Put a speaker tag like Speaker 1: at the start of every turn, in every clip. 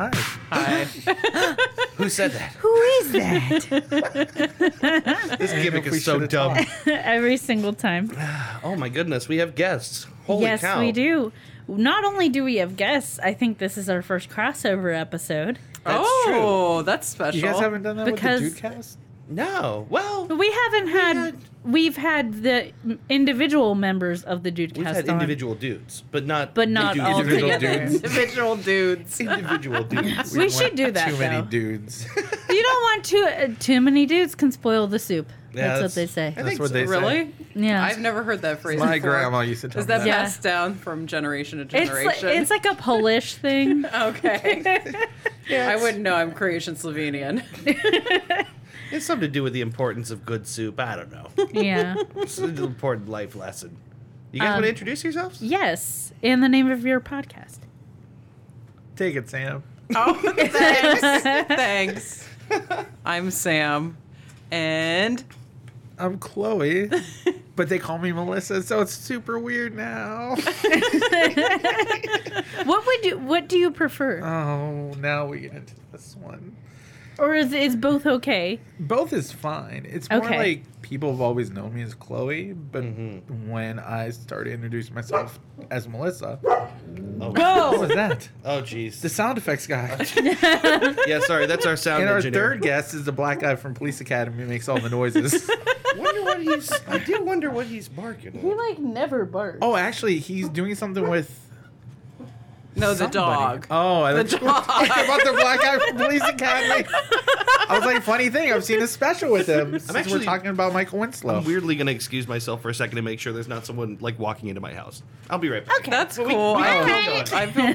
Speaker 1: Oh.
Speaker 2: Oh, said that.
Speaker 3: Who is that?
Speaker 2: This gimmick
Speaker 4: we
Speaker 2: is so
Speaker 4: should've
Speaker 2: dumb.
Speaker 1: Every single time.
Speaker 2: Oh my goodness, we have guests. Holy
Speaker 1: yes,
Speaker 2: cow.
Speaker 1: we do. Not only do we have guests, I think this is our first crossover episode.
Speaker 2: That's
Speaker 5: oh, that's special.
Speaker 4: You guys haven't done that
Speaker 1: Because-
Speaker 4: with the dude cast?
Speaker 2: No. Well,
Speaker 1: But we haven't had, we've had the individual members of the Dude
Speaker 2: we've
Speaker 1: cast
Speaker 2: had
Speaker 1: on.
Speaker 2: individual dudes, but not
Speaker 1: But not
Speaker 2: dudes.
Speaker 1: all
Speaker 2: individual
Speaker 1: together.
Speaker 2: dudes.
Speaker 5: individual dudes.
Speaker 2: individual dudes.
Speaker 1: We
Speaker 4: We've
Speaker 1: should
Speaker 4: won
Speaker 1: do that,
Speaker 4: Too many
Speaker 1: though.
Speaker 4: dudes.
Speaker 1: You don't want too uh, too many dudes can spoil the soup.
Speaker 2: Yeah,
Speaker 1: that's, what they say.
Speaker 2: I
Speaker 4: That's
Speaker 2: think
Speaker 4: what
Speaker 2: so.
Speaker 4: they say.
Speaker 5: Really?
Speaker 1: Yeah.
Speaker 5: I've never heard that phrase.
Speaker 4: My
Speaker 5: before.
Speaker 4: grandma used to tell me
Speaker 5: Is that
Speaker 4: that.
Speaker 1: Yeah.
Speaker 5: passed down from generation to
Speaker 1: it's like,
Speaker 5: generation?
Speaker 1: it's like a Polish thing.
Speaker 5: okay. I wouldn't know. I'm Croatian Slovenian.
Speaker 2: It's something to do with the importance of good soup. I don't know.
Speaker 1: yeah.
Speaker 2: It's an important life lesson. You guys
Speaker 1: Um,
Speaker 2: want to introduce yourselves?
Speaker 1: Yes, in the name of your podcast.
Speaker 4: Take it, Sam.
Speaker 5: Oh, thanks. thanks. I'm Sam, and
Speaker 4: I'm Chloe, but they call me Melissa, so it's super weird now.
Speaker 1: What would you What do you
Speaker 2: Uh,
Speaker 1: prefer,
Speaker 4: oh, now we get into this one.
Speaker 1: or is is both okay?
Speaker 4: Both is fine. It's more
Speaker 1: Okay.
Speaker 4: like people have always known me as Chloe, but when I started introducing myself as Melissa,
Speaker 2: Oh,
Speaker 4: what was that?
Speaker 2: oh, jeez.
Speaker 4: The sound effects guy.
Speaker 2: yeah, sorry. That's our sound
Speaker 4: And our
Speaker 2: engineer.
Speaker 4: third guest is the black guy from Police Academy who makes all the noises.
Speaker 2: Wonder what he's. I do wonder what he's barking. at.
Speaker 1: like never barks.
Speaker 4: oh, actually, he's doing something with
Speaker 5: no, the
Speaker 4: somebody.
Speaker 5: dog.
Speaker 4: Oh, I
Speaker 5: the
Speaker 4: thought you were talking
Speaker 5: dog.
Speaker 4: about the black guy from Police Academy. I was like, funny thing, I've seen a special with him. since
Speaker 2: actually-
Speaker 4: we're talking about Michael Winslow.
Speaker 2: I'm weirdly gonna excuse myself for a second to make sure there's not someone like walking into my house. I'll be right back.
Speaker 5: That's
Speaker 2: Well, we-
Speaker 5: cool.
Speaker 2: we
Speaker 5: I,
Speaker 2: can
Speaker 5: feel,
Speaker 2: keep
Speaker 5: I feel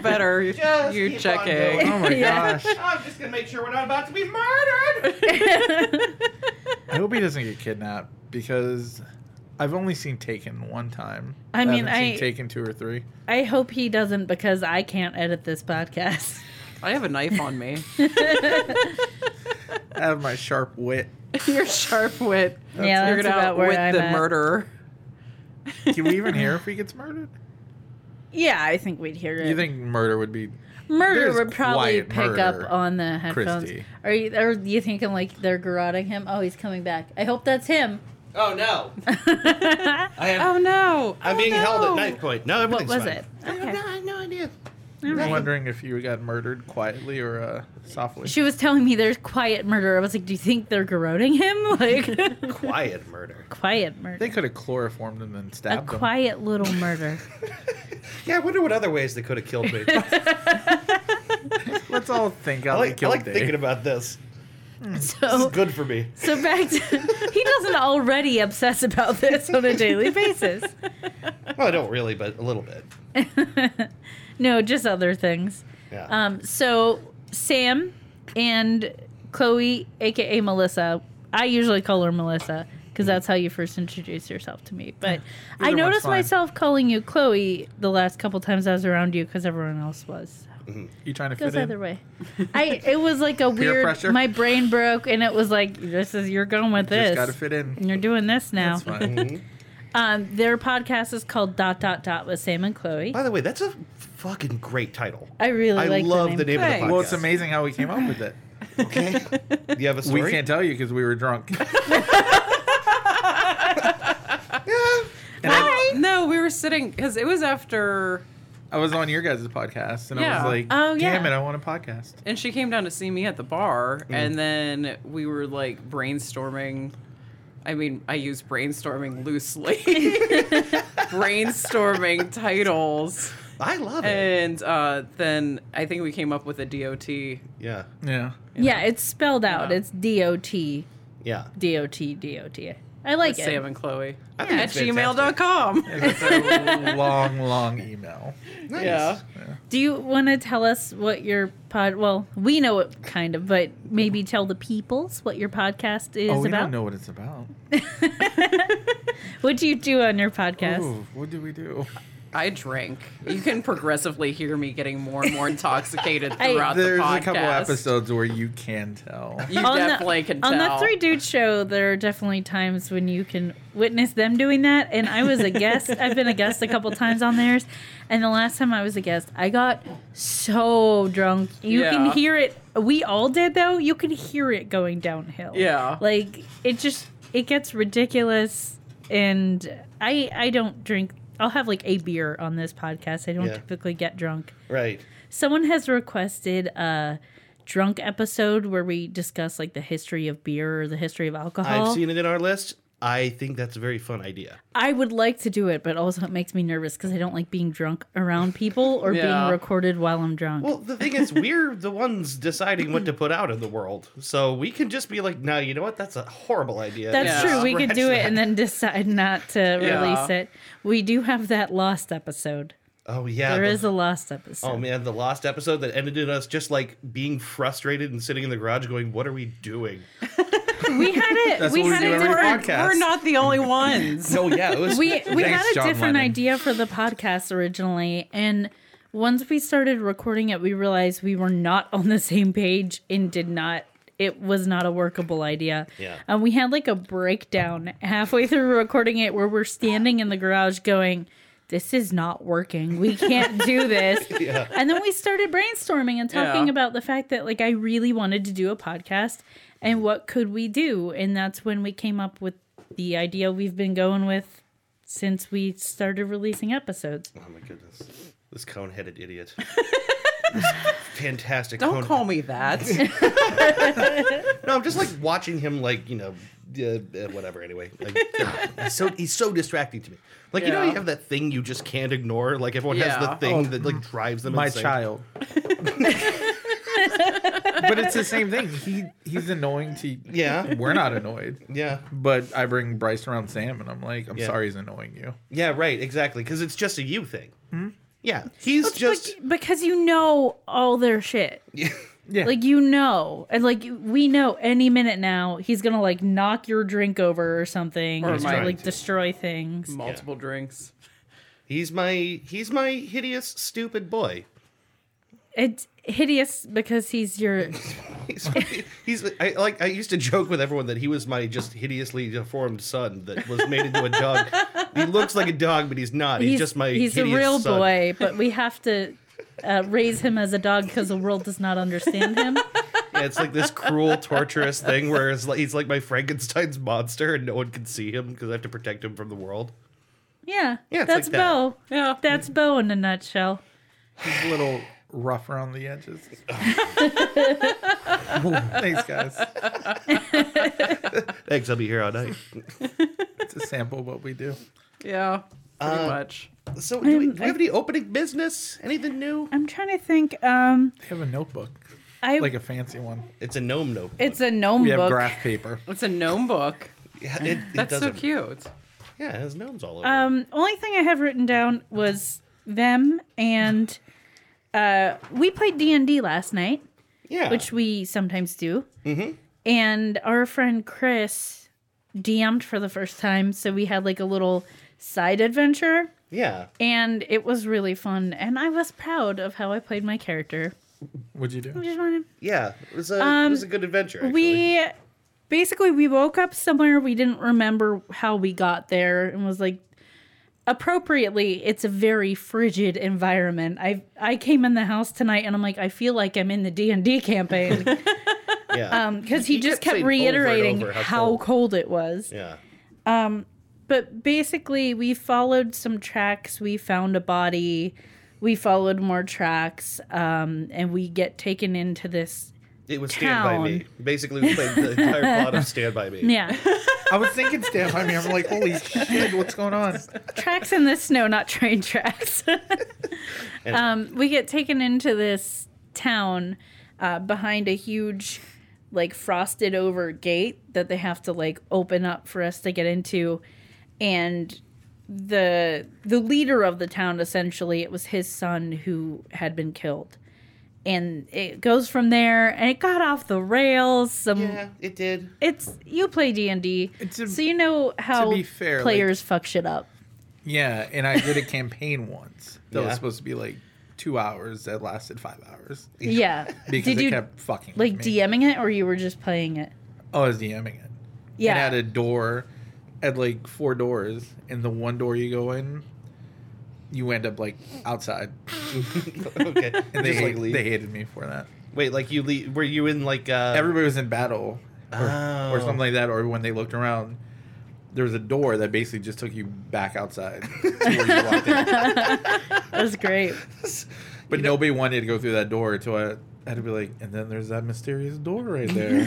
Speaker 5: better.
Speaker 2: Just
Speaker 5: you
Speaker 2: keep on
Speaker 5: checking.
Speaker 2: going.
Speaker 4: Oh my
Speaker 1: Yeah.
Speaker 4: gosh!
Speaker 2: I'm just gonna make sure we're not about to be murdered.
Speaker 4: I hope he doesn't get kidnapped because I've only seen Taken one time.
Speaker 1: I mean,
Speaker 4: haven't
Speaker 1: I-
Speaker 4: seen Taken two or three.
Speaker 1: I hope he doesn't because I can't edit this podcast.
Speaker 5: I have a knife on me.
Speaker 4: I have my sharp wit.
Speaker 5: Your sharp wit.
Speaker 1: yeah,
Speaker 5: You're
Speaker 1: that's
Speaker 5: gonna
Speaker 1: about where
Speaker 5: outwit
Speaker 1: I'm
Speaker 5: the
Speaker 1: at.
Speaker 5: murderer.
Speaker 4: Can we even hear if he gets murdered?
Speaker 1: Yeah, I think we'd hear it.
Speaker 4: You think murder would be?
Speaker 1: murder
Speaker 4: There's
Speaker 1: would probably
Speaker 4: quiet
Speaker 1: pick
Speaker 4: murder,
Speaker 1: up on the headphones.
Speaker 4: Christy.
Speaker 1: Are you are you thinking like they're garroting him? Oh, he's coming back. I hope that's him.
Speaker 2: Oh no! I am.
Speaker 5: Oh no!
Speaker 2: I'm
Speaker 5: Oh,
Speaker 2: being held at
Speaker 5: no.
Speaker 2: knife point. No,
Speaker 1: What
Speaker 2: everything's
Speaker 1: was
Speaker 2: fine.
Speaker 1: it?
Speaker 2: I have no, I have no idea.
Speaker 4: I'm
Speaker 1: right.
Speaker 4: wondering if you got murdered quietly or uh, softly.
Speaker 1: She was telling me there's quiet murder. I was like, do you think they're garroting him? Like
Speaker 2: Quiet murder.
Speaker 1: quiet murder.
Speaker 4: They could have chloroformed him and
Speaker 1: A
Speaker 4: stabbed him.
Speaker 1: quiet little murder.
Speaker 2: Yeah, I wonder what other ways they could have killed me. I
Speaker 4: Let's all think out the
Speaker 2: like, I
Speaker 4: kill
Speaker 2: like
Speaker 4: day.
Speaker 2: thinking about this. This
Speaker 1: So
Speaker 2: is good for me.
Speaker 1: so back to he doesn't already obsess about this on a daily basis.
Speaker 2: Well, I don't really, but a little bit.
Speaker 1: No, just other things.
Speaker 2: Yeah.
Speaker 1: Um, so Sam and Chloe, aka Melissa. I usually call her Melissa because that's how you first introduce yourself to me. But I
Speaker 4: one's
Speaker 1: noticed
Speaker 4: fine.
Speaker 1: myself calling you Chloe the last couple times I was around you because everyone else was.
Speaker 4: you trying to
Speaker 1: It goes
Speaker 4: fit in?
Speaker 1: either way. I it was like a weird.
Speaker 4: pressure?
Speaker 1: My brain broke, and it was like this is you're going with
Speaker 4: Just
Speaker 1: this.
Speaker 4: gotta fit in.
Speaker 1: You're doing this now.
Speaker 4: It's fine.
Speaker 1: Um, their podcast is called Dot Dot Dot with Sam and Chloe.
Speaker 2: By the way, that's a fucking great title.
Speaker 1: I really
Speaker 2: I
Speaker 1: like
Speaker 2: love the name, of the podcast.
Speaker 5: Thanks.
Speaker 4: Well, it's amazing how we came up with it.
Speaker 2: Okay. You have a story?
Speaker 4: We can't tell you because we were drunk.
Speaker 5: No, we were sitting because it was after,
Speaker 4: I was on your guys' podcast, and I
Speaker 5: Yeah.
Speaker 4: was like,
Speaker 1: Oh,
Speaker 4: "Damn
Speaker 1: yeah.
Speaker 4: it, I want a podcast."
Speaker 5: and she came down to see me at the bar, and then we were like brainstorming. I mean, I use brainstorming loosely, brainstorming titles,
Speaker 2: I love it.
Speaker 5: and uh, then I think we came up with a DOT.
Speaker 2: Yeah.
Speaker 4: Yeah,
Speaker 1: Yeah, it's spelled out.
Speaker 5: Yeah.
Speaker 1: It's D O T
Speaker 2: Yeah.
Speaker 1: D O T D O T. I like it.
Speaker 5: Sam and Chloe
Speaker 2: I think
Speaker 5: at
Speaker 2: it's fantastic.
Speaker 5: gmail.com.
Speaker 4: it's a long, long email.
Speaker 2: Nice.
Speaker 5: Yeah.
Speaker 1: Do you want to tell us what your pod? Well, we know it kind of, but maybe tell the peoples what your podcast is
Speaker 4: oh, we
Speaker 1: about.
Speaker 4: don't know what it's about.
Speaker 1: What do you do on your podcast?
Speaker 4: Ooh, what do we do?
Speaker 5: I drink. You can progressively hear me getting more and more intoxicated throughout
Speaker 4: There's
Speaker 5: the podcast.
Speaker 4: a couple episodes where you can tell.
Speaker 5: You definitely can tell.
Speaker 1: on the three dudes show, there are definitely times when you can witness them doing that. And I was a guest. I've been a guest a couple times on theirs. And the last time I was a guest, I got so drunk. You can
Speaker 5: Yeah.
Speaker 1: hear it. We all did though. You could hear it going downhill.
Speaker 5: Yeah.
Speaker 1: like it just it gets ridiculous. And I I don't drink. I'll have like a beer on this podcast. I don't
Speaker 2: Yeah.
Speaker 1: typically get drunk.
Speaker 2: Right.
Speaker 1: Someone has requested a drunk episode where we discuss like the history of beer or the history of alcohol.
Speaker 2: I've seen it in our list. I think that's a very fun idea.
Speaker 1: I would like to do it, but also it makes me nervous because I don't like being drunk around people or
Speaker 5: Yeah.
Speaker 1: being recorded while I'm drunk.
Speaker 2: Well, the thing is, we're the ones deciding what to put out in the world, so we can just be like, "No, you know what? That's a horrible idea."
Speaker 1: That's
Speaker 5: Yeah.
Speaker 1: true. We could
Speaker 2: Scratch
Speaker 1: do it
Speaker 2: that.
Speaker 1: and then decide not to release it. We do have that lost episode.
Speaker 2: Oh yeah,
Speaker 1: There
Speaker 2: the-
Speaker 1: is a lost episode.
Speaker 2: Oh man, the lost episode that ended in us just like being frustrated and sitting in the garage going, "What are we doing?"
Speaker 1: We had it.
Speaker 4: That's
Speaker 1: we
Speaker 4: what we
Speaker 1: had
Speaker 4: do
Speaker 1: a
Speaker 4: every
Speaker 1: different
Speaker 4: podcast.
Speaker 5: We're not the only ones.
Speaker 4: Oh,
Speaker 2: So yeah, it was
Speaker 1: we we had
Speaker 4: Thanks,
Speaker 1: a
Speaker 4: John
Speaker 1: different
Speaker 4: Lennon.
Speaker 1: idea for the podcast originally and once we started recording it we realized we were not on the same page and did not it was not a workable idea.
Speaker 2: Yeah.
Speaker 1: And we had like a breakdown halfway through recording it where we're standing in the garage going, This is not working. We can't do this.
Speaker 2: Yeah.
Speaker 1: And then we started brainstorming and talking
Speaker 5: Yeah.
Speaker 1: about the fact that like I really wanted to do a podcast and what could we do? And that's when we came up with the idea we've been going with since we started releasing episodes.
Speaker 2: Oh my goodness, this cone-headed idiot. Fantastic.
Speaker 5: Don't call me that.
Speaker 2: No, I'm just like watching him, like you know, uh, uh, whatever. Anyway, like, he's so he's so distracting to me. Like you know,
Speaker 5: Yeah.
Speaker 2: you have that thing you just can't ignore. Like everyone has the
Speaker 5: Yeah.
Speaker 2: thing that like drives them.
Speaker 4: Oh, my
Speaker 2: insane.
Speaker 4: child. but it's the same thing. He he's annoying to
Speaker 2: Yeah.
Speaker 4: We're not annoyed.
Speaker 2: Yeah,
Speaker 4: But I bring Bryce around Sam and I'm like, I'm
Speaker 2: Yeah.
Speaker 4: sorry he's annoying you.
Speaker 2: yeah, right, exactly. Because it's just a you thing.
Speaker 4: Hmm?
Speaker 2: Yeah, he's just.
Speaker 1: Bec- because you know all their shit.
Speaker 4: Yeah.
Speaker 1: Like you know, and like we know any minute now he's gonna like knock your drink over or something,
Speaker 5: Or
Speaker 1: or
Speaker 5: mine
Speaker 1: like
Speaker 2: too.
Speaker 1: destroy things.
Speaker 5: Multiple drinks.
Speaker 2: He's my he's my hideous stupid boy.
Speaker 1: It's hideous because he's your
Speaker 2: He's, he's I, like I used to joke with everyone that he was my just hideously deformed son that was made into a dog. he looks like a dog, but he's not. He's, just my
Speaker 1: he's a
Speaker 2: hideous
Speaker 1: real
Speaker 2: son.
Speaker 1: boy, but we have to uh, raise him as a dog because the world does not understand him.
Speaker 2: Yeah, it's like this cruel, torturous thing where it's like, he's like my Frankenstein's monster, and no one can see him because I have to protect him from the world.
Speaker 1: Yeah,
Speaker 2: Yeah, it's
Speaker 1: that's
Speaker 2: like that.
Speaker 1: Bo.
Speaker 5: Yeah.
Speaker 1: That's Bo in a nutshell.
Speaker 4: He's a little rough around the edges. Thanks, guys.
Speaker 2: Thanks, I'll be here all night.
Speaker 4: It's a sample of what we do.
Speaker 5: Yeah. Pretty
Speaker 2: Uh,
Speaker 5: much.
Speaker 2: So, do we, do we have any opening business? Anything new?
Speaker 1: I'm trying to think. Um,
Speaker 4: They have a notebook,
Speaker 1: I
Speaker 4: like a fancy one.
Speaker 2: It's a gnome notebook.
Speaker 1: it's a gnome
Speaker 4: We have
Speaker 1: book.
Speaker 4: graph paper.
Speaker 5: It's a gnome book.
Speaker 2: yeah, it, it
Speaker 5: That's so
Speaker 2: doesn't-
Speaker 5: cute.
Speaker 2: Yeah, it has gnomes all over.
Speaker 1: Um, only thing I have written down was them and uh, we played D and D last night,
Speaker 2: yeah,
Speaker 1: which we sometimes do. Mm-hmm. And our friend Chris DM'd for the first time, so we had like a little side adventure,
Speaker 2: yeah.
Speaker 1: and it was really fun. And I was proud of how I played my character.
Speaker 4: What'd you do?
Speaker 1: Just wanted-
Speaker 2: Yeah, it was a it was a good adventure. Actually.
Speaker 1: Um, We basically we woke up somewhere we didn't remember how we got there and was like appropriately it's a very frigid environment. I I came in the house tonight and I'm like I feel like I'm in the D&D campaign
Speaker 2: yeah,
Speaker 1: because he
Speaker 2: You
Speaker 1: just kept
Speaker 2: kept saying over and
Speaker 1: reiterating
Speaker 2: over
Speaker 1: how,
Speaker 2: how
Speaker 1: cold.
Speaker 2: cold.
Speaker 1: it was.
Speaker 2: yeah,
Speaker 1: But basically we followed some tracks, we found a body, we followed more tracks um and we get taken into this
Speaker 2: it was Stand by Me.
Speaker 1: Town.
Speaker 2: Basically, we played the entire plot of Stand by Me.
Speaker 1: yeah
Speaker 4: I was thinking, Stan, I mean, I'm like, holy shit, what's going on?
Speaker 1: tracks in the snow, not train tracks. um, we get taken into this town uh, behind a huge, like frosted over gate that they have to like open up for us to get into, and the the leader of the town essentially it was his son who had been killed. And it goes from there, and it got off the rails. Some
Speaker 2: Yeah, it did.
Speaker 1: it's you play D and D,
Speaker 4: It's a-
Speaker 1: so you know how
Speaker 4: be fair, like-
Speaker 1: players fuck shit up.
Speaker 4: Yeah, and I did a campaign once that
Speaker 2: Yeah.
Speaker 4: was supposed to be like two hours that lasted five hours
Speaker 1: Yeah.
Speaker 4: because
Speaker 1: Did
Speaker 4: it
Speaker 1: you
Speaker 4: kept fucking
Speaker 1: like
Speaker 4: with me.
Speaker 1: DMing it or you were just playing it?
Speaker 4: Oh, I was DMing it. It
Speaker 1: Yeah.
Speaker 4: had a door, had like four doors, and the one door you go in, you end up like outside.
Speaker 2: okay.
Speaker 4: And they
Speaker 2: Just like
Speaker 4: hate-
Speaker 2: leave.
Speaker 4: they hated me for that.
Speaker 2: Wait, like you leave? Were you in like uh,
Speaker 4: Everybody was in battle, or,
Speaker 2: Oh.
Speaker 4: or something like that. Or when they looked around, there was a door that basically just took you back outside. to where you walked in.
Speaker 1: That's great.
Speaker 4: But nobody wanted to go through that door until I had to be like, and then there's that mysterious door right there.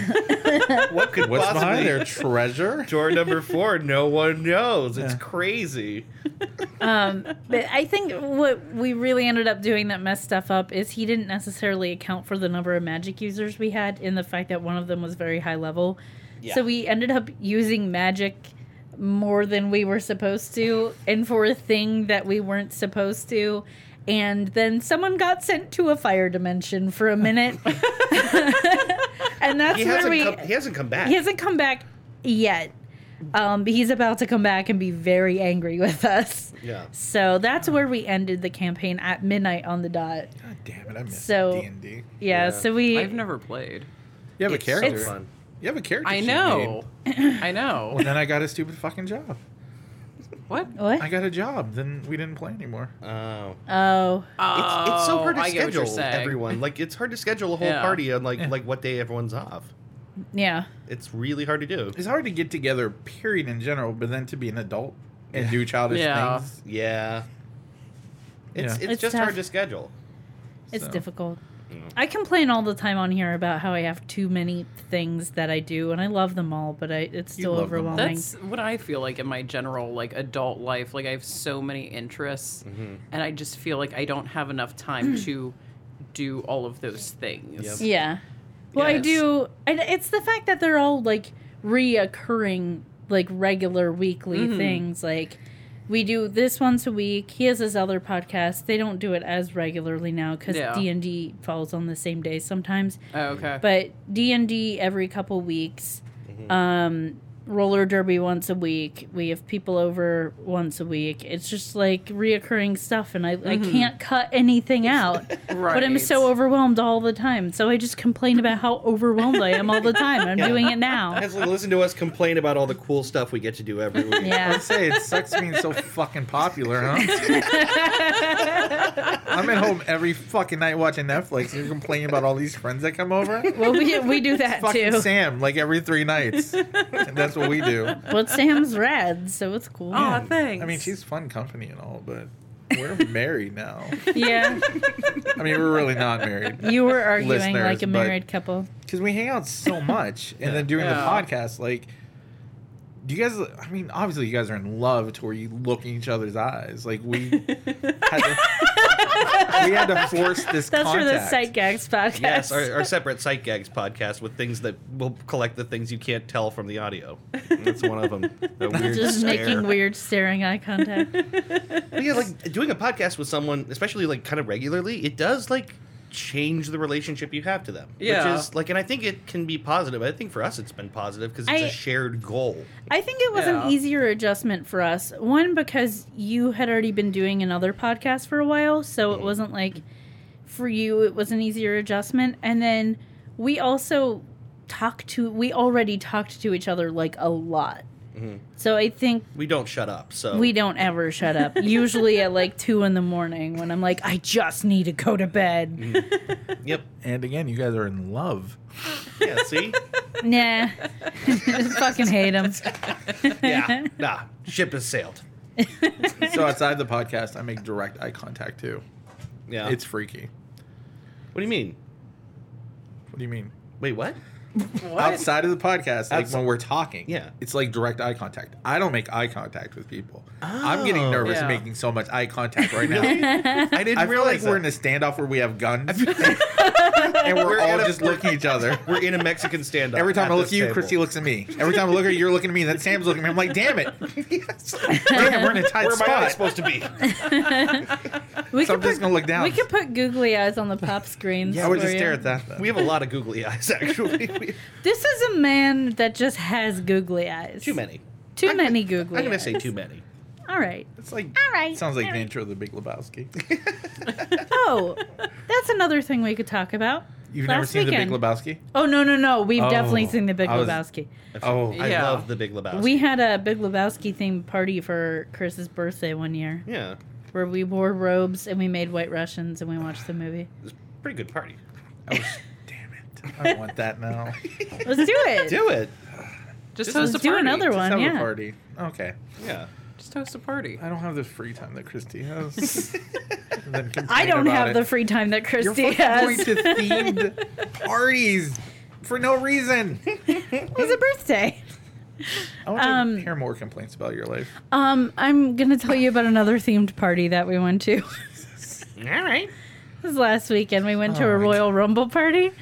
Speaker 2: what could
Speaker 4: What's
Speaker 2: possibly?
Speaker 4: behind there? Treasure?
Speaker 2: Door number four. No one knows. It's
Speaker 4: Yeah.
Speaker 2: crazy.
Speaker 1: Um, but I think what we really ended up doing that messed stuff up is he didn't necessarily account for the number of magic users we had and the fact that one of them was very high level.
Speaker 2: Yeah.
Speaker 1: So we ended up using magic more than we were supposed to and for a thing that we weren't supposed to. And then someone got sent to a fire dimension for a minute. and that's
Speaker 2: He
Speaker 1: where
Speaker 2: hasn't,
Speaker 1: we
Speaker 2: come, he hasn't come back.
Speaker 1: he hasn't come back yet. Um, but he's about to come back and be very angry with us.
Speaker 2: yeah.
Speaker 1: So that's where we ended the campaign at midnight on the dot.
Speaker 4: God damn it! I miss
Speaker 1: So-
Speaker 4: D and D.
Speaker 1: Yeah,
Speaker 2: Yeah.
Speaker 1: so we
Speaker 5: I've never played.
Speaker 4: You have a
Speaker 2: It's so
Speaker 4: character.
Speaker 2: fun.
Speaker 4: You have a character.
Speaker 5: I
Speaker 4: sheet
Speaker 5: know.
Speaker 4: made.
Speaker 5: I know.
Speaker 4: Well, then I got a stupid fucking job.
Speaker 5: What?
Speaker 1: what?
Speaker 4: I got a job. Then we didn't play anymore.
Speaker 2: Oh.
Speaker 1: oh,
Speaker 2: It's, it's so
Speaker 5: Oh,
Speaker 2: hard to
Speaker 5: I get what
Speaker 2: schedule
Speaker 5: you're saying.
Speaker 2: everyone. Like it's hard to schedule a whole
Speaker 5: Yeah.
Speaker 2: party on like
Speaker 4: Yeah.
Speaker 2: like what day everyone's off.
Speaker 1: yeah.
Speaker 2: It's really hard to do.
Speaker 4: It's hard to get together, period, in general. But then to be an adult and do childish
Speaker 5: Yeah.
Speaker 4: things.
Speaker 2: Yeah. It's
Speaker 4: Yeah.
Speaker 2: it's,
Speaker 1: It's
Speaker 2: just
Speaker 1: tough.
Speaker 2: hard to schedule.
Speaker 1: It's
Speaker 4: So.
Speaker 1: difficult.
Speaker 2: Yeah.
Speaker 1: I complain all the time on here about how I have too many things that I do, and I love them all, but I, it's
Speaker 4: You
Speaker 1: still
Speaker 4: love them all.
Speaker 1: overwhelming.
Speaker 5: That's what I feel like in my general like adult life. Like I have so many interests,
Speaker 2: Mm-hmm.
Speaker 5: and I just feel like I don't have enough
Speaker 1: Hmm.
Speaker 5: time to do all of those things.
Speaker 2: Yep.
Speaker 1: Yeah. Well, I
Speaker 5: Yes.
Speaker 1: do. And it's the fact that they're all like reoccurring, like regular weekly
Speaker 5: Mm-hmm.
Speaker 1: things. Like we do this once a week. He has his other podcast. They don't do it as regularly now because
Speaker 5: Yeah.
Speaker 1: D and D falls on the same day sometimes.
Speaker 5: Oh, okay.
Speaker 1: But D and D every couple weeks.
Speaker 5: Mm-hmm.
Speaker 1: Um, roller derby once a week. We have people over once a week. It's just like reoccurring stuff, and I, I
Speaker 5: Mm-hmm.
Speaker 1: can't cut anything out.
Speaker 5: right.
Speaker 1: But I'm so overwhelmed all the time. So I just complain about how overwhelmed I am all the time. I'm doing it now.
Speaker 2: It's like listen to us complain about all the cool stuff we get to do every week.
Speaker 1: Yeah.
Speaker 4: I'd say it sucks being so fucking popular, huh? I'm at home every fucking night watching Netflix. You're complaining about all these friends that come over.
Speaker 1: Well, we, we do that
Speaker 4: Fucking
Speaker 1: too.
Speaker 4: Sam, like every three nights. and that's what we do.
Speaker 1: But Sam's rad, so it's cool.
Speaker 4: Oh.
Speaker 5: Aw, thanks.
Speaker 4: I mean, she's fun company and all, but we're married now.
Speaker 1: Yeah.
Speaker 4: I mean, we're really not married
Speaker 1: You were arguing
Speaker 4: Listeners,
Speaker 1: like a
Speaker 4: but-
Speaker 1: married couple.
Speaker 4: because we hang out so much, and then during the
Speaker 5: Yeah.
Speaker 4: podcast, like. Do you guys? I mean, obviously, you guys are in love to where you look in each other's eyes. Like we, had to, we had to force this.
Speaker 1: That's for the
Speaker 4: contact.
Speaker 1: Sight Gags podcast.
Speaker 2: Yes, our, our separate sight gags podcast with things that will collect the things you can't tell from the audio. That's one of them. The weird
Speaker 1: just
Speaker 2: stare.
Speaker 1: making weird staring eye contact.
Speaker 2: But yeah, like doing a podcast with someone, especially like kind of regularly, it does like change the relationship you have to them.
Speaker 5: Yeah.
Speaker 2: Which is like, and I think it can be positive. I think for us, it's been positive because it's
Speaker 1: I-
Speaker 2: a shared goal.
Speaker 1: I think it was
Speaker 5: Yeah.
Speaker 1: an easier adjustment for us. One because you had already been doing another podcast for a while, so
Speaker 4: Mm-hmm.
Speaker 1: it wasn't like for you it was an easier adjustment. And then we also talked to we already talked to each other like a lot.
Speaker 4: Mm-hmm.
Speaker 1: So I think
Speaker 2: We don't shut up. So
Speaker 1: we don't ever shut up. Usually at like two in the morning when I'm like, I just need to go to bed.
Speaker 4: Mm-hmm.
Speaker 2: Yep.
Speaker 4: And again, you guys are in love.
Speaker 2: Yeah. See.
Speaker 1: nah, fucking hate him.
Speaker 2: Yeah. Nah. Ship has sailed.
Speaker 4: so outside the podcast, I make direct eye contact too.
Speaker 2: Yeah.
Speaker 4: It's freaky.
Speaker 2: What do you mean?
Speaker 4: What do you mean?
Speaker 2: Wait. What?
Speaker 5: what?
Speaker 4: Outside of the podcast, like
Speaker 2: Outside-
Speaker 4: when we're talking,
Speaker 2: Yeah.
Speaker 4: it's like direct eye contact. I don't make eye contact with people. I'm getting
Speaker 2: Oh.
Speaker 4: nervous
Speaker 5: Yeah.
Speaker 4: making so much eye contact right now.
Speaker 2: Really? I didn't
Speaker 4: I feel
Speaker 2: realize
Speaker 4: like we're in
Speaker 2: that.
Speaker 4: a standoff where we have guns and we're,
Speaker 2: We're
Speaker 4: all
Speaker 2: in a-
Speaker 4: just looking at each other.
Speaker 2: we're in a Mexican standoff.
Speaker 4: Every time
Speaker 2: at
Speaker 4: I look
Speaker 2: this
Speaker 4: at you,
Speaker 2: table.
Speaker 4: Christy looks at me. Every time I look at you, you're looking at me. And then Sam's looking at me. I'm like, damn it. We're, in, we're in a tight
Speaker 2: Where am I
Speaker 4: spot.
Speaker 2: supposed to be?
Speaker 1: We
Speaker 4: So
Speaker 1: could put-
Speaker 4: I'm just going to look down.
Speaker 1: We could put googly eyes on the pop screens.
Speaker 4: I would just
Speaker 1: for
Speaker 4: stare
Speaker 1: you.
Speaker 4: at that. then.
Speaker 2: We have a lot of googly eyes, actually. We-
Speaker 1: This is a man that just has googly eyes.
Speaker 2: too many.
Speaker 1: Too
Speaker 2: I'm
Speaker 1: many
Speaker 2: I'm
Speaker 1: googly
Speaker 2: going to
Speaker 1: eyes.
Speaker 2: say too many.
Speaker 1: All right.
Speaker 4: It's like
Speaker 1: All right,
Speaker 4: sounds like
Speaker 1: all
Speaker 4: the
Speaker 1: right.
Speaker 4: intro of the Big Lebowski.
Speaker 1: Oh, that's another thing we could talk about.
Speaker 4: You've never
Speaker 1: Last
Speaker 4: seen
Speaker 1: weekend.
Speaker 4: the Big Lebowski?
Speaker 1: Oh no, no, no. We've
Speaker 4: Oh,
Speaker 1: definitely seen the Big
Speaker 4: I was-
Speaker 1: Lebowski.
Speaker 4: Oh,
Speaker 2: I
Speaker 5: Yeah.
Speaker 2: love the Big Lebowski.
Speaker 1: We had a Big Lebowski themed party for Chris's birthday one year,
Speaker 2: yeah, it
Speaker 1: where we wore robes and we made White Russians and we watched the movie.
Speaker 2: was a pretty good party.
Speaker 4: I was, Oh, damn it! I don't want that now.
Speaker 1: Let's do it.
Speaker 2: Do it.
Speaker 5: Just,
Speaker 2: Just
Speaker 5: host a
Speaker 1: let's do
Speaker 5: party.
Speaker 1: another
Speaker 4: Let's
Speaker 1: one,
Speaker 4: have
Speaker 1: yeah.
Speaker 4: a party. Okay.
Speaker 2: Yeah.
Speaker 5: Just host a party.
Speaker 4: I don't have the free time that Christy has. And then
Speaker 1: I
Speaker 4: complain
Speaker 1: don't
Speaker 4: about
Speaker 1: have
Speaker 4: it.
Speaker 1: the free time that
Speaker 4: You're
Speaker 1: Christy
Speaker 4: fucking going
Speaker 1: has.
Speaker 4: to themed parties for no reason.
Speaker 1: it was a birthday.
Speaker 4: I want to
Speaker 1: Um,
Speaker 4: hear more complaints about your life.
Speaker 1: Um, I'm gonna tell you about another themed party that we went to.
Speaker 2: All right.
Speaker 1: This was last weekend. We went to
Speaker 4: Oh,
Speaker 1: a
Speaker 4: my
Speaker 1: Royal Rumble party.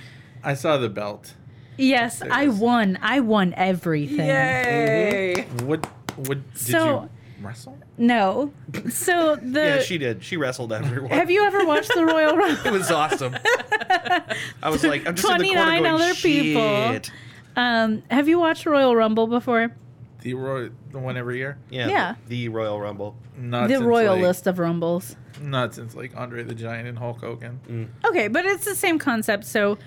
Speaker 4: I saw the belt.
Speaker 1: Yes,
Speaker 4: There it
Speaker 1: I
Speaker 4: is.
Speaker 1: won. I won everything.
Speaker 5: Yay!
Speaker 1: Mm-hmm.
Speaker 4: What? What? Did
Speaker 1: So-
Speaker 4: you wrestle?
Speaker 1: No. So the
Speaker 2: Yeah, she did. She wrestled everyone.
Speaker 1: Uh, have you ever watched the Royal
Speaker 2: It
Speaker 1: Rumble?
Speaker 2: was awesome. I was like, I'm just in the corner
Speaker 1: 29
Speaker 2: going,
Speaker 1: other people.
Speaker 2: "Shit."
Speaker 1: Um, have you watched Royal Rumble before?
Speaker 4: The Roy, the one every year.
Speaker 2: Yeah.
Speaker 1: Yeah.
Speaker 2: The, the Royal Rumble.
Speaker 4: Not
Speaker 1: the
Speaker 4: since,
Speaker 1: Royal
Speaker 4: like-
Speaker 1: list of Rumbles.
Speaker 4: Not since like Andre the Giant and Hulk Hogan.
Speaker 1: Mm-hmm. Okay, but it's the same concept. So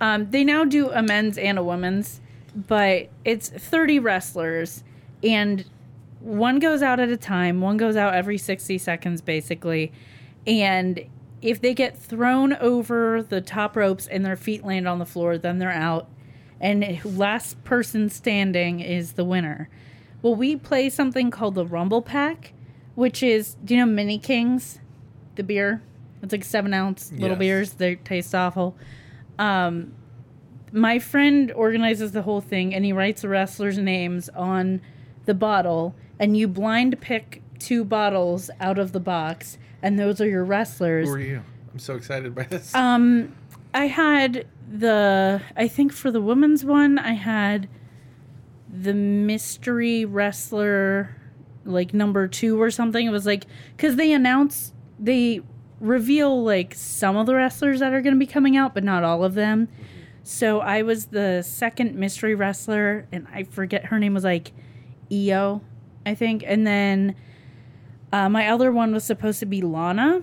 Speaker 1: um, they now do a men's and a women's, but it's 30 wrestlers, and one goes out at a time, one goes out every 60 seconds, basically. And if they get thrown over the top ropes and their feet land on the floor, then they're out. And last person standing is the winner. Well, we play something called the Rumble Pack, which is, do you know Mini Kings? The beer? It's like seven ounce little
Speaker 4: Yes.
Speaker 1: beers. They taste awful. Um, my friend organizes the whole thing and he writes the wrestlers' names on the bottle, and you blind pick two bottles out of the box, and those are your wrestlers.
Speaker 4: Who are you? I'm so excited by this.
Speaker 1: Um, I had the I think for the women's one, I had the mystery wrestler, like number two or something. It was like because they announce they reveal like some of the wrestlers that are going to be coming out, but not all of them. So I was the second mystery wrestler, and I forget her name was like Io, I think, and then. Uh, my other one was supposed to be Lana,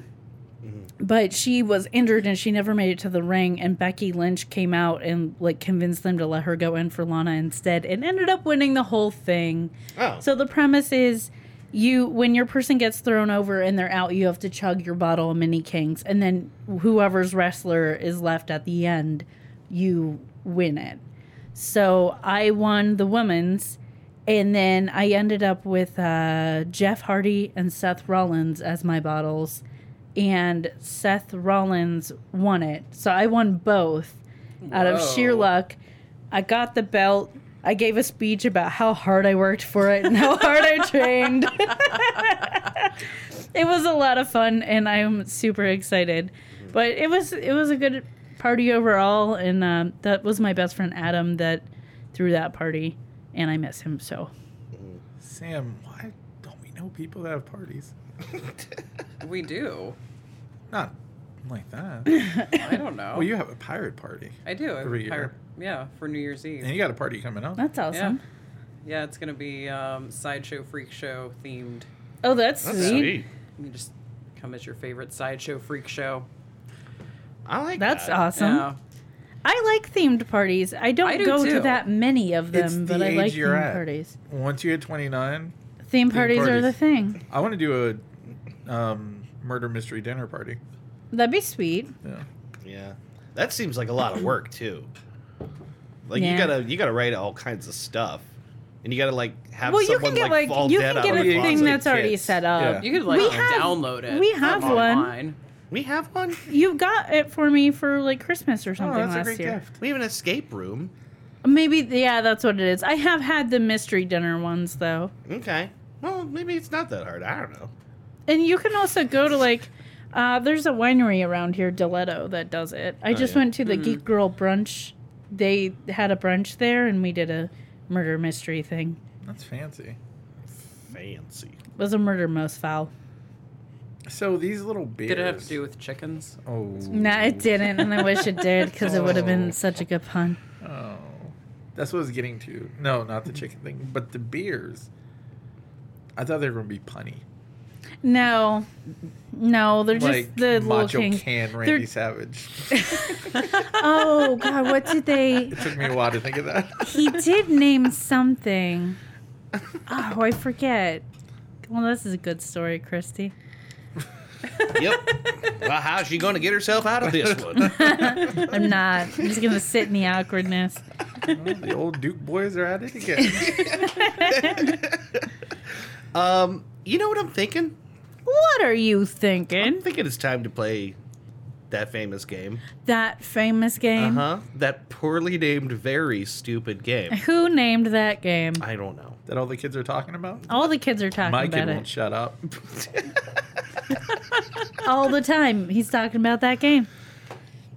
Speaker 1: but she was injured and she never made it to the ring and becky lynch came out and like convinced them to let her go in for lana instead and ended up winning the whole thing
Speaker 2: Oh.
Speaker 1: so the premise is you when your person gets thrown over and they're out you have to chug your bottle of mini kings and then whoever's wrestler is left at the end you win it so i won the women's and then i ended up with uh, jeff hardy and seth rollins as my bottles and Seth Rollins won it. So I won both out of sheer
Speaker 5: Whoa.
Speaker 1: luck. I got the belt. I gave a speech about how hard I worked for it and how hard I trained. it was a lot of fun and I'm super excited. But it was it was a good party overall and um, that was my best friend Adam that threw that party and I miss him so.
Speaker 4: Sam, why don't we know people that have parties?
Speaker 5: We do.
Speaker 4: Not like that.
Speaker 5: I don't know.
Speaker 4: Well, you have a pirate party,
Speaker 5: I do. I
Speaker 4: Every
Speaker 5: I-
Speaker 4: year.
Speaker 5: yeah, for New Year's Eve.
Speaker 4: and you got a party coming up.
Speaker 1: That's awesome.
Speaker 5: Yeah. Yeah, it's gonna be um, sideshow freak show themed.
Speaker 1: Oh, that's,
Speaker 2: That's
Speaker 1: sweet.
Speaker 2: sweet.
Speaker 5: You can just come as your favorite sideshow freak show.
Speaker 2: I like
Speaker 1: That's
Speaker 2: that.
Speaker 1: awesome.
Speaker 5: Yeah.
Speaker 1: I like themed parties. I don't
Speaker 5: I do
Speaker 1: go to
Speaker 5: too.
Speaker 1: that many of them,
Speaker 4: It's the
Speaker 1: but I
Speaker 4: age
Speaker 1: like
Speaker 4: you're
Speaker 1: themed
Speaker 4: at.
Speaker 1: parties.
Speaker 4: Once you hit 29,
Speaker 1: Theme parties, are
Speaker 4: parties.
Speaker 1: the thing.
Speaker 4: I want to do a um, murder mystery dinner party.
Speaker 1: That'd be sweet.
Speaker 4: Yeah.
Speaker 2: Yeah, that seems like a lot of work too. Like
Speaker 1: Yeah.
Speaker 2: you gotta you gotta write all kinds of stuff, and you gotta like have
Speaker 1: well, you
Speaker 2: someone
Speaker 1: can get
Speaker 2: like,
Speaker 1: like,
Speaker 2: fall
Speaker 1: you
Speaker 2: dead
Speaker 1: can
Speaker 2: out
Speaker 1: get
Speaker 2: of
Speaker 1: a
Speaker 2: the
Speaker 1: thing
Speaker 2: closet.
Speaker 1: that's already
Speaker 2: Kids.
Speaker 1: set up.
Speaker 4: Yeah.
Speaker 5: You could like
Speaker 1: We have-
Speaker 5: download it.
Speaker 1: we have
Speaker 5: from
Speaker 1: one.
Speaker 5: Online.
Speaker 2: We have one.
Speaker 1: You got it for me for like Christmas or
Speaker 4: Oh,
Speaker 1: something
Speaker 4: that's a
Speaker 1: last
Speaker 4: great
Speaker 1: year.
Speaker 4: gift.
Speaker 2: We have an escape room.
Speaker 1: Maybe yeah, that's what it is. I have had the mystery dinner ones though.
Speaker 2: Okay. Well, maybe it's not that hard. I don't know.
Speaker 1: And you can also go to like uh, there's a winery around here, Deletto, that does it. I
Speaker 2: Oh,
Speaker 1: just
Speaker 2: yeah.
Speaker 1: went to the
Speaker 5: Mm-hmm.
Speaker 1: Geek Girl brunch. They had a brunch there and we did a murder mystery thing.
Speaker 4: That's fancy.
Speaker 2: Fancy.
Speaker 1: It was a murder most foul.
Speaker 4: So these little beers.
Speaker 5: Did it have to do with chickens?
Speaker 4: Oh.
Speaker 1: No, it didn't, and I wish it did because it would have
Speaker 4: Oh.
Speaker 1: been such a good pun.
Speaker 4: Oh. That's what I was getting to. No, not the chicken thing, but the beers. I thought they were gonna be punny.
Speaker 1: No, no, they're just
Speaker 4: Like
Speaker 1: the little
Speaker 4: Macho
Speaker 1: king.
Speaker 4: Can
Speaker 1: They're-
Speaker 4: Randy Savage.
Speaker 1: Oh God, what did they?
Speaker 4: It took me a while to think of that.
Speaker 1: He did name something. Oh, I forget. Well, this is a good story, Christy.
Speaker 2: Yep. well, how's she gonna get herself out of this one?
Speaker 1: I'm not. I'm just gonna sit in the awkwardness.
Speaker 4: Well, the old Duke boys are at it again.
Speaker 2: Um, you know what I'm thinking?
Speaker 1: What are you
Speaker 2: I'm
Speaker 1: thinking?
Speaker 2: thinking it's time to play that famous game.
Speaker 1: That famous
Speaker 2: Uh
Speaker 1: game.
Speaker 4: Uh-huh.
Speaker 2: huh. That poorly named, very stupid game.
Speaker 1: Who named that game?
Speaker 2: I don't know.
Speaker 4: that all the kids are talking about.
Speaker 1: All the kids are talking
Speaker 4: My kid
Speaker 1: about
Speaker 4: won't
Speaker 1: it
Speaker 4: shut up.
Speaker 1: all the time. He's talking about that game.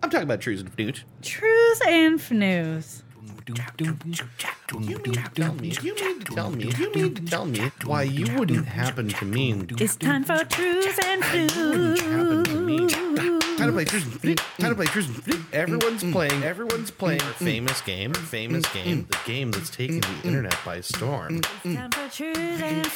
Speaker 2: I'm talking about Trues and Fnooch.
Speaker 1: Trues and fnews.
Speaker 2: You mean to tell me? You mean to tell me? You mean to tell me why you wouldn't happen to mean?
Speaker 1: It's time for trues and
Speaker 2: Happened to me. Time to
Speaker 1: fnews.
Speaker 2: play Trues and Fnooch. Time to play Trues and Fnooch. Everyone's playing. Everyone's playing. our Famous game. our Famous game. The game that's taking the internet by storm.
Speaker 1: Time for trues and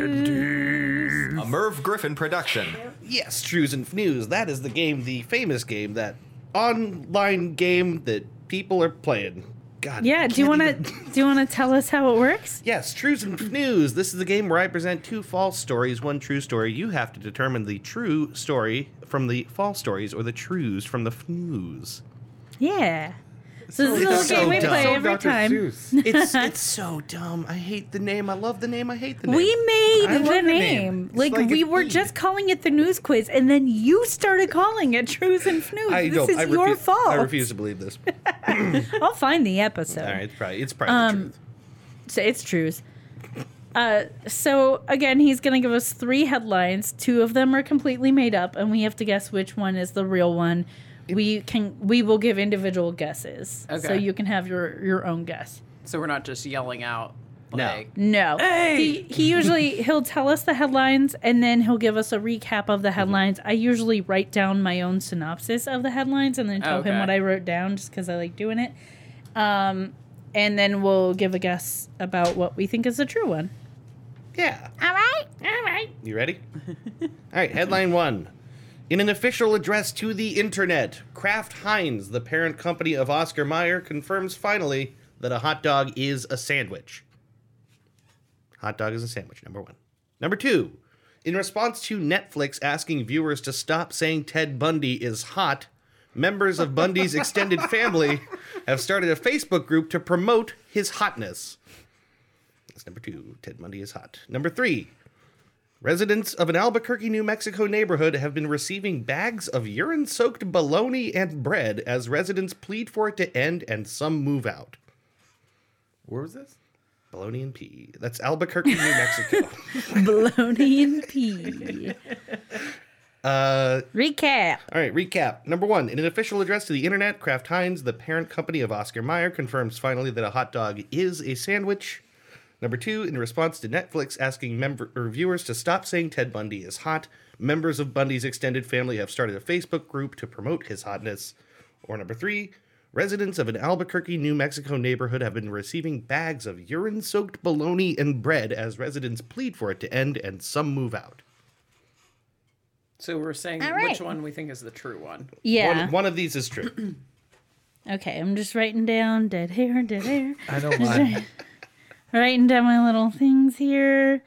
Speaker 1: fnews.
Speaker 3: A Merv Griffin production.
Speaker 2: Yes, Trues and Fnews. That is the game, the famous game, that online game that people are playing. God.
Speaker 1: Yeah,
Speaker 2: I
Speaker 1: do you
Speaker 2: can't
Speaker 1: want to
Speaker 2: even-
Speaker 1: do you want to tell us how it works?
Speaker 2: Yes, Trues and Fnews. This is the game where I present two false stories, one true story. You have to determine the true story from the false stories or the trues from the fnews.
Speaker 1: Yeah. So this is a
Speaker 2: It's
Speaker 1: little
Speaker 2: so
Speaker 1: game we
Speaker 2: dumb.
Speaker 1: play
Speaker 2: So
Speaker 1: every
Speaker 4: Dr.
Speaker 1: time.
Speaker 4: Seuss.
Speaker 2: It's it's so dumb. I hate the name. I love the name. I hate the name.
Speaker 1: We made
Speaker 4: I love
Speaker 1: the
Speaker 4: the
Speaker 1: name.
Speaker 4: name. It's
Speaker 1: Like,
Speaker 4: like
Speaker 1: we
Speaker 4: an
Speaker 1: were
Speaker 4: E.
Speaker 1: just calling it the news quiz, and then you started calling it Trues and Fnews.
Speaker 2: I
Speaker 1: this
Speaker 2: don't-
Speaker 1: is
Speaker 2: I
Speaker 1: your
Speaker 2: refu-
Speaker 1: fault.
Speaker 2: I refuse to believe this.
Speaker 1: I'll find the episode.
Speaker 2: All right, it's probably it's probably
Speaker 1: Um,
Speaker 2: the truth.
Speaker 1: So it's trues. Uh, so again, he's going to give us three headlines. Two of them are completely made up, and we have to guess which one is the real one. We can we will give individual guesses, so
Speaker 5: Okay.
Speaker 1: you can have your your own guess.
Speaker 5: So we're not just yelling out.
Speaker 2: No.
Speaker 5: Like,
Speaker 1: No, he he usually he'll tell us the headlines, and then he'll give us a recap of
Speaker 5: Mhm.
Speaker 1: the headlines. I usually write down my own synopsis of the headlines, and then tell him
Speaker 5: Okay.
Speaker 1: what I wrote down, just because I like doing it. Um, and then we'll give a guess about what we think is the true one.
Speaker 2: Yeah.
Speaker 1: All right, all right.
Speaker 2: You ready? All right, headline one. In an official address to the internet, Kraft Heinz, the parent company of Oscar Mayer, confirms finally that a hot dog is a sandwich. Hot dog is a sandwich, number one. Number two, in response to Netflix asking viewers to stop saying Ted Bundy is hot, members of Bundy's extended family have started a Facebook group to promote his hotness. That's number two. Ted Bundy is hot. Number three, Residents of an Albuquerque, New Mexico neighborhood have been receiving bags of urine soaked bologna and bread as residents plead for it to end and some move out.
Speaker 4: Where was this?
Speaker 2: Bologna and pee. That's Albuquerque, New Mexico.
Speaker 1: Bologna and pea.
Speaker 2: Uh,
Speaker 1: Recap.
Speaker 2: all right, recap. Number one, in an official address to the internet, Kraft Heinz, the parent company of Oscar Mayer, confirms finally that a hot dog is a sandwich. Number two, in response to Netflix asking member or viewers to stop saying Ted Bundy is hot, members of Bundy's extended family have started a Facebook group to promote his hotness. Or number three, residents of an Albuquerque, New Mexico neighborhood have been receiving bags of urine soaked bologna and bread as residents plead for it to end and some move out.
Speaker 5: so we're saying
Speaker 1: All right.
Speaker 5: which one we think is the true one.
Speaker 1: Yeah.
Speaker 2: One, one of these is true.
Speaker 1: Okay, I'm just writing down dead hair, dead hair.
Speaker 4: I know
Speaker 2: Uh,
Speaker 4: mine.
Speaker 1: writing down my little things here.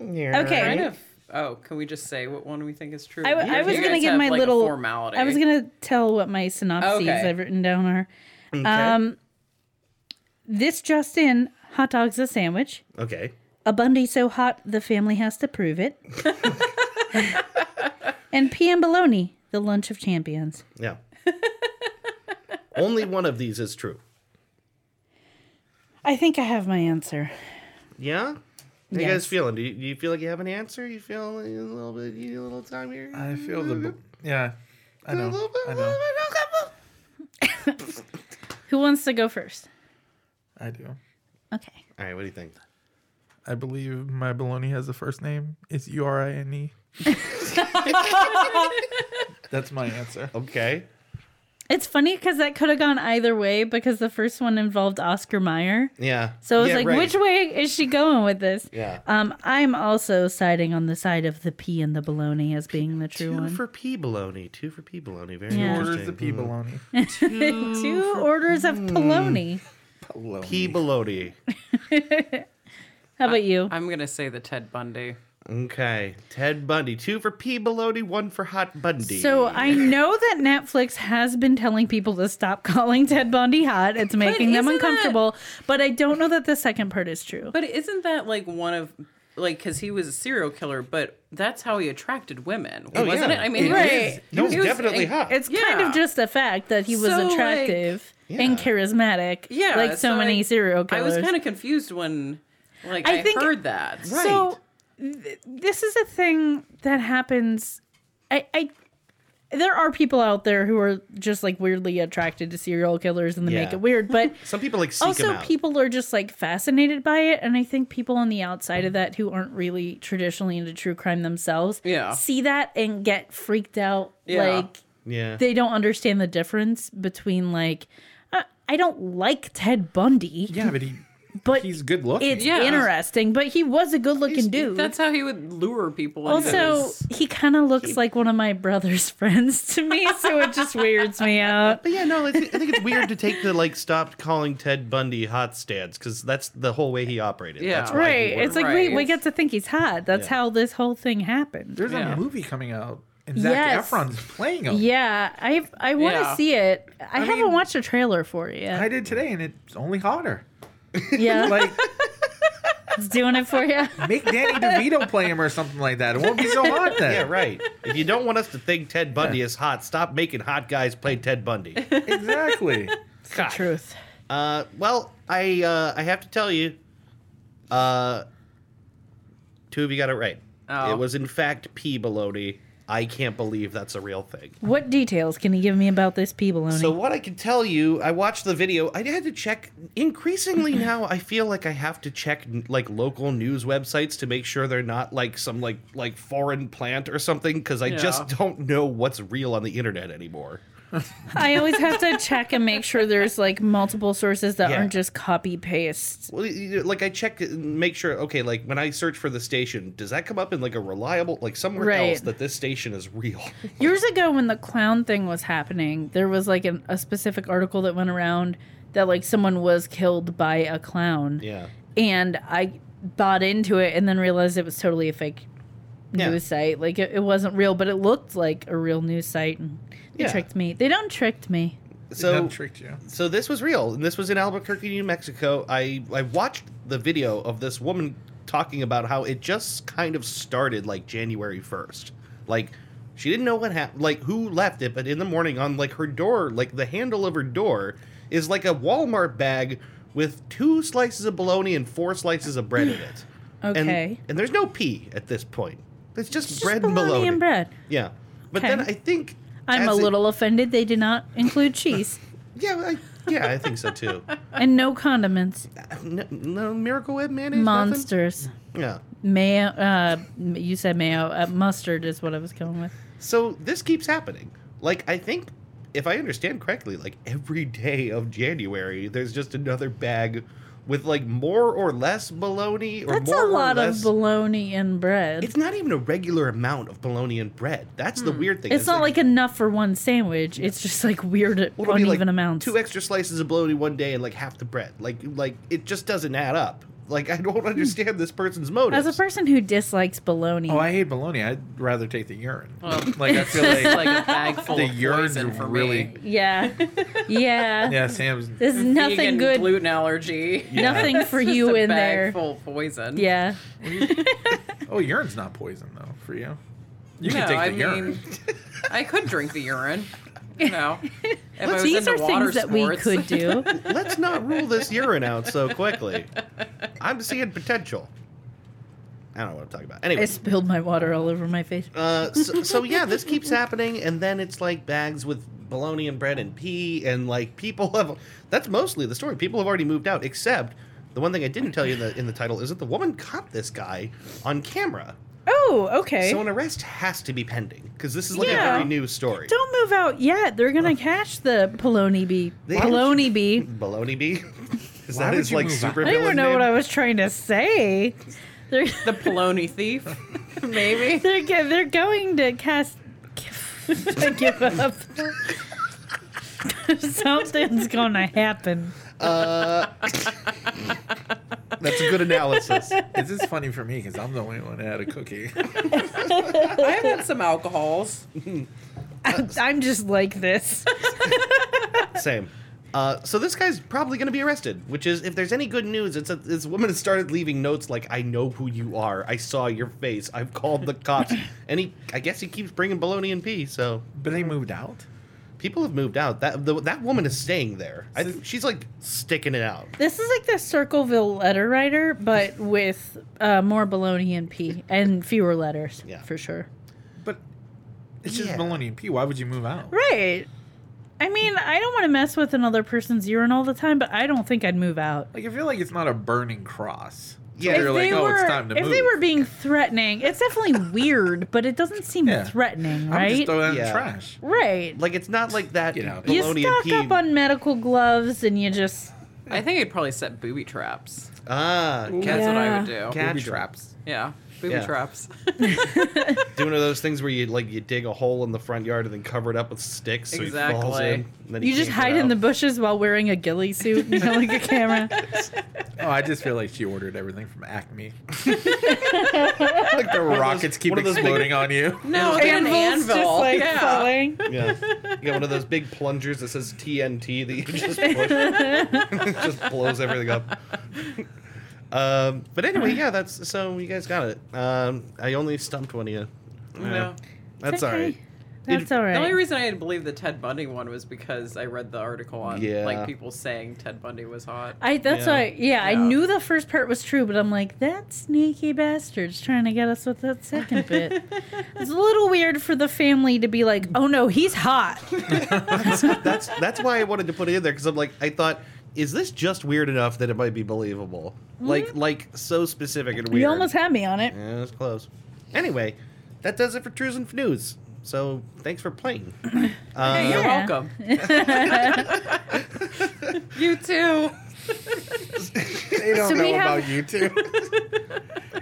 Speaker 1: Okay.
Speaker 5: Kind of. Oh, can we just say what one we think is true?
Speaker 1: I, w- I
Speaker 5: You
Speaker 1: was
Speaker 5: guys
Speaker 1: gonna give
Speaker 5: have,
Speaker 1: my
Speaker 5: like, a
Speaker 1: little
Speaker 5: formality.
Speaker 1: I was gonna tell what my synopses
Speaker 5: Okay.
Speaker 1: I've written down are.
Speaker 2: Okay.
Speaker 1: Um, this just in: hot dog's a sandwich.
Speaker 2: okay.
Speaker 1: A Bundy so hot the family has to prove it. and pea and bologna, the lunch of champions.
Speaker 2: Yeah. Only one of these is true.
Speaker 1: I think I have my answer.
Speaker 2: Yeah. How you
Speaker 1: Yes.
Speaker 2: guys feeling? Do you, do you feel like you have an answer? You feel a little bit, you need a little time here.
Speaker 4: I feel the. b- Yeah. I
Speaker 2: a
Speaker 4: know.
Speaker 2: little bit,
Speaker 4: I
Speaker 2: little
Speaker 4: know.
Speaker 2: bit.
Speaker 1: Who wants to go first?
Speaker 4: I do.
Speaker 1: Okay.
Speaker 2: All right, what do you think?
Speaker 4: I believe my baloney has a first name. It's U R I N
Speaker 2: Oh,
Speaker 4: E. That's my answer.
Speaker 2: Okay.
Speaker 1: It's funny because that could have gone either way because the first one involved Oscar Meyer.
Speaker 2: Yeah.
Speaker 1: So I was
Speaker 2: Yeah,
Speaker 1: like,
Speaker 2: right.
Speaker 1: which way is she going with this?
Speaker 2: Yeah.
Speaker 1: Um, I'm also siding on the side of the pea and the bologna as being the true
Speaker 2: Two
Speaker 1: one.
Speaker 2: for pea bologna. Two for pea bologna. Very
Speaker 1: Yeah.
Speaker 4: Orders the
Speaker 2: interesting.
Speaker 4: pea baloney.
Speaker 1: Two orders of
Speaker 2: hmm.
Speaker 1: bologna.
Speaker 2: Pea bologna.
Speaker 1: How about you?
Speaker 5: I'm gonna say the Ted Bundy.
Speaker 2: Okay. Ted Bundy. Two for pea bologna. One for hot Bundy.
Speaker 1: So I know that Netflix has been telling people to stop calling Ted Bundy hot. It's making them
Speaker 5: isn't that-
Speaker 1: uncomfortable, but I don't know that the second part is true.
Speaker 5: But isn't that like one of like because he was a serial killer, but that's how he attracted women,
Speaker 2: Oh,
Speaker 5: wasn't
Speaker 2: yeah.
Speaker 5: it? I mean,
Speaker 1: Right.
Speaker 5: it was,
Speaker 2: he was
Speaker 5: it was-
Speaker 2: definitely
Speaker 5: it-
Speaker 2: hot.
Speaker 1: It's kind
Speaker 5: Yeah.
Speaker 1: of just a fact that he was
Speaker 5: So, like-
Speaker 1: attractive and
Speaker 2: Yeah.
Speaker 1: charismatic,
Speaker 5: Yeah,
Speaker 1: like so, many
Speaker 5: like,
Speaker 1: serial
Speaker 5: I
Speaker 1: killers.
Speaker 5: was kind of confused when like
Speaker 1: I
Speaker 5: I,
Speaker 1: think-
Speaker 5: heard that.
Speaker 2: Right.
Speaker 1: So th- this is a thing that happens. I, I there are people out there who are just like weirdly attracted to serial killers and they make
Speaker 2: Yeah.
Speaker 1: it weird, but
Speaker 2: Some people like seek him
Speaker 1: also
Speaker 2: out.
Speaker 1: people are just like fascinated by it and I think people on the outside of that who aren't really traditionally into true crime themselves
Speaker 5: Yeah.
Speaker 1: see that and get freaked out
Speaker 5: Yeah.
Speaker 1: like
Speaker 2: yeah.
Speaker 1: they don't understand the difference between like uh, I don't like Ted Bundy,
Speaker 4: Yeah, but he
Speaker 1: but
Speaker 4: he's good looking.
Speaker 1: it's
Speaker 5: Yeah.
Speaker 1: interesting, but he was a good-looking dude.
Speaker 5: That's how he would lure people. into
Speaker 1: Also,
Speaker 5: his-
Speaker 1: he kind of looks like one of my brother's friends to me, so it just weirds me out.
Speaker 2: But yeah, no, I thi- I think it's weird to take the like stop calling Ted Bundy hot stance because that's the whole way he operated.
Speaker 5: Yeah.
Speaker 2: That's why he
Speaker 1: Right.
Speaker 2: worked.
Speaker 1: It's like,
Speaker 5: Right.
Speaker 1: wait, we get to think he's hot. That's
Speaker 2: Yeah.
Speaker 1: how this whole thing happened.
Speaker 4: There's
Speaker 5: Yeah.
Speaker 4: a movie coming out, and Zach
Speaker 1: Yes.
Speaker 4: Efron's playing him.
Speaker 1: Yeah, I I want to
Speaker 5: Yeah.
Speaker 1: see it. I, haven't
Speaker 4: mean-
Speaker 1: watched a trailer for it
Speaker 4: I
Speaker 1: yet.
Speaker 4: did today, and it's only hotter.
Speaker 1: yeah,
Speaker 4: Like,
Speaker 1: it's doing it for you.
Speaker 4: make Danny DeVito play him or something like that. It won't be so hot then.
Speaker 2: yeah, right. If you don't want us to think Ted Bundy is hot, stop making hot guys play Ted Bundy.
Speaker 4: Exactly.
Speaker 2: God.
Speaker 1: Truth.
Speaker 2: Uh, well, I uh, I have to tell you, uh, two of you got it right.
Speaker 5: Oh.
Speaker 2: It was in fact P. Baloney. I can't believe that's a real thing.
Speaker 1: What details can you give me about this pea baloney?
Speaker 2: So what I can tell you, I watched the video. I had to check. Increasingly now, I feel like I have to check like local news websites to make sure they're not like some like like foreign plant or something because I just
Speaker 5: Yeah.
Speaker 2: don't know what's real on the internet anymore.
Speaker 1: I always have to check and make sure there's like multiple sources that
Speaker 2: Yeah.
Speaker 1: aren't just copy paste.
Speaker 2: Well, you- like I check it and make sure. Okay, like when I search for the station, does that come up in like a reliable like somewhere
Speaker 1: Right.
Speaker 2: else that this station is real?
Speaker 1: Years ago, when the clown thing was happening, there was like an, a specific article that went around that like someone was killed by a clown,
Speaker 2: yeah.
Speaker 1: and I bought into it and then realized it was totally a fake
Speaker 2: Yeah.
Speaker 1: news site. Like it, it wasn't real, but it looked like a real news site, and they
Speaker 2: Yeah.
Speaker 1: tricked me. They don't tricked me.
Speaker 2: So
Speaker 4: That tricked you.
Speaker 2: so this was real and this was in albuquerque new mexico i i watched the video of this woman talking about how it just kind of started like january 1st like she didn't know what happened like who left it but in the morning on like her door like the handle of her door is like a walmart bag with two slices of bologna and four slices of bread in it and,
Speaker 1: Okay.
Speaker 2: and there's no pea at this point it's just
Speaker 1: It's just
Speaker 2: bread and bologna
Speaker 1: and bread.
Speaker 2: yeah but
Speaker 1: Okay.
Speaker 2: then i think
Speaker 1: I'm
Speaker 2: as
Speaker 1: a
Speaker 2: it-
Speaker 1: little offended. They did not include cheese
Speaker 2: yeah I, yeah i think so too
Speaker 1: and no condiments.
Speaker 2: No, no Miracle Whip mayonnaise. nothing?
Speaker 1: Monsters.
Speaker 2: Yeah.
Speaker 1: Mayo. Uh, m- you said mayo. Uh, mustard is what I was going with.
Speaker 2: So this keeps happening. Like I think, if I understand correctly, like every day of January, there's just another bag with like more or less bologna or
Speaker 1: That's
Speaker 2: more
Speaker 1: a
Speaker 2: or
Speaker 1: lot
Speaker 2: less.
Speaker 1: of bologna and bread.
Speaker 2: it's not even a regular amount of bologna and bread. That's the weird thing.
Speaker 1: Hmm. It's, not like, enough for one sandwich. It's just like weird,
Speaker 2: Well, it'll be,
Speaker 1: uneven
Speaker 2: like,
Speaker 1: amounts.
Speaker 2: Two extra slices of bologna one day and like half the bread. Like like it just doesn't add up. Like I don't understand this person's motives.
Speaker 1: As a person who dislikes bologna,
Speaker 4: Oh, I hate bologna. I'd rather take the urine.
Speaker 5: Well,
Speaker 4: Like I feel
Speaker 5: it's
Speaker 4: like,
Speaker 5: Oh. um, like a bag full
Speaker 4: the
Speaker 5: of poison
Speaker 4: urine's
Speaker 5: for
Speaker 4: really.
Speaker 5: me.
Speaker 1: yeah, yeah,
Speaker 4: Yeah, Sam's.
Speaker 1: there's nothing
Speaker 5: Vegan
Speaker 1: good,
Speaker 5: Gluten allergy.
Speaker 1: nothing for
Speaker 5: Just
Speaker 1: you
Speaker 5: a
Speaker 1: in
Speaker 5: bag
Speaker 1: there.
Speaker 5: Full of poison.
Speaker 1: Yeah,
Speaker 4: Oh, urine's not poison though for you. You
Speaker 5: no,
Speaker 4: can take the
Speaker 5: I mean,
Speaker 4: urine.
Speaker 5: I could drink the urine. You know, if I was
Speaker 1: these
Speaker 5: into
Speaker 1: are
Speaker 5: water
Speaker 1: things that we
Speaker 5: sports.
Speaker 1: could do.
Speaker 2: Let's not rule this urine out so quickly. I'm seeing potential. I don't know what I'm talking about.
Speaker 1: I
Speaker 2: Anyway,
Speaker 1: spilled my water all over my face.
Speaker 2: uh, so, so yeah, this keeps happening, and then it's like bags with bologna and bread and pea, and like people have. That's mostly the story. People have already moved out, except the one thing I didn't tell you in the, in the title is that the woman caught this guy on camera.
Speaker 1: Oh Oh, okay.
Speaker 2: So an arrest has to be pending because this is like
Speaker 1: Yeah.
Speaker 2: a very new story.
Speaker 1: Don't move out yet. They're gonna catch the Poloni bee.
Speaker 2: They-
Speaker 1: Poloni bee.
Speaker 2: Baloney bee. Is
Speaker 4: Why
Speaker 2: that
Speaker 4: would
Speaker 2: his
Speaker 4: you
Speaker 2: like
Speaker 4: move on?
Speaker 2: super
Speaker 1: I don't even
Speaker 2: villain
Speaker 1: know
Speaker 2: name?
Speaker 1: what I was trying to say. They're
Speaker 5: The Poloni thief, maybe.
Speaker 1: they're go- they're going to cast. I give up. Something's gonna happen.
Speaker 2: Uh, that's a good analysis.
Speaker 4: This is funny for me because I'm the only one that had a cookie.
Speaker 5: I have had some alcohols.
Speaker 1: I, I'm just like this.
Speaker 2: Same. Uh, so this guy's probably going to be arrested, which is, if there's any good news, it's that this woman has started leaving notes like, "I know who you are. I saw your face. I've called the cops." and he, I guess, he keeps bringing baloney and pee. So
Speaker 4: But they moved out.
Speaker 2: people have moved out. That the, that woman is staying there. I, she's like sticking it out.
Speaker 1: This is like the Circleville letter writer, but with uh, more baloney and P and fewer letters.
Speaker 2: Yeah.
Speaker 1: for sure.
Speaker 4: But it's
Speaker 2: Yeah.
Speaker 4: just Maloney and P. Why would you move out?
Speaker 1: Right. I mean, I don't want to mess with another person's urine all the time, but I don't think I'd move out.
Speaker 4: Like I feel like it's not a burning cross.
Speaker 2: Yeah.
Speaker 4: Yeah,
Speaker 2: If
Speaker 4: they're like, oh, it's time to
Speaker 1: if
Speaker 4: move.
Speaker 1: they were being threatening, it's definitely weird, but it doesn't seem
Speaker 4: Yeah.
Speaker 1: threatening,
Speaker 4: I'm just
Speaker 1: right?
Speaker 4: throwing out
Speaker 2: Yeah.
Speaker 4: the trash.
Speaker 1: right.
Speaker 2: Like it's not like that.
Speaker 4: Get out.
Speaker 2: baloney
Speaker 1: you
Speaker 2: and
Speaker 1: stock
Speaker 2: pee.
Speaker 1: up on medical gloves and you just
Speaker 5: I think I'd probably set booby traps.
Speaker 2: ah,
Speaker 5: That's
Speaker 2: cats
Speaker 5: what I
Speaker 1: Yeah.
Speaker 5: would do.
Speaker 2: Cat-
Speaker 4: Booby
Speaker 2: Gotcha.
Speaker 4: traps.
Speaker 5: Yeah, booby
Speaker 2: Yeah.
Speaker 5: traps.
Speaker 2: doing one of those things where you like you dig a hole in the front yard and then cover it up with sticks so he falls
Speaker 5: Exactly.
Speaker 2: in. and then he
Speaker 1: you just
Speaker 2: can't get
Speaker 1: hide in
Speaker 2: out.
Speaker 1: the bushes while wearing a ghillie suit, you know, like a camera.
Speaker 4: Oh, I just feel like she ordered everything from Acme.
Speaker 2: like the
Speaker 4: Rockets keep exploding on you.
Speaker 5: no, get Oh, an
Speaker 1: Anvil's
Speaker 5: anvil.
Speaker 1: just like
Speaker 5: yeah.
Speaker 1: falling.
Speaker 2: Yeah. You got one of those big plungers that says TNT that you just push. it just blows everything up. Um, but anyway, yeah, that's so you guys got it. Um, I only stumped one of you. Yeah.
Speaker 5: No.
Speaker 2: That's
Speaker 1: okay.
Speaker 2: all right.
Speaker 1: That's
Speaker 2: It-
Speaker 1: all right.
Speaker 5: The only reason I had believed the Ted Bundy one was because I read the article on
Speaker 2: Yeah.
Speaker 5: like people saying Ted Bundy was hot.
Speaker 1: I that's
Speaker 2: Yeah.
Speaker 1: why yeah, I
Speaker 5: Yeah.
Speaker 1: knew the first part was true, but I'm like, that sneaky bastard's trying to get us with that second bit. it's a little weird for the family to be like, oh no, he's hot.
Speaker 2: That's that's why I wanted to put it in there because I'm like I thought, is this just weird enough that it might be believable? Like like so specific and weird.
Speaker 1: You Mm-hmm. almost had me on it.
Speaker 2: Yeah, that's close. Anyway, that does it for Trues and News. So thanks for playing.
Speaker 5: Hey, you're
Speaker 1: Yeah.
Speaker 5: welcome. you too.
Speaker 4: They don't
Speaker 1: So we
Speaker 4: know
Speaker 1: have-
Speaker 4: about you two.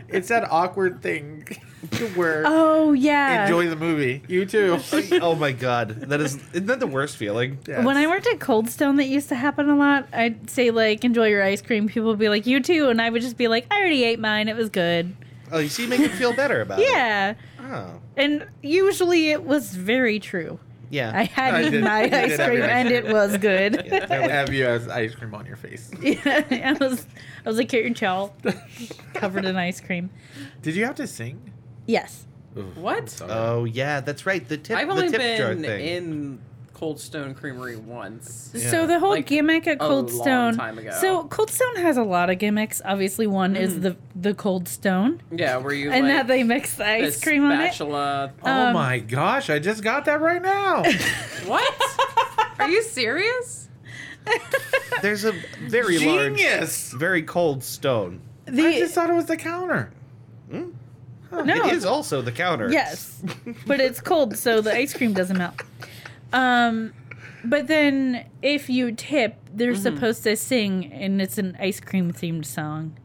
Speaker 4: it's that awkward thing where
Speaker 1: Oh yeah.
Speaker 4: enjoy the movie. You too.
Speaker 2: oh my god, that is isn't that the worst feeling?
Speaker 1: when I worked at Cold Stone, that used to happen a lot. I'd say like, "Enjoy your ice cream." People would be like, "You too," and I would just be like, "I already ate mine. It was good."
Speaker 2: Oh, you see, you make him feel better about it.
Speaker 1: Yeah,
Speaker 2: Oh,
Speaker 1: and usually it was very true.
Speaker 2: yeah.
Speaker 1: I had
Speaker 4: I
Speaker 1: eaten
Speaker 4: did-
Speaker 1: my
Speaker 4: you did
Speaker 1: ice
Speaker 4: have
Speaker 1: cream,
Speaker 4: your ice
Speaker 1: and it was good.
Speaker 2: Yeah, they're like,
Speaker 4: have you as ice cream on your face.
Speaker 1: Yeah, I was I was like carrot and chowl covered in ice cream.
Speaker 4: Did you have to sing?
Speaker 1: Yes.
Speaker 5: What?
Speaker 2: oh yeah, that's right. The tip,
Speaker 5: I've
Speaker 2: the
Speaker 5: only
Speaker 2: tip jar
Speaker 5: been
Speaker 2: thing.
Speaker 5: in Cold Stone Creamery once.
Speaker 2: Yeah.
Speaker 1: So the whole
Speaker 5: Like,
Speaker 1: gimmick at
Speaker 5: a
Speaker 1: Cold
Speaker 5: long
Speaker 1: Stone.
Speaker 5: time ago.
Speaker 1: So Cold Stone has a lot of gimmicks. Obviously, one is the the Cold Stone,
Speaker 5: Yeah, where you
Speaker 1: and now
Speaker 5: like,
Speaker 1: they mix the
Speaker 5: the
Speaker 1: ice cream on it.
Speaker 5: spatula.
Speaker 4: Oh
Speaker 1: um,
Speaker 4: my gosh! I just got that right now.
Speaker 5: What? Are you serious?
Speaker 2: There's a very
Speaker 4: Genius!
Speaker 2: large, very cold stone.
Speaker 1: The,
Speaker 4: I just thought it was the counter.
Speaker 1: no,
Speaker 2: It is also the counter.
Speaker 1: Yes, but it's cold, so the ice cream doesn't melt. Um, but then if you tip, they're
Speaker 5: Mm-hmm.
Speaker 1: supposed to sing, and it's an ice cream themed song.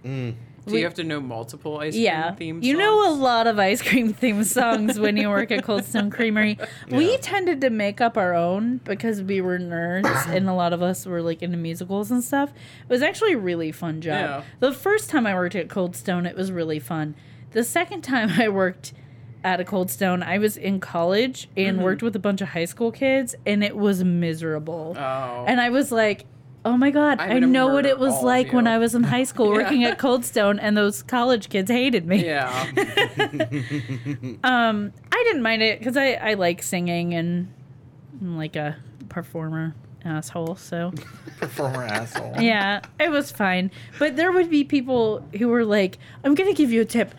Speaker 5: Do you have to know multiple ice cream
Speaker 1: Yeah,
Speaker 5: themes?
Speaker 1: you know a lot of ice cream themed songs when you work at Cold Stone Creamery. We tended to make up our own because we were nerds, and a lot of us were like into musicals and stuff. It was actually a really fun job.
Speaker 5: Yeah.
Speaker 1: The first time I worked at Cold Stone, it was really fun. The second time I worked at a Cold Stone, I was in college and
Speaker 5: Mm-hmm.
Speaker 1: worked with a bunch of high school kids, and it was miserable.
Speaker 5: Oh.
Speaker 1: And I was like, oh my God,
Speaker 5: I'm
Speaker 1: I,
Speaker 5: gonna
Speaker 1: know what
Speaker 5: murder
Speaker 1: it
Speaker 5: all
Speaker 1: was
Speaker 5: of
Speaker 1: like when
Speaker 5: you."
Speaker 1: I was in high school working at Cold Stone, and those college kids hated me.
Speaker 5: yeah.
Speaker 1: Um, I didn't mind it because I, I like singing and I'm like a performer asshole. So,
Speaker 4: Performer asshole.
Speaker 1: yeah, it was fine. But there would be people who were like, I'm going to give you a tip.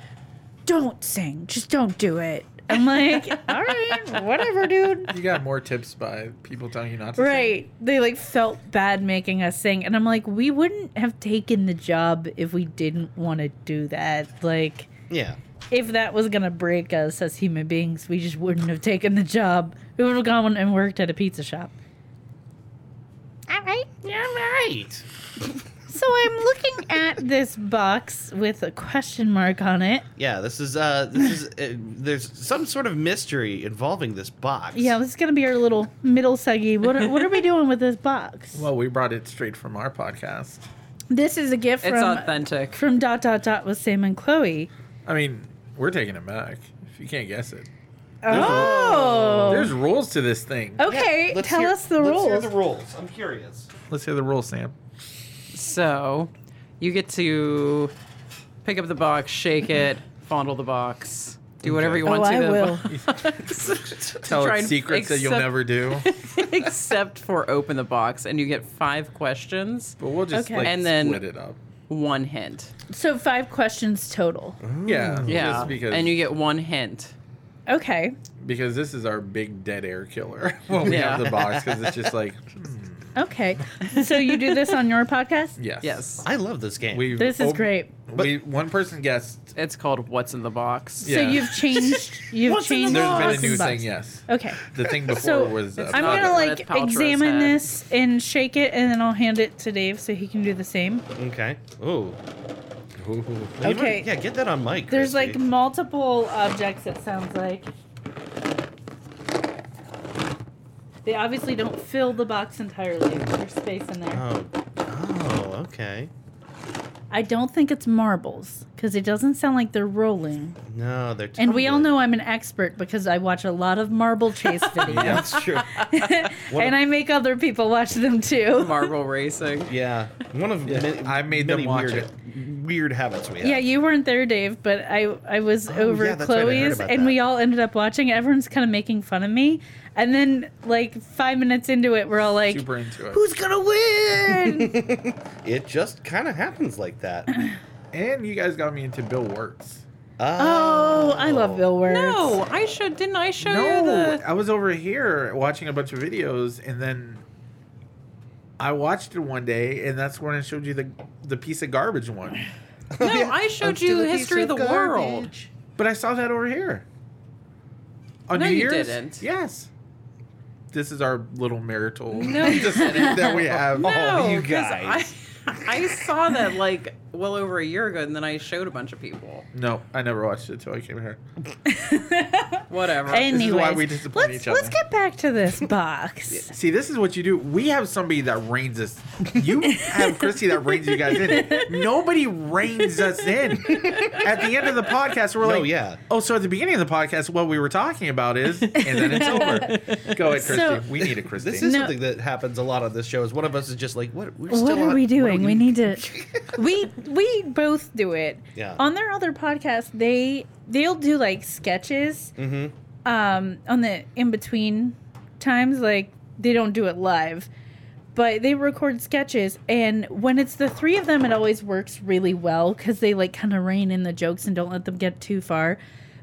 Speaker 1: Don't sing. Just don't do it. I'm like, all right, whatever, dude.
Speaker 4: You got more tips by people telling you not to.
Speaker 1: Right. They like felt bad making us sing. And I'm like, we wouldn't have taken the job if we didn't want to do that. Like,
Speaker 2: Yeah.
Speaker 1: if that was gonna break us as human beings, we just wouldn't have taken the job. We would have gone and worked at a pizza shop. All right.
Speaker 2: Yeah, right.
Speaker 1: So I'm looking at this box with a question mark on it.
Speaker 2: Yeah, this is uh, this is uh, there's some sort of mystery involving this box.
Speaker 1: Yeah, this is gonna be our little middle seggy. What are, what are we doing with this box?
Speaker 4: Well, we brought it straight from our podcast.
Speaker 1: This is a gift
Speaker 5: It's
Speaker 1: from
Speaker 5: authentic.
Speaker 1: from dot dot dot with Sam and Chloe.
Speaker 4: I mean, we're taking it back. If you can't guess it,
Speaker 1: oh,
Speaker 4: there's rules to this thing.
Speaker 2: Yeah,
Speaker 1: okay.
Speaker 2: let's
Speaker 1: tell
Speaker 2: hear-
Speaker 1: us the
Speaker 2: let's
Speaker 1: rules.
Speaker 2: Hear the rules. I'm curious.
Speaker 4: Let's hear the rules, Sam.
Speaker 5: So, you get to pick up the box, shake it, fondle the box, do whatever you
Speaker 1: oh,
Speaker 5: want to.
Speaker 1: I
Speaker 5: the
Speaker 1: will.
Speaker 5: box.
Speaker 4: Tell
Speaker 5: Try
Speaker 4: it
Speaker 5: and-
Speaker 4: secrets that you'll
Speaker 5: except-
Speaker 4: never do.
Speaker 5: except for open the box, and you get five questions,
Speaker 4: But we'll just
Speaker 1: Okay.
Speaker 4: like
Speaker 5: And then-
Speaker 4: split it up.
Speaker 5: one hint.
Speaker 1: So five questions total.
Speaker 4: Yeah,
Speaker 5: Mm. Yeah,
Speaker 4: Just because
Speaker 5: and you get one hint.
Speaker 2: Mm-hmm.
Speaker 1: Okay.
Speaker 4: because this is our big dead air killer when we
Speaker 5: Yeah.
Speaker 4: have the box because it's just like
Speaker 1: Okay. So you do this on your podcast?
Speaker 4: yes,
Speaker 5: Yes,
Speaker 2: I love this game.
Speaker 4: We
Speaker 1: This is great.
Speaker 4: We one person guessed.
Speaker 5: it's called "What's in the Box."
Speaker 4: Yeah.
Speaker 1: So you've changed. You've
Speaker 2: What's in the
Speaker 1: changed.
Speaker 4: There's
Speaker 1: the
Speaker 4: been a
Speaker 1: box
Speaker 4: new
Speaker 1: and box.
Speaker 4: thing. Yes,
Speaker 1: Okay.
Speaker 4: the thing before
Speaker 1: So
Speaker 4: was uh,
Speaker 1: I'm
Speaker 5: not
Speaker 1: gonna
Speaker 5: Gwyneth
Speaker 1: like
Speaker 5: Paltrow's
Speaker 1: examine
Speaker 5: head.
Speaker 1: this and shake it, and then I'll hand it to Dave so he can do the same.
Speaker 2: Okay. Ooh. You know
Speaker 1: Okay.
Speaker 2: what? Yeah, get that on mic.
Speaker 1: There's
Speaker 2: Christy.
Speaker 1: like multiple objects. It sounds like. They obviously don't fill the box entirely. There's space in there.
Speaker 2: Oh. Oh. Okay. Oh.
Speaker 1: I don't think it's marbles because it doesn't sound like they're rolling.
Speaker 2: No, they're.
Speaker 1: And we all
Speaker 2: tumbling.
Speaker 1: know I'm an expert because I watch a lot of marble chase videos.
Speaker 2: Yeah, that's true. One
Speaker 1: and
Speaker 2: of-
Speaker 1: I make other people watch them too.
Speaker 5: Marble racing.
Speaker 2: Yeah, one of many,
Speaker 4: I made them
Speaker 2: many
Speaker 4: watch
Speaker 2: weird, weird habits we have.
Speaker 1: Yeah, you weren't there, Dave, but I I was over
Speaker 2: Oh, yeah, that's right, I heard
Speaker 1: Chloe's,
Speaker 2: about
Speaker 1: and
Speaker 2: that.
Speaker 1: we all ended up watching. Everyone's kind of making fun of me, and then like five minutes into it, we're all like,
Speaker 4: super into it.
Speaker 1: "Who's gonna win?"
Speaker 2: It just kind of happens like that.
Speaker 4: And you guys got me into Bill Wirtz.
Speaker 1: oh, I love Bill Wirtz.
Speaker 5: No, I showed. Didn't I show you
Speaker 4: No,
Speaker 5: the?
Speaker 4: I was over here watching a bunch of videos, and then I watched it one day, and that's when I showed you the the piece of garbage one.
Speaker 5: No, I showed you History of the World.
Speaker 4: But I saw that over here. On
Speaker 5: No,
Speaker 4: New
Speaker 5: you
Speaker 4: Year's?
Speaker 5: didn't.
Speaker 4: Yes. This is our little marital
Speaker 5: No, you
Speaker 4: dispute
Speaker 5: didn't.
Speaker 4: that we have.
Speaker 5: No,
Speaker 2: you
Speaker 5: 'cause
Speaker 2: guys.
Speaker 5: I, I saw that like well over a year ago, and then I showed a bunch of people.
Speaker 4: No, I never watched it until I came here.
Speaker 5: Whatever.
Speaker 1: Anyways,
Speaker 4: is why we disappoint
Speaker 1: let's,
Speaker 4: each other.
Speaker 1: Let's get back to this box.
Speaker 4: See, this is what you do. We have somebody that reins us. You have Christy that reins you guys in. Nobody reins us in. At the end of the podcast, we're
Speaker 2: No,
Speaker 4: like,
Speaker 2: yeah.
Speaker 4: Oh, so at the beginning of the podcast, what we were talking about is, and then it's over. Go ahead, Christy.
Speaker 1: So-
Speaker 4: we need a Christy.
Speaker 2: This is
Speaker 1: No.
Speaker 2: something that happens a lot on this show. Is one of us is just like, what? We're
Speaker 1: what
Speaker 2: still
Speaker 1: are
Speaker 2: on-
Speaker 1: we doing? we need to. we we both do it.
Speaker 2: Yeah.
Speaker 1: On their other podcast, they they'll do like sketches.
Speaker 2: Mhm.
Speaker 1: Um, on the in between times, like they don't do it live, but they record sketches. And when it's the three of them, it always works really well because they like kind of rein in the jokes and don't let them get too far.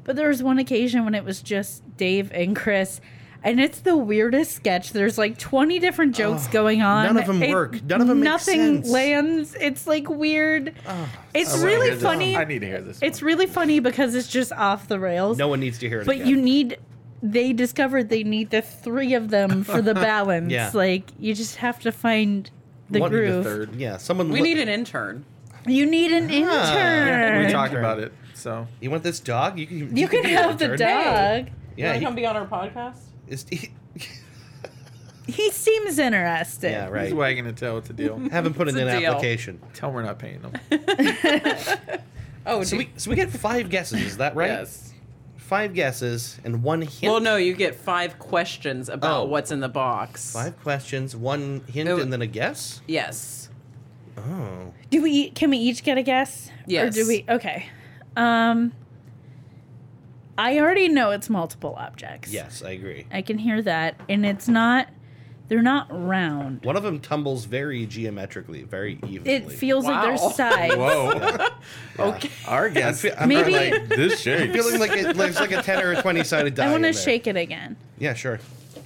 Speaker 1: But there was one occasion when it was just Dave and Chris. And it's the weirdest sketch. There's like 20 different jokes going on.
Speaker 2: none of 'em work. None of 'em make
Speaker 1: Nothing
Speaker 2: sense.
Speaker 1: lands. It's like weird. it's really funny.
Speaker 4: I need to hear this.
Speaker 1: It's really funny because it's just off the rails.
Speaker 2: No one needs to hear it.
Speaker 1: but
Speaker 2: again.
Speaker 1: you need. They discovered they need the three of them for the balance.
Speaker 2: Yeah.
Speaker 1: Like you just have to find the
Speaker 2: One to
Speaker 1: groove.
Speaker 4: third.
Speaker 2: yeah, someone.
Speaker 5: we
Speaker 2: lo-
Speaker 5: need an intern.
Speaker 1: You need an
Speaker 2: Ah. Yeah,
Speaker 1: intern.
Speaker 4: we
Speaker 2: Right.
Speaker 4: talked about it. So
Speaker 2: You want this dog? You can.
Speaker 1: you can
Speaker 2: be our
Speaker 1: have the
Speaker 2: intern.
Speaker 1: dog.
Speaker 2: Yeah.
Speaker 5: you
Speaker 2: he-
Speaker 5: want to come be on our podcast?
Speaker 2: is- he-
Speaker 1: He seems interested.
Speaker 2: yeah.
Speaker 4: he's
Speaker 2: Right.
Speaker 4: wagging a tail. It's a deal.
Speaker 2: Haven't put in
Speaker 5: It's a
Speaker 2: an
Speaker 5: deal.
Speaker 2: application.
Speaker 4: Tell him we're not paying him.
Speaker 5: Oh,
Speaker 2: So we so we get five guesses. Is that right?
Speaker 5: yes.
Speaker 2: Five guesses and one hint.
Speaker 5: Well, no, you get five questions
Speaker 2: Oh.
Speaker 5: about what's in the box.
Speaker 2: Five questions, one hint,
Speaker 5: Oh.
Speaker 2: and then a guess.
Speaker 5: Yes.
Speaker 2: Oh.
Speaker 1: Do we? Can we each get a guess?
Speaker 5: Yes.
Speaker 1: Or do we? Okay. Um. I already know it's multiple objects.
Speaker 2: Yes, I agree.
Speaker 1: I can hear that, and it's not. They're not round.
Speaker 2: One of them tumbles very geometrically, very evenly.
Speaker 1: It feels like
Speaker 5: Wow.
Speaker 1: they're sides.
Speaker 4: Whoa.
Speaker 2: Okay.
Speaker 4: Our guess.
Speaker 2: fe- I'm
Speaker 1: Maybe-
Speaker 2: like-
Speaker 4: this shakes.
Speaker 2: feeling like it, there's like a ten or a twenty sided die.
Speaker 1: I want
Speaker 2: in
Speaker 1: to
Speaker 2: there.
Speaker 1: shake it again.
Speaker 2: Yeah, sure.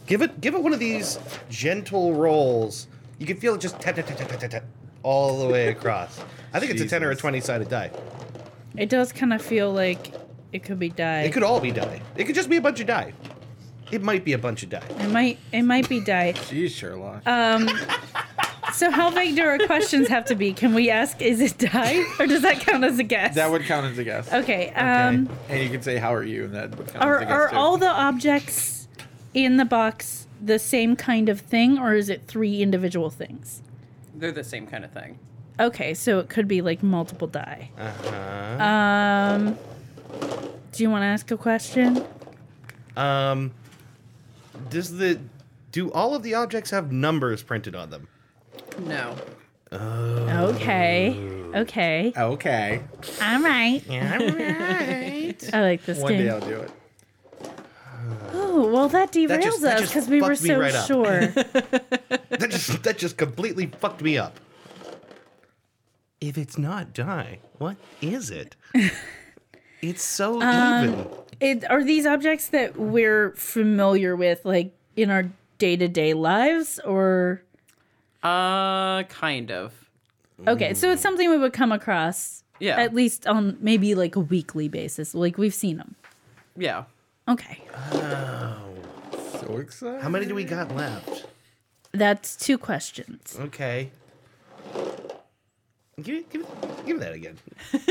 Speaker 2: Give it, give it one of these gentle rolls. You can feel it just tap tap tap tap tap, tap tap all the way across. I think it's a ten or a
Speaker 4: Jesus.
Speaker 2: twenty sided die.
Speaker 1: It does kind of feel like It could be dye.
Speaker 2: It could all be dye. It could just be a bunch of dye. It might be a bunch of dye.
Speaker 1: It might. It might be dye.
Speaker 4: Jeez, Sherlock.
Speaker 1: Um, so how vague do our questions have to be? Can we ask, is it dye, or does that count as a guess?
Speaker 4: that would count as a guess.
Speaker 1: Okay. Um,
Speaker 4: And you could say, "How are you?" And that would count
Speaker 1: Are
Speaker 4: as a guess
Speaker 1: are
Speaker 4: too.
Speaker 1: all the objects in the box the same kind of thing, or is it three individual things?
Speaker 5: They're the same kind of thing.
Speaker 1: Okay, so it could be like multiple dye.
Speaker 2: Uh-huh.
Speaker 1: Um, do you want to ask a question?
Speaker 2: Um, does the do all of the objects have numbers printed on them?
Speaker 5: No.
Speaker 1: Okay.
Speaker 4: Uh,
Speaker 1: Okay.
Speaker 4: okay?
Speaker 1: All right.
Speaker 2: Yeah, right.
Speaker 1: I like this
Speaker 4: One day
Speaker 1: game.
Speaker 4: I'll do it.
Speaker 1: Oh, well, that derails
Speaker 2: That just- that
Speaker 1: us
Speaker 2: just
Speaker 1: because we were
Speaker 2: fucked me
Speaker 1: so
Speaker 2: right up.
Speaker 1: sure.
Speaker 2: that just that just completely fucked me up. If it's not dye, what is it? it's so even.
Speaker 1: it, are these objects that we're familiar with, like in our day to day lives, or
Speaker 5: Uh, kind of.
Speaker 1: okay? So
Speaker 2: Mm.
Speaker 1: it's something we would come across,
Speaker 5: Yeah.
Speaker 1: at least on maybe like a weekly basis. Like we've seen them.
Speaker 5: Yeah.
Speaker 1: Okay,
Speaker 4: So excited.
Speaker 2: Oh, How many do we got left?
Speaker 1: that's two questions.
Speaker 2: Okay. Give give give that again.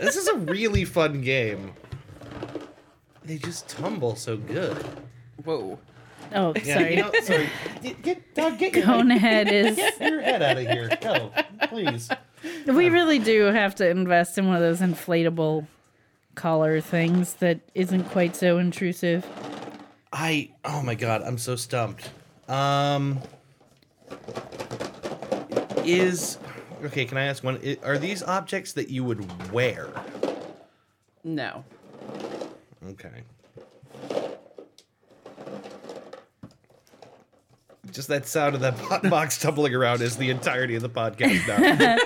Speaker 2: this is a really fun game. They just tumble so good.
Speaker 5: Whoa.
Speaker 1: Oh, sorry.
Speaker 2: You know, sorry. Get Doug, get your,
Speaker 1: Conehead is.
Speaker 2: your head out of here. Go, please.
Speaker 1: We really do have to invest in one of those inflatable collar things that isn't quite so intrusive.
Speaker 2: I oh my god, I'm so stumped. Um is okay, can I ask one i- are these objects that you would wear?
Speaker 5: No.
Speaker 2: Okay. Just that sound of that bo- box tumbling around is the entirety of the podcast now.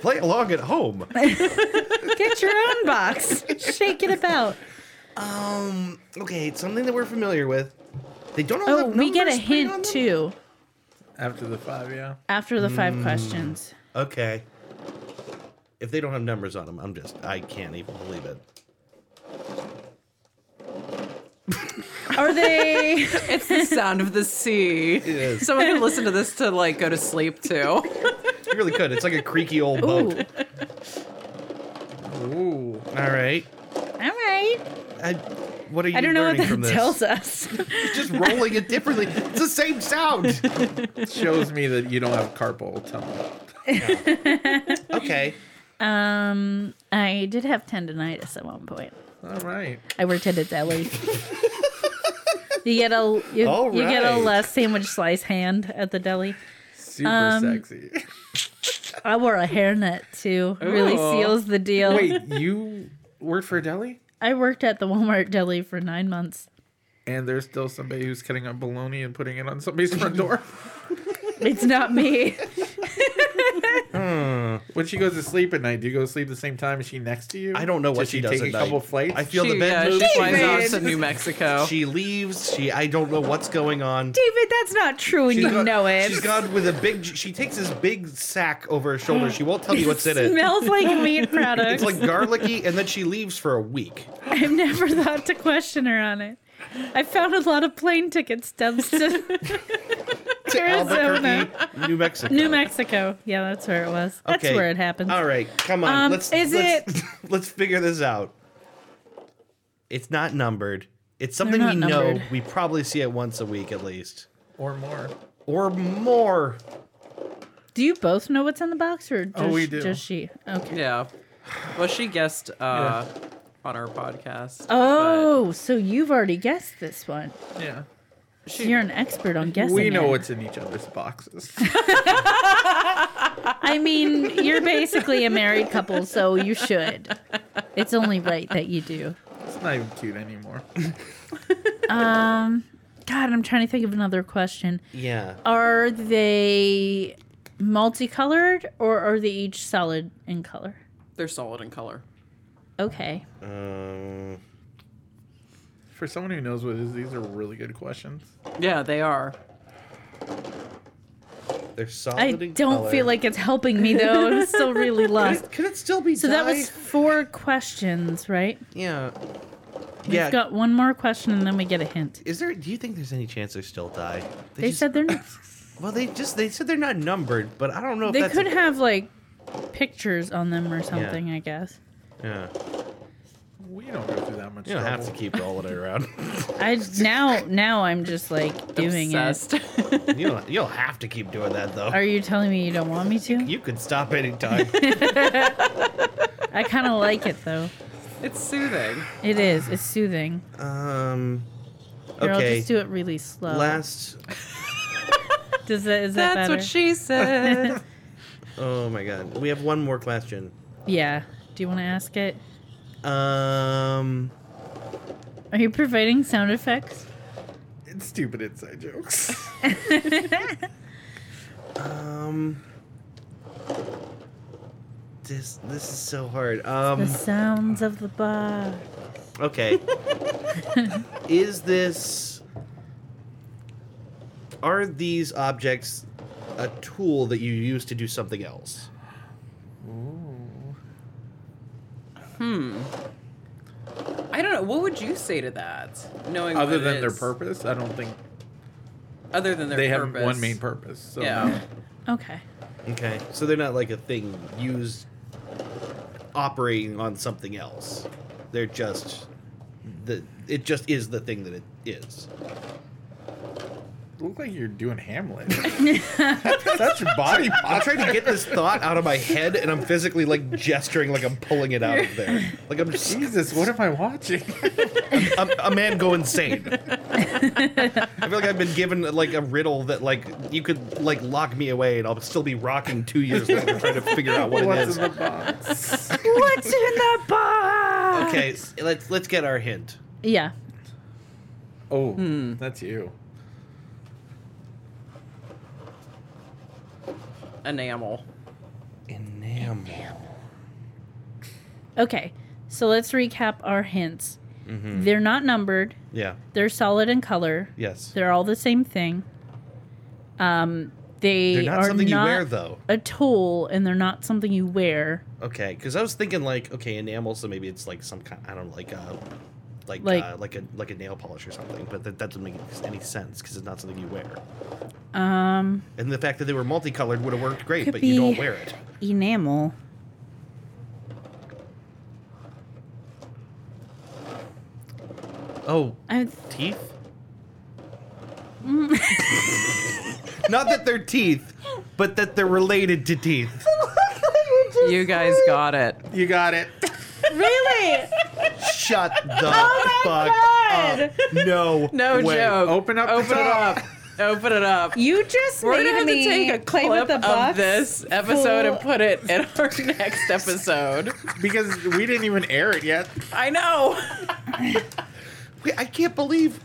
Speaker 2: Play along at home.
Speaker 1: Get your own box. Shake it about.
Speaker 2: Um, okay, it's something that we're familiar with. They don't all
Speaker 1: Oh,
Speaker 2: have
Speaker 1: we get a
Speaker 2: numbers printed on
Speaker 1: hint
Speaker 2: them?
Speaker 1: too
Speaker 4: After the five, yeah.
Speaker 1: after the five
Speaker 2: Hmm.
Speaker 1: questions.
Speaker 2: Okay. If they don't have numbers on them, I'm just I can't even believe it.
Speaker 1: Are they?
Speaker 5: It's the sound of the sea.
Speaker 2: is.
Speaker 5: Someone could listen to this to like go to sleep too.
Speaker 2: You really could. It's like a creaky old boat.
Speaker 1: Ooh,
Speaker 4: Ooh.
Speaker 2: All right.
Speaker 1: all right.
Speaker 2: I, what are you
Speaker 1: I don't know what
Speaker 2: learning from
Speaker 1: that
Speaker 2: this?
Speaker 1: tells us.
Speaker 2: Just rolling it differently. It's the same sound.
Speaker 4: It shows me that you don't have carpal tunnel.
Speaker 2: okay.
Speaker 1: um, I did have tendonitis at one point.
Speaker 4: All right.
Speaker 1: I worked at a deli. you get a you,
Speaker 2: All
Speaker 1: you get a
Speaker 2: right.
Speaker 1: uh, sandwich slice hand at the deli.
Speaker 4: Super
Speaker 1: Um,
Speaker 4: sexy.
Speaker 1: I wore a hairnet too. Really
Speaker 5: Ooh.
Speaker 1: seals the deal.
Speaker 4: Wait, you worked for a deli?
Speaker 1: I worked at the Walmart deli for nine months.
Speaker 4: And there's still somebody who's cutting up bologna and putting it on somebody's front door.
Speaker 1: It's not me.
Speaker 4: When she goes to sleep at night, do you go to sleep the same time? Is she next to you?
Speaker 2: I don't know what
Speaker 4: Does
Speaker 2: she does
Speaker 4: Take
Speaker 2: at
Speaker 4: a couple
Speaker 2: night.
Speaker 4: flights.
Speaker 2: I feel
Speaker 5: she,
Speaker 2: the bed
Speaker 5: uh,
Speaker 2: moves.
Speaker 5: she
Speaker 2: She,
Speaker 5: flies off
Speaker 2: leaves.
Speaker 5: to New Mexico.
Speaker 2: She leaves. She. I don't know what's going on.
Speaker 1: David, that's not true and
Speaker 2: She's
Speaker 1: you
Speaker 2: gone-
Speaker 1: know it.
Speaker 2: She's gone with a big. She takes this big sack over her shoulder. She won't tell you what's in it.
Speaker 1: Smells like meat
Speaker 2: It's
Speaker 1: products.
Speaker 2: like garlicky, and then she leaves for a week.
Speaker 1: I've never thought to question her on it. I found a lot of plane ticket stubs to
Speaker 2: To
Speaker 1: Arizona.
Speaker 2: Albuquerque, New Mexico.
Speaker 1: New Mexico. Yeah, that's where it was. That's
Speaker 2: Okay.
Speaker 1: where it happened.
Speaker 2: All right, come on.
Speaker 1: Um,
Speaker 2: let's
Speaker 1: is
Speaker 2: let's, let's figure this out. It's not numbered. It's something we
Speaker 1: not
Speaker 2: know.
Speaker 1: numbered.
Speaker 2: We probably see it once a week at least,
Speaker 4: or more.
Speaker 2: or more.
Speaker 1: Do you both know what's in the box or does,
Speaker 4: Oh, we do.
Speaker 1: does she? Okay.
Speaker 5: yeah. Well, she guessed uh, on our podcast.
Speaker 1: Oh, so you've already guessed this one.
Speaker 4: Yeah.
Speaker 5: but she,
Speaker 1: You're an expert on guessing.
Speaker 4: we know
Speaker 1: it.
Speaker 4: what's in each other's boxes.
Speaker 1: I mean, you're basically a married couple, so you should. It's only right that you do.
Speaker 4: it's not even cute anymore.
Speaker 1: Um, God, I'm trying to think of another question.
Speaker 2: Yeah.
Speaker 1: Are they multicolored or are they each solid in color?
Speaker 5: they're solid in color.
Speaker 1: Okay.
Speaker 2: Um,
Speaker 4: For someone who knows what it is, these are really good questions.
Speaker 5: Yeah, they are.
Speaker 2: They're solid.
Speaker 1: I
Speaker 2: in
Speaker 1: don't
Speaker 2: color.
Speaker 1: feel like it's helping me though. I'm still really
Speaker 2: Could
Speaker 1: lost.
Speaker 2: it, could it still be
Speaker 1: So that was
Speaker 2: dye?
Speaker 1: four questions, right?
Speaker 2: Yeah.
Speaker 1: We've
Speaker 2: Yeah.
Speaker 1: got one more question and then we get a hint.
Speaker 2: Is there? Do you think there's any chance they're still die?
Speaker 1: They
Speaker 2: just-
Speaker 1: said they're
Speaker 2: Well, they just they said they're not numbered, but I don't know if
Speaker 1: they
Speaker 2: Oh, that's
Speaker 1: could have like pictures on them or something, I guess.
Speaker 2: Yeah.
Speaker 4: We don't go through that much
Speaker 2: You don't have
Speaker 4: trouble.
Speaker 2: to keep rolling it around.
Speaker 1: I now now I'm just like doing it.
Speaker 5: Obsessed.
Speaker 2: you don't, you'll have to keep doing that though.
Speaker 1: Are you telling me you don't want me to?
Speaker 2: you could stop anytime.
Speaker 1: I kind of like it though.
Speaker 5: it's soothing.
Speaker 1: It is. It's soothing.
Speaker 2: um.
Speaker 1: Here, I'll
Speaker 2: Okay.
Speaker 1: just do uh, it really slow.
Speaker 2: Last.
Speaker 1: Does that is that
Speaker 5: That's
Speaker 1: better?
Speaker 5: what she said.
Speaker 2: Oh my God. We have one more question.
Speaker 1: yeah. Do you want to ask it?
Speaker 2: Um.
Speaker 1: Are you providing sound effects?
Speaker 4: It's stupid inside jokes.
Speaker 2: Um. This this is so hard. Um.
Speaker 1: the sounds of the bar.
Speaker 2: Okay. Is this. Are these objects a tool that you use to do something else?
Speaker 5: hmm. I don't know. What would you say to that? Knowing
Speaker 4: Other
Speaker 5: what it
Speaker 4: than their
Speaker 5: is?
Speaker 4: purpose, I don't think
Speaker 5: Other than their
Speaker 4: they
Speaker 5: purpose.
Speaker 4: have one main purpose. So
Speaker 5: Yeah.
Speaker 1: Okay.
Speaker 2: Okay. So they're not like a thing used operating on something else. They're just. The, it just is the thing that it is.
Speaker 4: no. look like you're doing Hamlet. That's your body
Speaker 2: I'm
Speaker 4: posture.
Speaker 2: trying to get this thought out of my head, and I'm physically like gesturing, like I'm pulling it out of there. Like I'm just
Speaker 4: Jesus, what am I watching?
Speaker 2: a, a man go insane. I feel like I've been given like a riddle that like you could like lock me away and I'll still be rocking two years later trying to figure out what it
Speaker 4: What's
Speaker 2: is.
Speaker 4: in the box?
Speaker 1: What's in the bar?
Speaker 2: Okay, s- let's let's get our hint.
Speaker 1: Yeah.
Speaker 4: Oh,
Speaker 5: Hmm.
Speaker 4: that's you.
Speaker 5: Enamel.
Speaker 2: Enamel.
Speaker 1: Okay. So let's recap our hints.
Speaker 2: Mm-hmm.
Speaker 1: They're not numbered.
Speaker 2: Yeah.
Speaker 1: They're solid in color.
Speaker 2: Yes.
Speaker 1: They're all the same thing. Um, they
Speaker 2: They're not
Speaker 1: are
Speaker 2: something
Speaker 1: not
Speaker 2: you wear though.
Speaker 1: a tool, and they're not something you wear.
Speaker 2: Okay, because I was thinking like okay enamel, so maybe it's like some kind I don't know, like uh like
Speaker 1: Like-
Speaker 2: uh, like a like a nail polish or something, but that, that doesn't make any sense because it's not something you wear.
Speaker 1: Um,
Speaker 2: And the fact that they were multicolored would have worked great,
Speaker 1: Could
Speaker 2: but you don't
Speaker 1: be-
Speaker 2: wear it.
Speaker 1: enamel.
Speaker 2: Oh,
Speaker 1: I,
Speaker 2: teeth?
Speaker 1: Mm.
Speaker 2: Not that they're teeth, but that they're related to teeth.
Speaker 5: You guys got it.
Speaker 4: You got it.
Speaker 1: really?
Speaker 2: Shut the
Speaker 1: Oh my
Speaker 2: fuck up. No.
Speaker 5: No
Speaker 2: way.
Speaker 5: joke.
Speaker 4: Open up the
Speaker 5: Open it
Speaker 4: top.
Speaker 5: up. Open it up.
Speaker 1: You just
Speaker 5: We're
Speaker 1: made
Speaker 5: gonna have
Speaker 1: me
Speaker 5: to take a
Speaker 1: play
Speaker 5: clip
Speaker 1: with the
Speaker 5: of
Speaker 1: box
Speaker 5: this episode and
Speaker 1: full-
Speaker 5: put it in our next episode.
Speaker 4: Because we didn't even air it yet.
Speaker 5: I know.
Speaker 2: Wait, I can't believe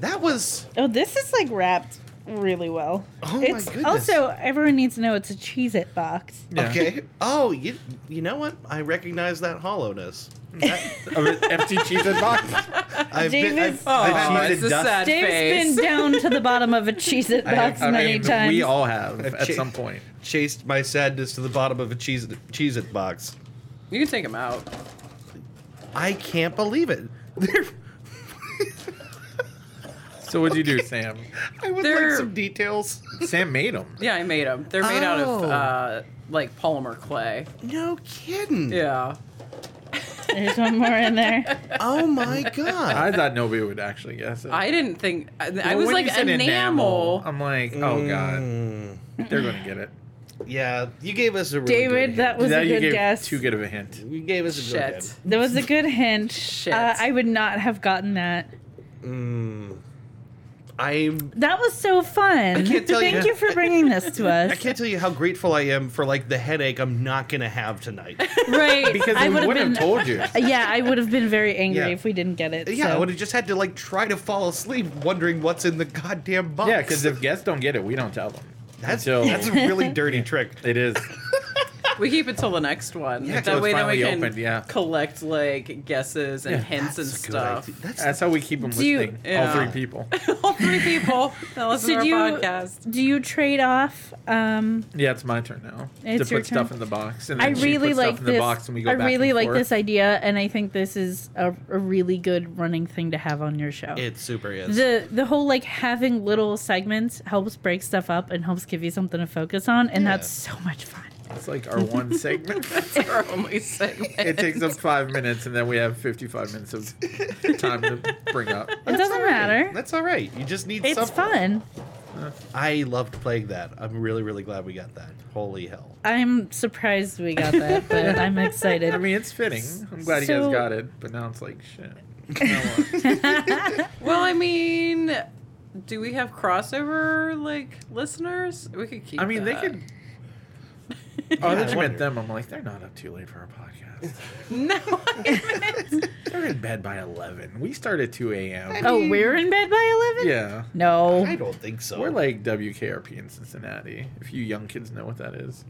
Speaker 2: that was.
Speaker 1: Oh, this is like wrapped really well.
Speaker 2: Oh my
Speaker 1: it's
Speaker 2: goodness.
Speaker 1: also everyone needs to know it's a Cheez It box.
Speaker 4: Yeah.
Speaker 2: Okay. Oh, you you know what? I recognize that hollowness.
Speaker 4: Of an empty cheese and box.
Speaker 2: I've been,
Speaker 1: Davis-
Speaker 2: I've,
Speaker 5: Oh,
Speaker 2: I've had
Speaker 5: it's
Speaker 2: the
Speaker 5: a
Speaker 2: dust-
Speaker 5: sad
Speaker 1: Dave's
Speaker 5: face.
Speaker 1: been down to the bottom of a Cheez It box
Speaker 4: I
Speaker 1: many
Speaker 4: mean,
Speaker 1: times.
Speaker 4: We all have
Speaker 2: I've
Speaker 4: at
Speaker 2: cha-
Speaker 4: some point.
Speaker 2: chased my sadness to the bottom of a cheese cheese it box.
Speaker 5: you can take him out.
Speaker 2: I can't believe it.
Speaker 4: So what'd you do, Sam?
Speaker 2: I would
Speaker 5: They're-
Speaker 2: like some details.
Speaker 4: Sam made them.
Speaker 5: Yeah, I made them. They're made out of
Speaker 2: Oh.
Speaker 5: uh, like polymer clay.
Speaker 2: No kidding.
Speaker 5: Yeah.
Speaker 1: There's one more in there.
Speaker 2: Oh my god.
Speaker 4: I thought nobody would actually guess it.
Speaker 5: I didn't think. I, I
Speaker 4: Well,
Speaker 5: was
Speaker 4: when
Speaker 5: like
Speaker 4: you said
Speaker 5: enamel.
Speaker 4: I'm like, oh god,
Speaker 2: Mm.
Speaker 4: they're gonna get it.
Speaker 2: Yeah, you gave us a really
Speaker 1: David,
Speaker 2: good
Speaker 1: that
Speaker 2: hint.
Speaker 1: was
Speaker 4: Now
Speaker 1: a
Speaker 4: you
Speaker 1: good
Speaker 4: gave
Speaker 1: guess.
Speaker 4: Too good of a hint.
Speaker 2: you gave us a good
Speaker 5: Shit.
Speaker 2: hint.
Speaker 1: That was a good hint.
Speaker 5: Shit.
Speaker 1: Uh, I would not have gotten that.
Speaker 2: Mm. I'm
Speaker 1: That was so fun.
Speaker 2: can't tell
Speaker 1: Thank
Speaker 2: you-
Speaker 1: you for bringing this to us.
Speaker 2: I can't tell you how grateful I am for like the headache I'm not gonna have tonight.
Speaker 1: Right.
Speaker 4: Because
Speaker 1: I
Speaker 4: we
Speaker 1: would have
Speaker 4: would
Speaker 1: been.
Speaker 4: have told you.
Speaker 1: yeah, I would have been very angry
Speaker 2: Yeah.
Speaker 1: if we didn't get it.
Speaker 2: yeah, I
Speaker 1: so.
Speaker 2: would have just had to like try to fall asleep wondering what's in the goddamn box.
Speaker 4: Yeah, because if guests don't get it, we don't tell them.
Speaker 2: that's
Speaker 4: until-
Speaker 2: that's a really dirty trick.
Speaker 4: it is.
Speaker 5: We keep it till the next one.
Speaker 4: Yeah, till
Speaker 5: that
Speaker 4: it's
Speaker 5: way, then we
Speaker 4: finally
Speaker 5: can
Speaker 4: opened, yeah.
Speaker 5: collect like guesses and
Speaker 4: Yeah,
Speaker 5: hints and
Speaker 2: That's a good idea.
Speaker 5: stuff.
Speaker 2: That's
Speaker 4: That's how we keep them
Speaker 1: Do you-
Speaker 4: listening.
Speaker 5: Yeah.
Speaker 4: All three people.
Speaker 5: All three people that listen
Speaker 1: So
Speaker 5: to our
Speaker 1: do you-
Speaker 5: podcast.
Speaker 1: Do you trade off? Um,
Speaker 4: Yeah, it's my turn now
Speaker 1: It's
Speaker 4: to
Speaker 1: your
Speaker 4: put stuff
Speaker 1: turn.
Speaker 4: in the box. And
Speaker 1: I
Speaker 4: then she
Speaker 1: really
Speaker 4: puts
Speaker 1: like
Speaker 4: stuff in the
Speaker 1: this.
Speaker 4: box, and we go
Speaker 1: I
Speaker 4: back
Speaker 1: really
Speaker 4: and
Speaker 1: like
Speaker 4: forth.
Speaker 1: this idea, and I think this is a, a really good running thing to have on your show.
Speaker 2: it. Super is.
Speaker 1: the the whole like having little segments helps break stuff up and helps give you something to focus on, and
Speaker 2: Yeah.
Speaker 1: that's so much fun.
Speaker 4: It's like our one segment.
Speaker 5: It's our only segment.
Speaker 4: it takes up five minutes, and then we have 55 minutes of time to bring up.
Speaker 1: It doesn't matter.
Speaker 2: That's all right. You just need
Speaker 1: It's
Speaker 2: something.
Speaker 1: fun.
Speaker 2: I loved playing that. I'm really, really glad we got that. Holy hell.
Speaker 1: I'm surprised we got that, but I'm excited.
Speaker 4: I mean, it's fitting. I'm glad you
Speaker 1: So-
Speaker 4: guys got it, but now it's like shit. Now what?
Speaker 5: Well, I mean, do we have crossover like listeners? We could keep.
Speaker 4: I mean, they
Speaker 5: that.
Speaker 4: could. Oh,
Speaker 2: I
Speaker 4: that you
Speaker 2: wonder.
Speaker 4: meant them. I'm like, they're not up too late for our podcast.
Speaker 5: No,
Speaker 4: They're in bed by 11. We start at 2 a.m.
Speaker 1: oh, we're in bed by eleven.
Speaker 4: Yeah.
Speaker 1: No.
Speaker 2: I don't think so.
Speaker 4: Oh. We're like WKRP in Cincinnati. If you young kids know what that is.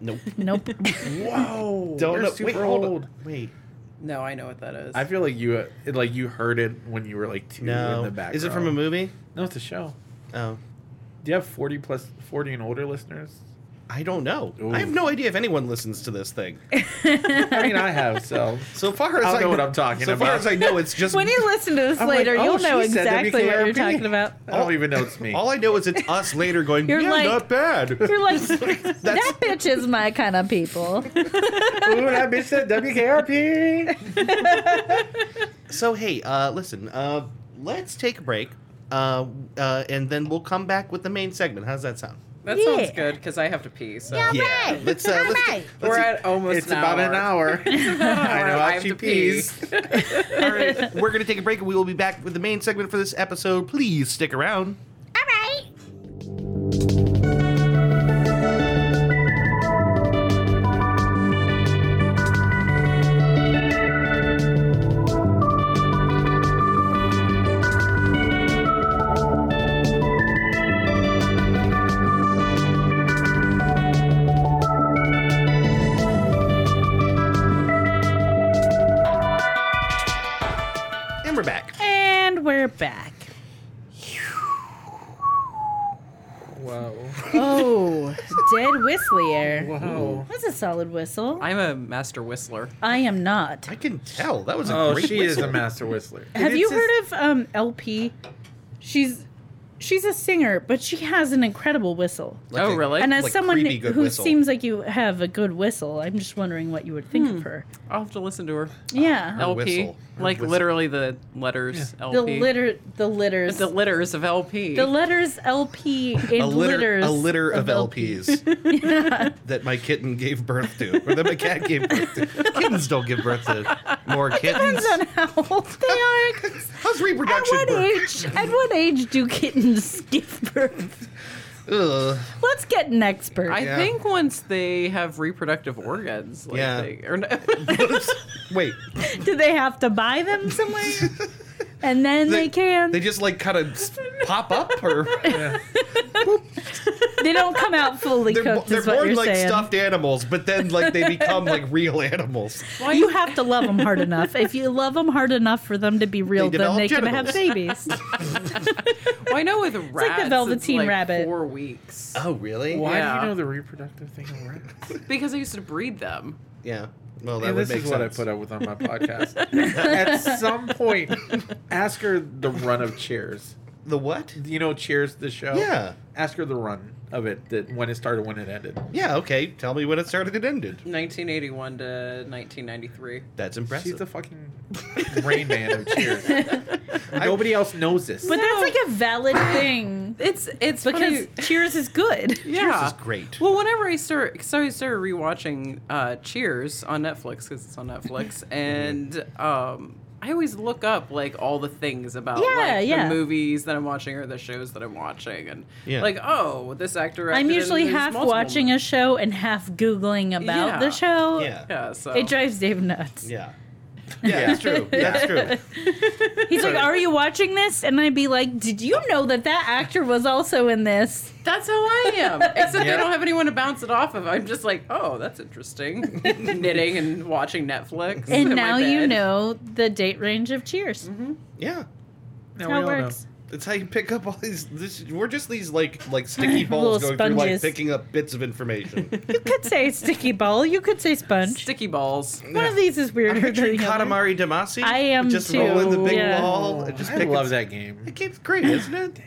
Speaker 2: nope.
Speaker 1: Nope.
Speaker 4: Whoa!
Speaker 2: Don't
Speaker 4: we're
Speaker 2: know.
Speaker 4: super
Speaker 2: Wait, hold
Speaker 4: old.
Speaker 2: on. Wait.
Speaker 5: no, I know what that is.
Speaker 4: I feel like you uh, it- like you heard it when you were like two in the
Speaker 2: No.
Speaker 4: background.
Speaker 2: Is it from a movie?
Speaker 4: No, it's a show.
Speaker 2: Oh.
Speaker 4: Do you have forty plus forty and older listeners?
Speaker 2: I don't know.
Speaker 4: Ooh.
Speaker 2: I have no idea if anyone listens to this thing.
Speaker 4: I mean, I have so.
Speaker 2: So far as
Speaker 4: I
Speaker 2: I,
Speaker 4: don't know what I'm talking
Speaker 2: so far
Speaker 4: about.
Speaker 2: as I know, it's just
Speaker 1: when you listen to this
Speaker 4: I'm like,
Speaker 1: later,
Speaker 4: oh,
Speaker 1: you'll know
Speaker 4: she said
Speaker 1: exactly what you're
Speaker 4: WKRP.
Speaker 1: talking about.
Speaker 4: I don't even know it's me.
Speaker 2: all I know is it's us later going.
Speaker 1: You're
Speaker 2: yeah,
Speaker 1: like-
Speaker 2: not bad.
Speaker 1: You're like, that bitch is my kind of people.
Speaker 4: Ooh, that bitch said WKRP.
Speaker 2: So hey, uh, listen. Uh, let's take a break, uh, uh, and then we'll come back with the main segment. How's that sound?
Speaker 5: that
Speaker 1: Yeah.
Speaker 5: sounds good because I have to pee. So
Speaker 2: Yeah. Let's. Uh, let's, let's
Speaker 5: we're at almost.
Speaker 4: it's about an hour. I know how
Speaker 5: have
Speaker 4: she
Speaker 5: to pee.
Speaker 2: All
Speaker 4: pees.
Speaker 2: right, we're going to take a break and we will be back with the main segment for this episode. Please stick around. And we're back.
Speaker 1: And we're back.
Speaker 4: Whoa!
Speaker 1: Oh, dead whistlier.
Speaker 4: Whoa!
Speaker 1: That's a solid whistle. I,
Speaker 5: I'm a master whistler.
Speaker 1: am not.
Speaker 2: I can tell. That was a
Speaker 4: Oh,
Speaker 2: great
Speaker 4: she is
Speaker 2: whistle.
Speaker 4: a master whistler.
Speaker 1: Have you heard of um, LP? She's she's a singer, but she has an incredible whistle.
Speaker 2: Like
Speaker 5: oh,
Speaker 2: a-
Speaker 5: really?
Speaker 1: And as
Speaker 2: like
Speaker 1: someone
Speaker 2: creepy good
Speaker 1: who
Speaker 2: whistle.
Speaker 1: seems like you have a good whistle, I'm just wondering what you would think of her.
Speaker 5: I'll have to listen to her.
Speaker 1: Yeah.
Speaker 5: LP,
Speaker 2: whistle. Her
Speaker 5: like
Speaker 2: whistle.
Speaker 5: literally the letters LP.
Speaker 1: The litter the litters
Speaker 5: the litters of LP.
Speaker 1: the letters LP in
Speaker 2: a litter,
Speaker 1: litters
Speaker 2: a litter of,
Speaker 1: LP.
Speaker 2: LPs that my kitten gave birth to, or that my cat gave birth to. Kittens don't give birth to more kittens.
Speaker 1: Depends on how old they are.
Speaker 2: How's
Speaker 1: At
Speaker 2: reproduction
Speaker 1: what
Speaker 2: work?
Speaker 1: age? At what age do kittens give birth?
Speaker 2: Ugh.
Speaker 1: Let's get an expert.
Speaker 5: I
Speaker 2: Yeah.
Speaker 5: think once they have reproductive organs, like
Speaker 2: Yeah.
Speaker 5: they, or no,
Speaker 2: Wait,
Speaker 1: Do they have to buy them somewhere? and then they,
Speaker 2: They-
Speaker 1: can.
Speaker 2: they
Speaker 1: They,
Speaker 2: just like kind of pop up, or
Speaker 4: Yeah.
Speaker 1: don't come out fully
Speaker 2: they're, bo-
Speaker 1: cooked.
Speaker 2: they're
Speaker 1: is what
Speaker 2: born
Speaker 1: you're
Speaker 2: like
Speaker 1: saying.
Speaker 2: stuffed animals, but then like they become like real animals.
Speaker 5: why
Speaker 1: You have to love them hard enough. If you love them hard enough for them to be real, then
Speaker 2: develop
Speaker 1: they can have babies.
Speaker 5: Well, I know with rats, it's
Speaker 1: like the Velveteen
Speaker 5: like
Speaker 1: Rabbit.
Speaker 5: Four weeks
Speaker 2: Oh, really?
Speaker 4: Why
Speaker 5: Yeah.
Speaker 4: do you know the reproductive thing of rats?
Speaker 5: because I used to breed them.
Speaker 2: Yeah. Well, that
Speaker 4: And
Speaker 2: would
Speaker 4: this
Speaker 2: make
Speaker 4: is
Speaker 2: sense.
Speaker 4: what I put up with on my podcast. At some point, ask her the run of Cheers.
Speaker 2: The what?
Speaker 4: You know Cheers, the show.
Speaker 2: Yeah.
Speaker 4: Ask her the run of it, that when it started, when it ended.
Speaker 2: Yeah. Okay. Tell me when it started and ended.
Speaker 5: 1981 to 1993.
Speaker 2: That's impressive.
Speaker 4: She's the fucking rain man of Cheers. Nobody else knows this.
Speaker 1: But that's like a valid thing
Speaker 5: It's it's
Speaker 1: because
Speaker 5: funny.
Speaker 1: Cheers is good.
Speaker 5: yeah.
Speaker 2: This is great.
Speaker 5: Well, whenever I start, so I started rewatching uh, Cheers on Netflix because it's on Netflix, and um, I always look up like all the things about
Speaker 1: Yeah,
Speaker 5: like
Speaker 1: yeah.
Speaker 5: the movies that I'm watching or the shows that I'm watching, and
Speaker 2: Yeah.
Speaker 5: like oh, this actor.
Speaker 1: I'm usually half watching
Speaker 5: it.
Speaker 1: a show and half googling about
Speaker 5: Yeah.
Speaker 1: the show.
Speaker 2: yeah.
Speaker 5: Yeah, so
Speaker 1: It drives Dave nuts.
Speaker 2: Yeah. Yeah, that's true. That's true.
Speaker 1: He's like, "Are you watching this?" And I'd be like, "Did you know that that actor was also in this?"
Speaker 5: That's how I am. Except
Speaker 4: Yeah.
Speaker 5: I don't have anyone to bounce it off of. I'm just like, oh, that's interesting. Knitting and watching Netflix. in
Speaker 1: And
Speaker 5: my
Speaker 1: now you
Speaker 5: bed.
Speaker 1: know the date range of Cheers.
Speaker 2: Yeah.
Speaker 1: how
Speaker 4: Now we
Speaker 1: it
Speaker 4: all know.
Speaker 1: works.
Speaker 2: That's how you pick up all these. This, we're just these like like sticky balls
Speaker 1: Little
Speaker 2: going through like
Speaker 1: sponges.
Speaker 2: picking up bits of information.
Speaker 1: You could say sticky ball. You could say sponge.
Speaker 5: Sticky balls.
Speaker 1: One of these is
Speaker 2: I'm
Speaker 1: weirder than
Speaker 2: picturing
Speaker 1: the other.
Speaker 2: Katamari Damacy.
Speaker 1: I am
Speaker 2: just
Speaker 1: too,
Speaker 2: rolling the big
Speaker 1: yeah.
Speaker 2: ball. And just
Speaker 4: I
Speaker 2: pick
Speaker 4: love
Speaker 2: it-
Speaker 4: that game.
Speaker 2: It game's great, isn't it?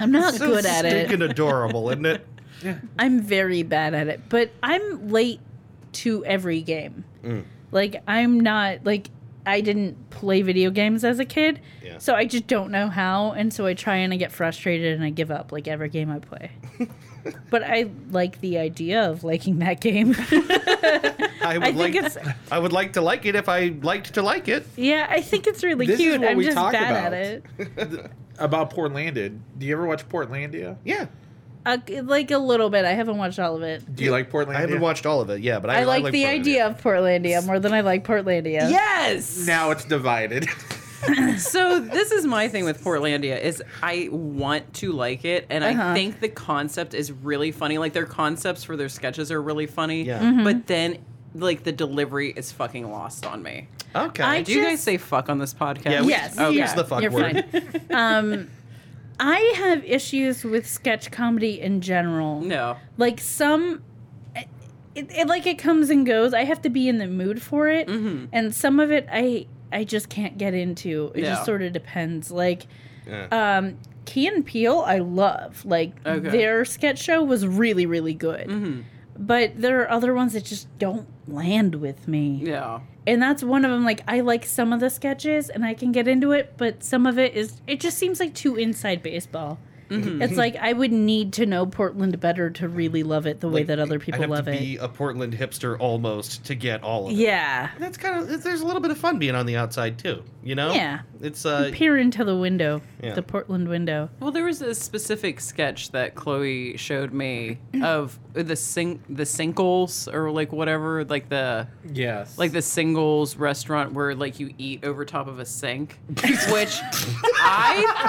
Speaker 1: I'm not
Speaker 2: so
Speaker 1: good at it.
Speaker 2: stinking adorable, isn't it?
Speaker 4: Yeah.
Speaker 1: I'm very bad at it, but I'm late to every game. Like I'm not like I didn't play video games as a kid,
Speaker 2: Yeah.
Speaker 1: so I just don't know how, and so I try and I get frustrated and I give up like every game I play. but I like the idea of liking that game.
Speaker 2: I would
Speaker 1: I
Speaker 2: like.
Speaker 1: think it's
Speaker 2: I would like to like it if I liked to like it.
Speaker 1: yeah, I think it's really
Speaker 4: This is
Speaker 1: cute.
Speaker 4: what
Speaker 1: I'm
Speaker 4: we
Speaker 1: just
Speaker 4: talk
Speaker 1: bad at
Speaker 4: about.
Speaker 1: it.
Speaker 4: About Portlanded. Do you ever watch Portlandia?
Speaker 2: Yeah,
Speaker 1: Uh, like a little bit. I haven't watched all of it.
Speaker 4: Do you like Portlandia?
Speaker 2: I haven't watched all of it. Yeah, but I,
Speaker 1: I, like, the
Speaker 2: Portlandia.
Speaker 1: idea of Portlandia more than I like Portlandia.
Speaker 5: Yes.
Speaker 4: Now it's divided.
Speaker 5: So this is my thing with Portlandia is I want to like it and
Speaker 1: Uh-huh.
Speaker 5: I think the concept is really funny. Like their concepts for their sketches are really funny.
Speaker 2: Yeah.
Speaker 1: Mm-hmm.
Speaker 2: Mhm.
Speaker 5: But then like the delivery is fucking lost on me.
Speaker 2: Okay.
Speaker 1: I
Speaker 5: Do you guys
Speaker 1: Just-
Speaker 5: say fuck on this podcast?
Speaker 2: Yeah, we-
Speaker 1: yes.
Speaker 2: we
Speaker 5: Okay.
Speaker 2: use the fuck
Speaker 1: You're
Speaker 2: word.
Speaker 1: fine. um, I have issues with sketch comedy in general.
Speaker 5: No.
Speaker 1: Like some, it, it like it comes and goes. I have to be in the mood for it,
Speaker 5: Mm-hmm.
Speaker 1: and some of it I I just can't get into. It
Speaker 5: Yeah.
Speaker 1: just sort of depends. Like,
Speaker 2: Yeah.
Speaker 1: um, Key and Peele, I love. Like
Speaker 5: Okay. Mm-hmm.
Speaker 1: their sketch show was really really good. But there are other ones that just don't land with me
Speaker 5: Yeah.
Speaker 1: and that's one of them like i like some of the sketches and i can get into it but some of it is it just seems like too inside baseball
Speaker 2: Mm-hmm.
Speaker 1: it's like i would need to know portland better to really love it the way
Speaker 2: Like,
Speaker 1: that other
Speaker 2: I'd
Speaker 1: people
Speaker 2: have
Speaker 1: love
Speaker 2: to
Speaker 1: it
Speaker 2: Be a Portland hipster almost to get all of it.
Speaker 1: yeah
Speaker 2: And That's kind of there's a little bit of fun being on the outside too, you know.
Speaker 1: Yeah.
Speaker 2: It's uh,
Speaker 1: peer into the window
Speaker 2: Yeah.
Speaker 1: the portland window
Speaker 5: Well, there was a specific sketch that Chloe showed me of the sing the sinkles or like whatever, like the
Speaker 4: yes.
Speaker 5: like the singles restaurant where like you eat over top of a sink, which I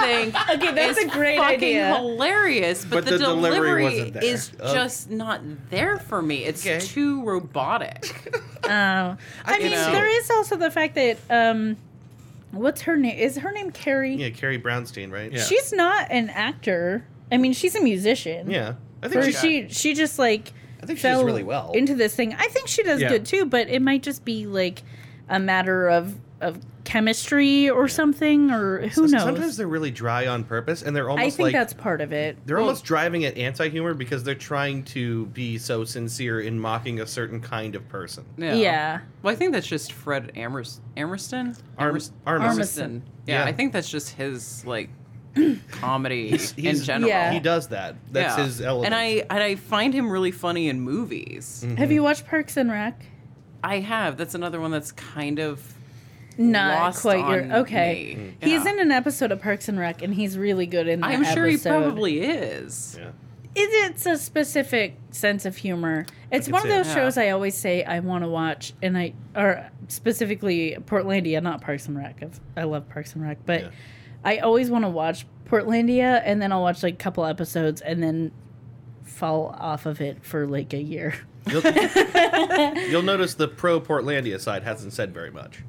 Speaker 5: think
Speaker 1: Okay, that's
Speaker 5: is
Speaker 1: a great
Speaker 5: fucking
Speaker 1: idea.
Speaker 5: hilarious. But,
Speaker 4: But
Speaker 5: the,
Speaker 4: the delivery
Speaker 5: delivery,
Speaker 4: wasn't there.
Speaker 5: is just not there for me. It's
Speaker 2: Okay.
Speaker 5: too robotic.
Speaker 1: oh i,
Speaker 2: can
Speaker 1: mean
Speaker 5: see
Speaker 1: there
Speaker 2: it.
Speaker 1: is also the fact that um what's her name is her name carrie
Speaker 2: yeah, Carrie Brownstein, right?
Speaker 4: Yeah.
Speaker 1: she's not an actor i mean she's a musician
Speaker 2: Yeah. I think
Speaker 1: Or she
Speaker 2: she,
Speaker 1: she just like
Speaker 2: I think she does
Speaker 1: fell
Speaker 2: really well.
Speaker 1: into this thing. I think she does
Speaker 4: Yeah.
Speaker 1: good too, but it might just be like a matter of of chemistry or something, or who knows.
Speaker 2: Sometimes they're really dry on purpose, and they're almost
Speaker 1: I think
Speaker 2: like
Speaker 1: that's part of it.
Speaker 2: they're almost driving at anti-humor because they're trying to be so sincere in mocking a certain kind of person.
Speaker 5: Yeah.
Speaker 1: Yeah.
Speaker 5: Well, I think that's just Fred Amers- Amerston.
Speaker 2: Arm-
Speaker 5: Amers-
Speaker 2: Armisen.
Speaker 5: Armisen. Yeah,
Speaker 2: Yeah.
Speaker 5: I think that's just his like comedy
Speaker 2: He's-
Speaker 5: in general.
Speaker 1: Yeah.
Speaker 2: he does that. That's
Speaker 5: Yeah.
Speaker 2: his element. Mm.
Speaker 5: And I and I find him really funny in movies.
Speaker 2: Mm-hmm.
Speaker 1: Have you watched Parks and Rec?
Speaker 5: I have. That's another one that's kind of
Speaker 1: Not
Speaker 5: Lost
Speaker 1: quite.
Speaker 5: on
Speaker 1: your, okay.
Speaker 5: me. Mm.
Speaker 1: He's
Speaker 5: Yeah.
Speaker 1: in an episode of Parks and Rec, and he's really good in that.
Speaker 5: I'm sure he
Speaker 1: episode.
Speaker 5: probably is.
Speaker 2: yeah.
Speaker 1: It, it's a specific sense of humor. It's
Speaker 2: can
Speaker 1: one of
Speaker 2: see it.
Speaker 1: those
Speaker 5: Yeah.
Speaker 1: shows I always say I want to watch, and I or specifically Portlandia, not Parks and Rec. I've- I love Parks and Rec, but
Speaker 2: Yeah.
Speaker 1: I always want to watch Portlandia, and then I'll watch like a couple episodes, and then fall off of it for like a year.
Speaker 2: You'll, you'll notice the pro Portlandia side hasn't said very much.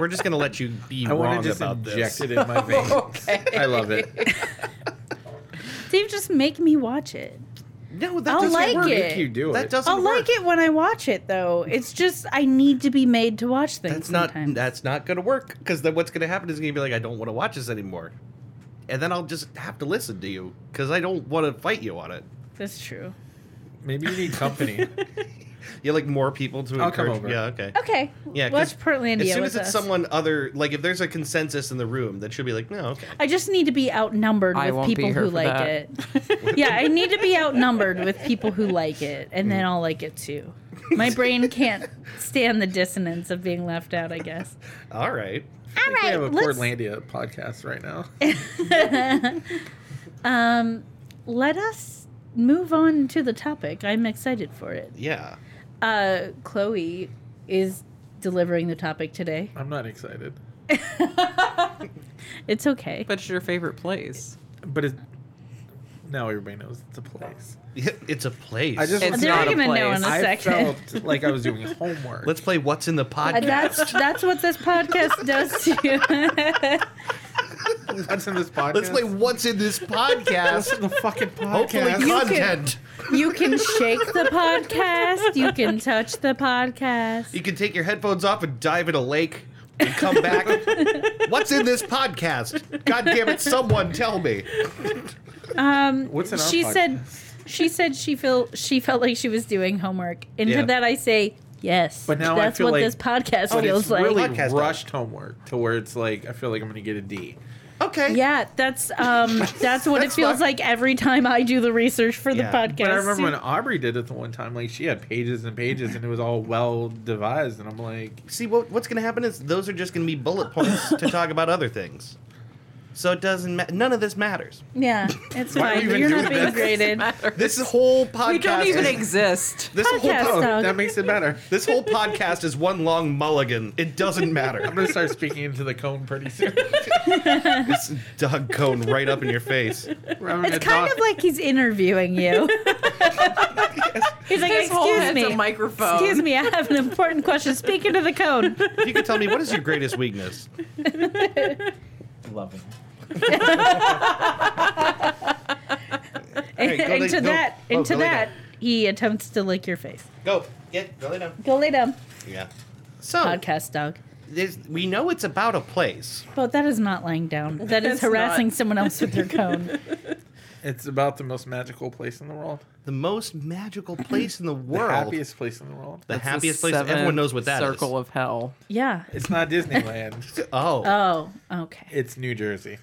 Speaker 2: We're just gonna let you be
Speaker 4: I want
Speaker 2: wrong
Speaker 4: to just
Speaker 2: about
Speaker 4: inject
Speaker 2: this.
Speaker 4: it in my veins.
Speaker 5: Okay.
Speaker 4: I love it.
Speaker 1: Dave, just make me watch it.
Speaker 2: No, that
Speaker 1: I'll
Speaker 2: doesn't
Speaker 1: like
Speaker 2: work.
Speaker 1: it.
Speaker 4: If you do
Speaker 2: That
Speaker 4: it.
Speaker 2: doesn't
Speaker 1: I'll
Speaker 2: work.
Speaker 1: like it when I watch it, though. It's just I need to be made to watch things.
Speaker 2: That's not
Speaker 1: sometimes.
Speaker 2: that's not gonna work because then what's gonna happen is gonna be like I don't want to watch this anymore, and then I'll just have to listen to you because I don't want to fight you on it.
Speaker 1: That's true.
Speaker 4: Maybe you need company.
Speaker 2: You like more people to
Speaker 4: I'll come
Speaker 2: encourage.
Speaker 4: over.
Speaker 2: Yeah, okay.
Speaker 1: Okay.
Speaker 2: Yeah, 'cause
Speaker 1: Watch Portlandia.
Speaker 2: As soon
Speaker 1: with
Speaker 2: as it's
Speaker 1: us.
Speaker 2: someone other, like if there's a consensus in the room, that should be like, no, okay.
Speaker 1: I just need to be outnumbered
Speaker 5: I
Speaker 1: with
Speaker 5: won't be
Speaker 1: people
Speaker 5: here
Speaker 1: who
Speaker 5: for
Speaker 1: like
Speaker 5: that.
Speaker 1: it. yeah, I need to be outnumbered with people who like it, and then I'll like it too. My brain can't stand the dissonance of being left out, I guess.
Speaker 2: All right.
Speaker 1: All
Speaker 4: we have a
Speaker 1: right, let's,
Speaker 4: Portlandia podcast right now.
Speaker 1: um, let us move on to the topic. I'm excited for it.
Speaker 2: Yeah.
Speaker 1: Uh, Chloe is delivering the topic today.
Speaker 4: I'm not excited,
Speaker 1: It's okay.
Speaker 5: But it's your favorite place.
Speaker 4: but it now everybody knows it's a place.
Speaker 2: It's a place.
Speaker 4: I just-
Speaker 5: It's
Speaker 1: They're
Speaker 5: not
Speaker 1: not
Speaker 5: a
Speaker 1: gonna know
Speaker 5: place.
Speaker 1: in a
Speaker 4: I
Speaker 1: second.
Speaker 4: felt like I was doing homework.
Speaker 2: Let's play What's in the
Speaker 1: Uh,
Speaker 2: Podcast.
Speaker 1: that's that's what this podcast does to you.
Speaker 4: Let's in this podcast.
Speaker 2: Let's play What's in this
Speaker 4: What's
Speaker 2: podcast.
Speaker 4: in the fucking podcast.
Speaker 2: Hopefully,
Speaker 1: You can-
Speaker 2: content.
Speaker 1: you can shake the podcast. You can touch the podcast.
Speaker 2: You can take your headphones off and dive in a lake and come back. What's in this podcast? God damn it, someone tell me.
Speaker 1: Um,
Speaker 4: What's in our
Speaker 1: she said.
Speaker 4: podcast?
Speaker 1: She said she felt she felt like she was doing homework. Into
Speaker 2: Yeah.
Speaker 1: that I say yes.
Speaker 4: But now I
Speaker 1: that's
Speaker 4: feel
Speaker 1: what
Speaker 4: like-
Speaker 1: this podcast
Speaker 4: But
Speaker 1: feels
Speaker 4: it's really
Speaker 1: like.
Speaker 2: Podcast.
Speaker 4: rushed homework to where it's like I feel like I'm gonna get a D.
Speaker 2: Okay.
Speaker 1: Yeah, that's um that's what it
Speaker 2: That's
Speaker 1: feels
Speaker 2: fine.
Speaker 1: like every time I do the research for
Speaker 2: Yeah.
Speaker 1: the podcast.
Speaker 4: But I remember when Aubrey did it the one time, like she had pages and pages, and it was all well devised, and I'm like,
Speaker 2: See, what, what's going to happen is those are just going to be bullet points to talk about other things. So it doesn't matter. None of this matters.
Speaker 1: Yeah, it's
Speaker 4: Why are we
Speaker 1: fine.
Speaker 4: even
Speaker 1: You're
Speaker 4: doing
Speaker 1: not being
Speaker 4: this?
Speaker 1: graded.
Speaker 2: This whole podcast.
Speaker 5: we don't even
Speaker 2: is,
Speaker 5: exist.
Speaker 2: This whole
Speaker 1: Podcast.
Speaker 2: po-
Speaker 1: dog.
Speaker 4: oh, that makes it better.
Speaker 2: this whole podcast is one long mulligan. It doesn't
Speaker 4: I'm
Speaker 2: matter.
Speaker 4: gonna start speaking into the cone pretty soon.
Speaker 2: It's dog cone right up in your face.
Speaker 4: We're having a
Speaker 1: It's kind
Speaker 4: talk.
Speaker 1: of like he's interviewing you. He's like,
Speaker 5: His whole
Speaker 1: excuse
Speaker 5: head's a
Speaker 1: me,
Speaker 5: microphone.
Speaker 1: excuse me, I have an important question. Speak into the cone.
Speaker 2: If you could tell me what is your greatest weakness?
Speaker 3: Loving.
Speaker 2: right, go
Speaker 1: into
Speaker 2: lay- go-
Speaker 1: that,
Speaker 2: oh,
Speaker 1: into
Speaker 2: go lay
Speaker 1: that,
Speaker 2: down.
Speaker 1: he attempts to lick your face.
Speaker 2: Go. Get. Go lay down.
Speaker 1: Go lay down,
Speaker 2: Yeah.
Speaker 4: Oh.
Speaker 2: So
Speaker 1: podcast dog.
Speaker 2: there's- we know it's about a place.
Speaker 1: But that is not lying down. That is
Speaker 5: It's
Speaker 1: harassing
Speaker 5: not.
Speaker 1: someone else with your cone.
Speaker 4: it's about the most magical place in the world,
Speaker 2: the most magical place in the
Speaker 4: the
Speaker 2: world.
Speaker 4: happiest place in the world.
Speaker 2: The
Speaker 5: It's the
Speaker 2: happiest place. Everyone
Speaker 5: seventh
Speaker 2: knows what that is.
Speaker 5: circle of hell.
Speaker 1: Yeah.
Speaker 4: It's not Disneyland.
Speaker 2: Oh,
Speaker 1: Oh, okay.
Speaker 4: it's New Jersey.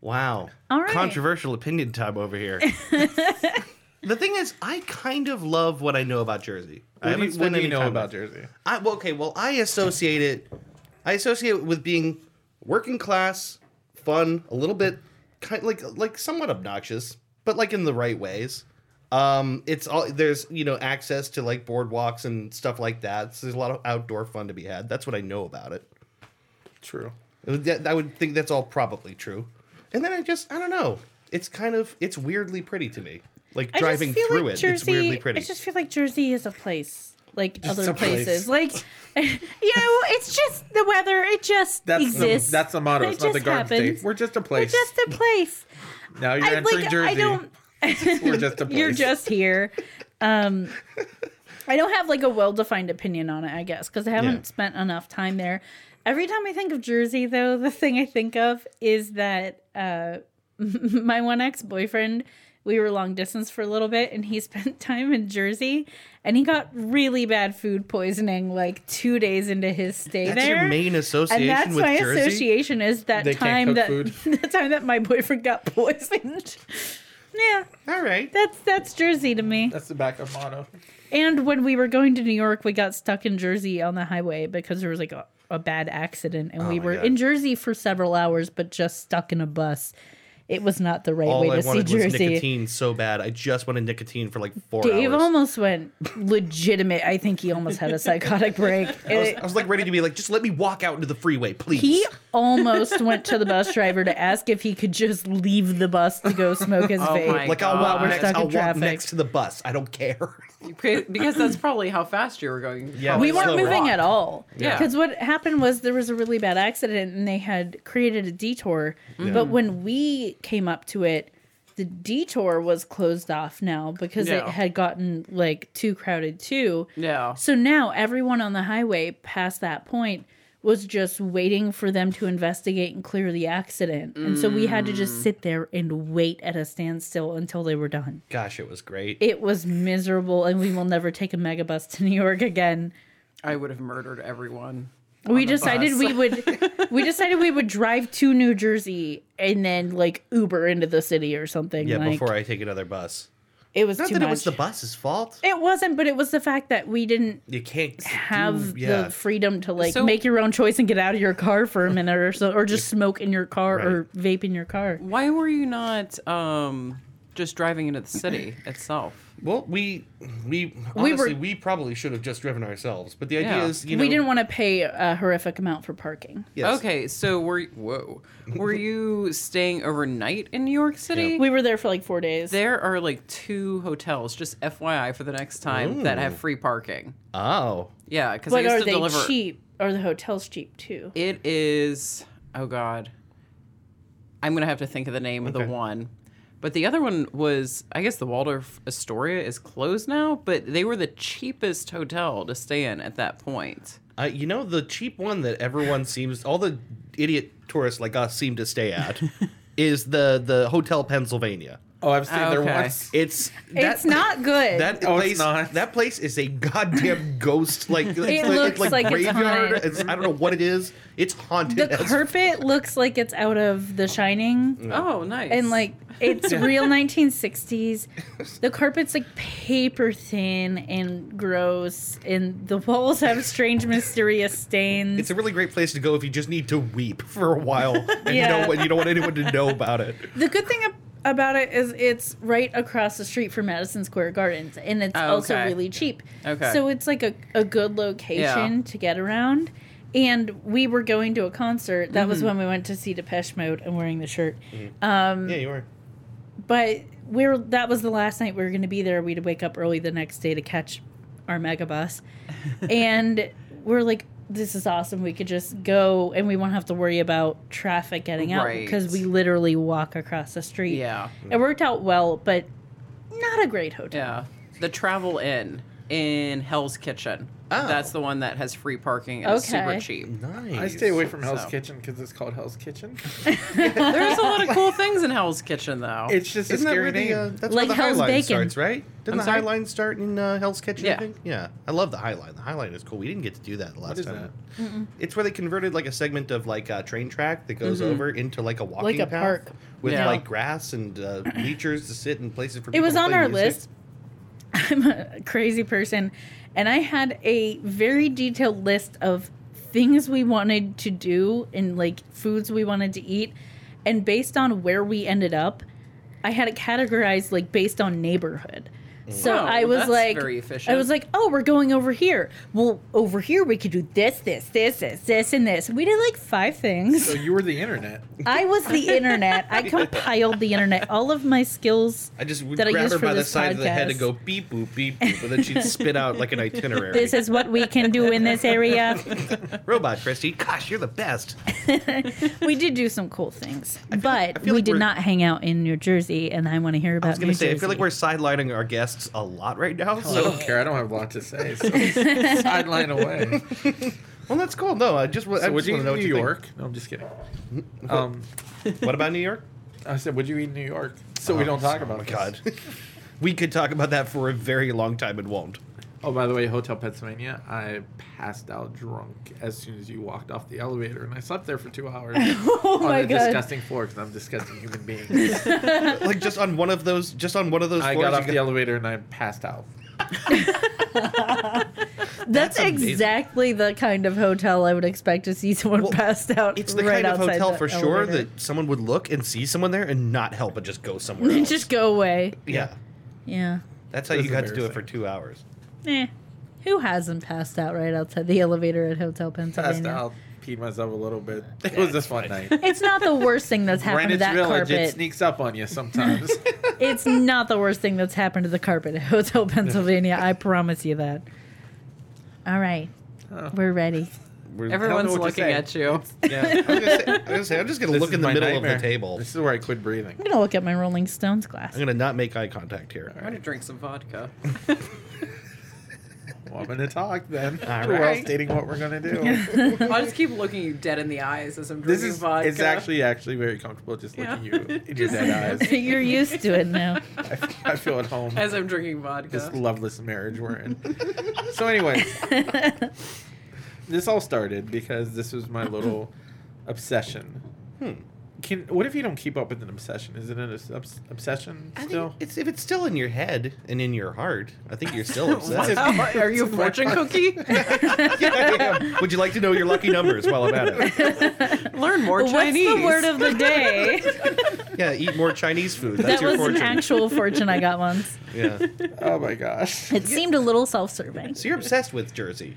Speaker 2: wow.
Speaker 1: All right.
Speaker 2: Controversial opinion time over here. the thing is, I kind of love what I know about Jersey. I
Speaker 4: What do
Speaker 2: haven't
Speaker 4: you,
Speaker 2: spent
Speaker 4: what do you
Speaker 2: any
Speaker 4: know
Speaker 2: time
Speaker 4: about
Speaker 2: there.
Speaker 4: Jersey?
Speaker 2: I, well, okay, well, I associate it. I associate it with being working class, fun, a little bit, kind like like somewhat obnoxious, but like in the right ways. Um, it's all there's you know access to like boardwalks and stuff like that. So there's a lot of outdoor fun to be had. That's what I know about it.
Speaker 4: True.
Speaker 2: It would- that- I would think that's all probably true. And then I just I don't know. It's kind of it's weirdly pretty to me. Like
Speaker 1: I just
Speaker 2: driving
Speaker 1: feel
Speaker 2: through
Speaker 1: like
Speaker 2: it, it's weirdly pretty.
Speaker 1: I just feel like Jersey is a place, like other
Speaker 4: a place.
Speaker 1: places. Like, you know, it's just the weather. It just
Speaker 4: That's the,
Speaker 1: exists.
Speaker 4: that's the motto.
Speaker 1: It
Speaker 4: It's not the
Speaker 1: just
Speaker 4: Garden State.
Speaker 1: happens.
Speaker 4: We're just a
Speaker 1: We're
Speaker 4: place.
Speaker 1: just a place.
Speaker 4: now you're
Speaker 1: I
Speaker 4: entering
Speaker 1: like.
Speaker 4: Jersey.
Speaker 1: I don't.
Speaker 4: We're just a place.
Speaker 1: You're just here. Um, I don't have like a well-defined opinion on it, I guess, because I haven't
Speaker 2: Yeah.
Speaker 1: spent enough time there. Every time I think of Jersey, though, the thing I think of is that uh, my one ex-boyfriend. We were long distance for a little bit, and he spent time in Jersey, and he got really bad food poisoning like two days into his stay
Speaker 2: that's
Speaker 1: there.
Speaker 2: your main association
Speaker 1: and that's
Speaker 2: with
Speaker 1: my
Speaker 2: Jersey.
Speaker 1: association is that
Speaker 4: They can't
Speaker 1: time
Speaker 4: cook
Speaker 1: that
Speaker 4: food.
Speaker 1: the time that my boyfriend got poisoned. yeah,
Speaker 2: All right.
Speaker 1: that's that's Jersey to me.
Speaker 4: That's the backup motto.
Speaker 1: And when we were going to New York, we got stuck in Jersey on the highway because there was like a, a bad accident, and we
Speaker 2: Oh my
Speaker 1: were
Speaker 2: God.
Speaker 1: in Jersey for several hours, but just stuck in a bus. It was not the right
Speaker 2: All
Speaker 1: way
Speaker 2: I
Speaker 1: to see
Speaker 2: wanted was
Speaker 1: Jersey.
Speaker 2: nicotine so bad. I just wanted nicotine for like four
Speaker 1: Dave
Speaker 2: hours.
Speaker 1: almost went legitimate. I think he almost had a psychotic break.
Speaker 2: I was, I was, like ready to be like, just let me walk out into the freeway, please.
Speaker 1: He oh almost went to the bus driver to ask if he could just leave the bus to go smoke his
Speaker 5: Oh
Speaker 1: vape.
Speaker 5: my
Speaker 2: like I'll walk
Speaker 5: God.
Speaker 2: next.
Speaker 1: Stuck in
Speaker 2: I'll walk
Speaker 1: traffic.
Speaker 2: next to the bus. I don't care.
Speaker 5: Because because that's probably how fast you were going.
Speaker 2: Yeah,
Speaker 5: Probably
Speaker 1: we weren't
Speaker 5: Oh, slow
Speaker 1: moving
Speaker 5: walk.
Speaker 1: at all.
Speaker 5: Yeah.
Speaker 1: Because what happened was there was a really bad accident and they had created a detour. But when we came up to it, the detour was closed off now because it
Speaker 5: Yeah.
Speaker 1: had gotten like too crowded too.
Speaker 5: Yeah.
Speaker 1: So now everyone on the highway past that point was just waiting for them to investigate and clear the accident. And so we had to just sit there and wait at a standstill until they were done.
Speaker 2: Gosh, it was great.
Speaker 1: It was miserable and we will never take a megabus to New York again.
Speaker 5: I would have murdered everyone.
Speaker 1: we
Speaker 5: the
Speaker 1: decided
Speaker 5: bus.
Speaker 1: we would we decided we would drive to New Jersey and then like Uber into the city or something.
Speaker 2: yeah,
Speaker 1: like,
Speaker 2: before I take another bus.
Speaker 1: it was
Speaker 2: Not
Speaker 1: too
Speaker 2: that
Speaker 1: much.
Speaker 2: it was the bus's fault.
Speaker 1: It wasn't, but it was the fact that we didn't
Speaker 2: You can't
Speaker 1: have
Speaker 2: do- yeah.
Speaker 1: the freedom to like
Speaker 5: So-
Speaker 1: make your own choice and get out of your car for a minute or so, or just smoke in your car or
Speaker 2: Right.
Speaker 1: vape in your car.
Speaker 5: Why were you not um just driving into the city itself.
Speaker 2: Well, we we
Speaker 1: We
Speaker 2: honestly
Speaker 1: were-
Speaker 2: we, probably should have just driven ourselves, but the idea
Speaker 5: Yeah.
Speaker 2: is you know
Speaker 1: we didn't want to pay a horrific amount for parking.
Speaker 2: yes.
Speaker 5: Okay, so were whoa, were you staying overnight in New York City?
Speaker 1: We were there for like four days.
Speaker 5: There are like two hotels, just FYI for the next time, that have free parking.
Speaker 2: Oh,
Speaker 5: Yeah, because I
Speaker 1: but
Speaker 5: used
Speaker 1: are
Speaker 5: to
Speaker 1: they
Speaker 5: deliver.
Speaker 1: cheap? Are the hotels cheap too?
Speaker 5: It is oh god. I'm gonna have to think of the name of
Speaker 2: Okay.
Speaker 5: the one. But the other one was I guess the Waldorf Astoria is closed now, but they were the cheapest hotel to stay in at that point.
Speaker 2: uh, you know the cheap one that everyone seems all the idiot tourists like us seem to stay at is the the Hotel Pennsylvania.
Speaker 4: Oh, I've stayed there
Speaker 5: Okay.
Speaker 4: once.
Speaker 2: It's that,
Speaker 1: it's not good.
Speaker 2: That
Speaker 4: Oh, it's
Speaker 2: place,
Speaker 4: not.
Speaker 2: that place is a goddamn ghost. Like it's like,
Speaker 1: looks
Speaker 2: it's like,
Speaker 1: like it's
Speaker 2: graveyard.
Speaker 1: haunted.
Speaker 2: It's- I don't know what it is. It's haunted.
Speaker 1: the
Speaker 2: as-
Speaker 1: carpet looks like it's out of The Shining,
Speaker 5: Oh, nice.
Speaker 1: and like it's real 1960s. The carpet's like paper thin and gross, and the walls have strange, mysterious stains.
Speaker 2: it's a really great place to go if you just need to weep for a while and you
Speaker 1: Yeah.
Speaker 2: know what you don't want anyone to know about it.
Speaker 1: The good thing ab- about it is it's right across the street from Madison Square Gardens, and it's
Speaker 5: Oh,
Speaker 1: also
Speaker 5: okay.
Speaker 1: really cheap.
Speaker 5: Okay.
Speaker 1: So it's like a, a good location
Speaker 5: Yeah.
Speaker 1: to get around. And we were going to a concert. That
Speaker 5: Mm-hmm.
Speaker 1: was when we went to see Depeche Mode. I'm wearing the shirt. Um,
Speaker 2: Yeah, you are.
Speaker 1: but we were that was the last night we were going to be there. We'd wake up early the next day to catch our mega bus, and we're like, "This is awesome. We could just go, and we won't have to worry about traffic getting out
Speaker 5: Right.
Speaker 1: because we literally walk across the street."
Speaker 5: Yeah.
Speaker 1: it worked out well, but not a great hotel.
Speaker 5: Yeah. The Travel Inn in Hell's Kitchen.
Speaker 2: Oh.
Speaker 5: That's the one that has free parking and is super
Speaker 1: Okay.
Speaker 5: cheap.
Speaker 2: Nice.
Speaker 4: I stay away from Hell's
Speaker 5: So.
Speaker 4: Kitchen because it's called Hell's Kitchen.
Speaker 5: There's a lot of cool things in Hell's Kitchen though.
Speaker 4: It's just
Speaker 2: Isn't
Speaker 4: a
Speaker 2: that
Speaker 4: scary
Speaker 2: where the,
Speaker 4: name.
Speaker 2: uh, that's where
Speaker 1: Like
Speaker 2: the High
Speaker 1: Hell's
Speaker 2: Line
Speaker 1: Bacon.
Speaker 2: starts, right? Didn't
Speaker 5: I'm
Speaker 2: the
Speaker 5: sorry?
Speaker 2: High Line start in uh, Hell's Kitchen? I
Speaker 5: Yeah.
Speaker 2: think? yeah. I love the High Line. The High Line is cool. We didn't get to do that the last
Speaker 4: is
Speaker 2: time. It's where they converted like a segment of like a train track that goes
Speaker 1: Mm-hmm.
Speaker 2: over into like a walking
Speaker 1: a
Speaker 2: path
Speaker 1: park.
Speaker 2: with
Speaker 5: Yeah.
Speaker 2: like grass and uh, bleachers to sit and places for.
Speaker 1: It
Speaker 2: people
Speaker 1: was
Speaker 2: to
Speaker 1: on
Speaker 2: play
Speaker 1: our
Speaker 2: music.
Speaker 1: list. I'm a crazy person, and I had a very detailed list of things we wanted to do and like foods we wanted to eat, and based on where we ended up, I had it categorized like based on neighborhood. So
Speaker 5: Wow,
Speaker 1: I was
Speaker 5: that's
Speaker 1: like,
Speaker 5: very
Speaker 1: I
Speaker 5: efficient.
Speaker 1: was like, oh, we're going over here. Well, over here we could do this, this, this, this, this, and this. We did like five
Speaker 2: uh,
Speaker 1: things.
Speaker 4: So you were the internet.
Speaker 1: I was the internet. I compiled the internet. All of my skills.
Speaker 2: I just would
Speaker 1: that I
Speaker 2: grab
Speaker 1: used
Speaker 2: her
Speaker 1: for
Speaker 2: by the
Speaker 1: this
Speaker 2: side of the head and
Speaker 1: podcast.
Speaker 2: go beep boop beep boop, and then she'd spit out like an itinerary.
Speaker 1: This is what we can do in this area.
Speaker 2: Robot Christy, gosh, you're the best.
Speaker 1: We did do some cool things, but
Speaker 2: feel
Speaker 1: we
Speaker 2: like
Speaker 1: did
Speaker 2: we're-
Speaker 1: not hang out in New Jersey, and I want to hear about.
Speaker 2: I was gonna
Speaker 1: New
Speaker 2: say, I
Speaker 1: Jersey.
Speaker 2: feel like we're sidelining our guests a lot right now.
Speaker 4: I
Speaker 2: So,
Speaker 4: don't care. I don't have a lot to say. So sideline away.
Speaker 2: well, that's cool. No, I just, wa- I
Speaker 4: So would
Speaker 2: just
Speaker 4: you
Speaker 2: want to
Speaker 4: eat in
Speaker 2: know
Speaker 4: New
Speaker 2: what you Mm-hmm.
Speaker 4: York? No, I'm just kidding. Um,
Speaker 2: Think. What about New York?
Speaker 4: I said, would you eat in New York? So we don't talk about.
Speaker 2: Oh my
Speaker 4: this.
Speaker 2: god, we could talk about that for a very long time and won't.
Speaker 4: Oh, by the way, Hotel Pennsylvania. I passed out drunk as soon as you walked off the elevator, and I slept there for two hours
Speaker 1: Oh
Speaker 4: on
Speaker 1: my
Speaker 4: a
Speaker 1: god!
Speaker 4: disgusting floor because I'm a disgusting human being.
Speaker 2: like just on one of those, just on one of those.
Speaker 4: I
Speaker 2: floors,
Speaker 4: got
Speaker 2: you
Speaker 4: off the elevator and I passed out.
Speaker 1: That's,
Speaker 2: That's amazing.
Speaker 1: exactly the kind of hotel I would expect to see someone
Speaker 2: Well,
Speaker 1: passed out.
Speaker 2: It's the
Speaker 1: right
Speaker 2: kind of
Speaker 1: outside
Speaker 2: hotel
Speaker 1: the
Speaker 2: for sure
Speaker 1: elevator.
Speaker 2: that someone would look and see someone there and not help but just go somewhere else.
Speaker 1: just go away.
Speaker 2: yeah.
Speaker 1: Yeah.
Speaker 2: That's how
Speaker 4: That's
Speaker 2: you got to do it for
Speaker 4: embarrassing.
Speaker 2: two hours.
Speaker 1: Eh. Who hasn't passed out right outside the elevator at Hotel
Speaker 4: Passed
Speaker 1: Pennsylvania?
Speaker 4: out, peed myself a little bit. It was just one night.
Speaker 1: It's not the worst thing that's happened to
Speaker 4: Greenwich
Speaker 1: that
Speaker 4: Village, it
Speaker 1: carpet.
Speaker 4: sneaks up on you sometimes.
Speaker 1: It's not the worst thing that's happened to the carpet at Hotel Pennsylvania. I promise you that. All right,
Speaker 4: Huh.
Speaker 1: we're ready.
Speaker 2: We're,
Speaker 5: Everyone's
Speaker 4: what to
Speaker 5: looking
Speaker 4: say.
Speaker 5: at you.
Speaker 4: yeah.
Speaker 2: I was gonna say, I was gonna say, I'm just gonna
Speaker 4: This
Speaker 2: look
Speaker 4: is
Speaker 2: in the
Speaker 4: my
Speaker 2: middle
Speaker 4: nightmare.
Speaker 2: of the table.
Speaker 4: This is where I quit breathing.
Speaker 1: I'm gonna look at my Rolling Stones glass.
Speaker 2: I'm gonna not make eye contact
Speaker 5: I'm
Speaker 2: here.
Speaker 5: gonna drink some vodka.
Speaker 4: Well, I'm going to talk then.
Speaker 2: All
Speaker 4: We're all
Speaker 2: right.
Speaker 4: stating what we're going to do.
Speaker 5: I'll just keep looking you dead in the eyes as I'm drinking
Speaker 4: this is
Speaker 5: vodka.
Speaker 4: it's actually actually very comfortable just
Speaker 5: Yeah.
Speaker 4: looking you in your
Speaker 5: Just-
Speaker 4: dead eyes.
Speaker 1: You're used to it now.
Speaker 4: I, I feel at home.
Speaker 5: as I'm drinking
Speaker 4: this
Speaker 5: vodka.
Speaker 4: loveless marriage we're in. so, anyways, this all started because this was my little obsession.
Speaker 2: Hmm.
Speaker 4: Can what if you don't keep up with an obsession? Is it an obs- obsession
Speaker 2: I
Speaker 4: still?
Speaker 2: think it's if it's still in your head and in your heart, I think you're still obsessed.
Speaker 5: Wow, Are you a fortune cookie?
Speaker 2: Would you like to know your lucky numbers while I'm at it?
Speaker 5: Learn more
Speaker 1: What's
Speaker 5: Chinese.
Speaker 1: the word of the day?
Speaker 2: Yeah, eat more Chinese food.
Speaker 1: that
Speaker 2: That's your
Speaker 1: was
Speaker 2: fortune.
Speaker 1: an actual fortune I got once.
Speaker 2: yeah.
Speaker 4: Oh my gosh.
Speaker 1: It seemed a little self-serving.
Speaker 2: So you're obsessed with Jersey.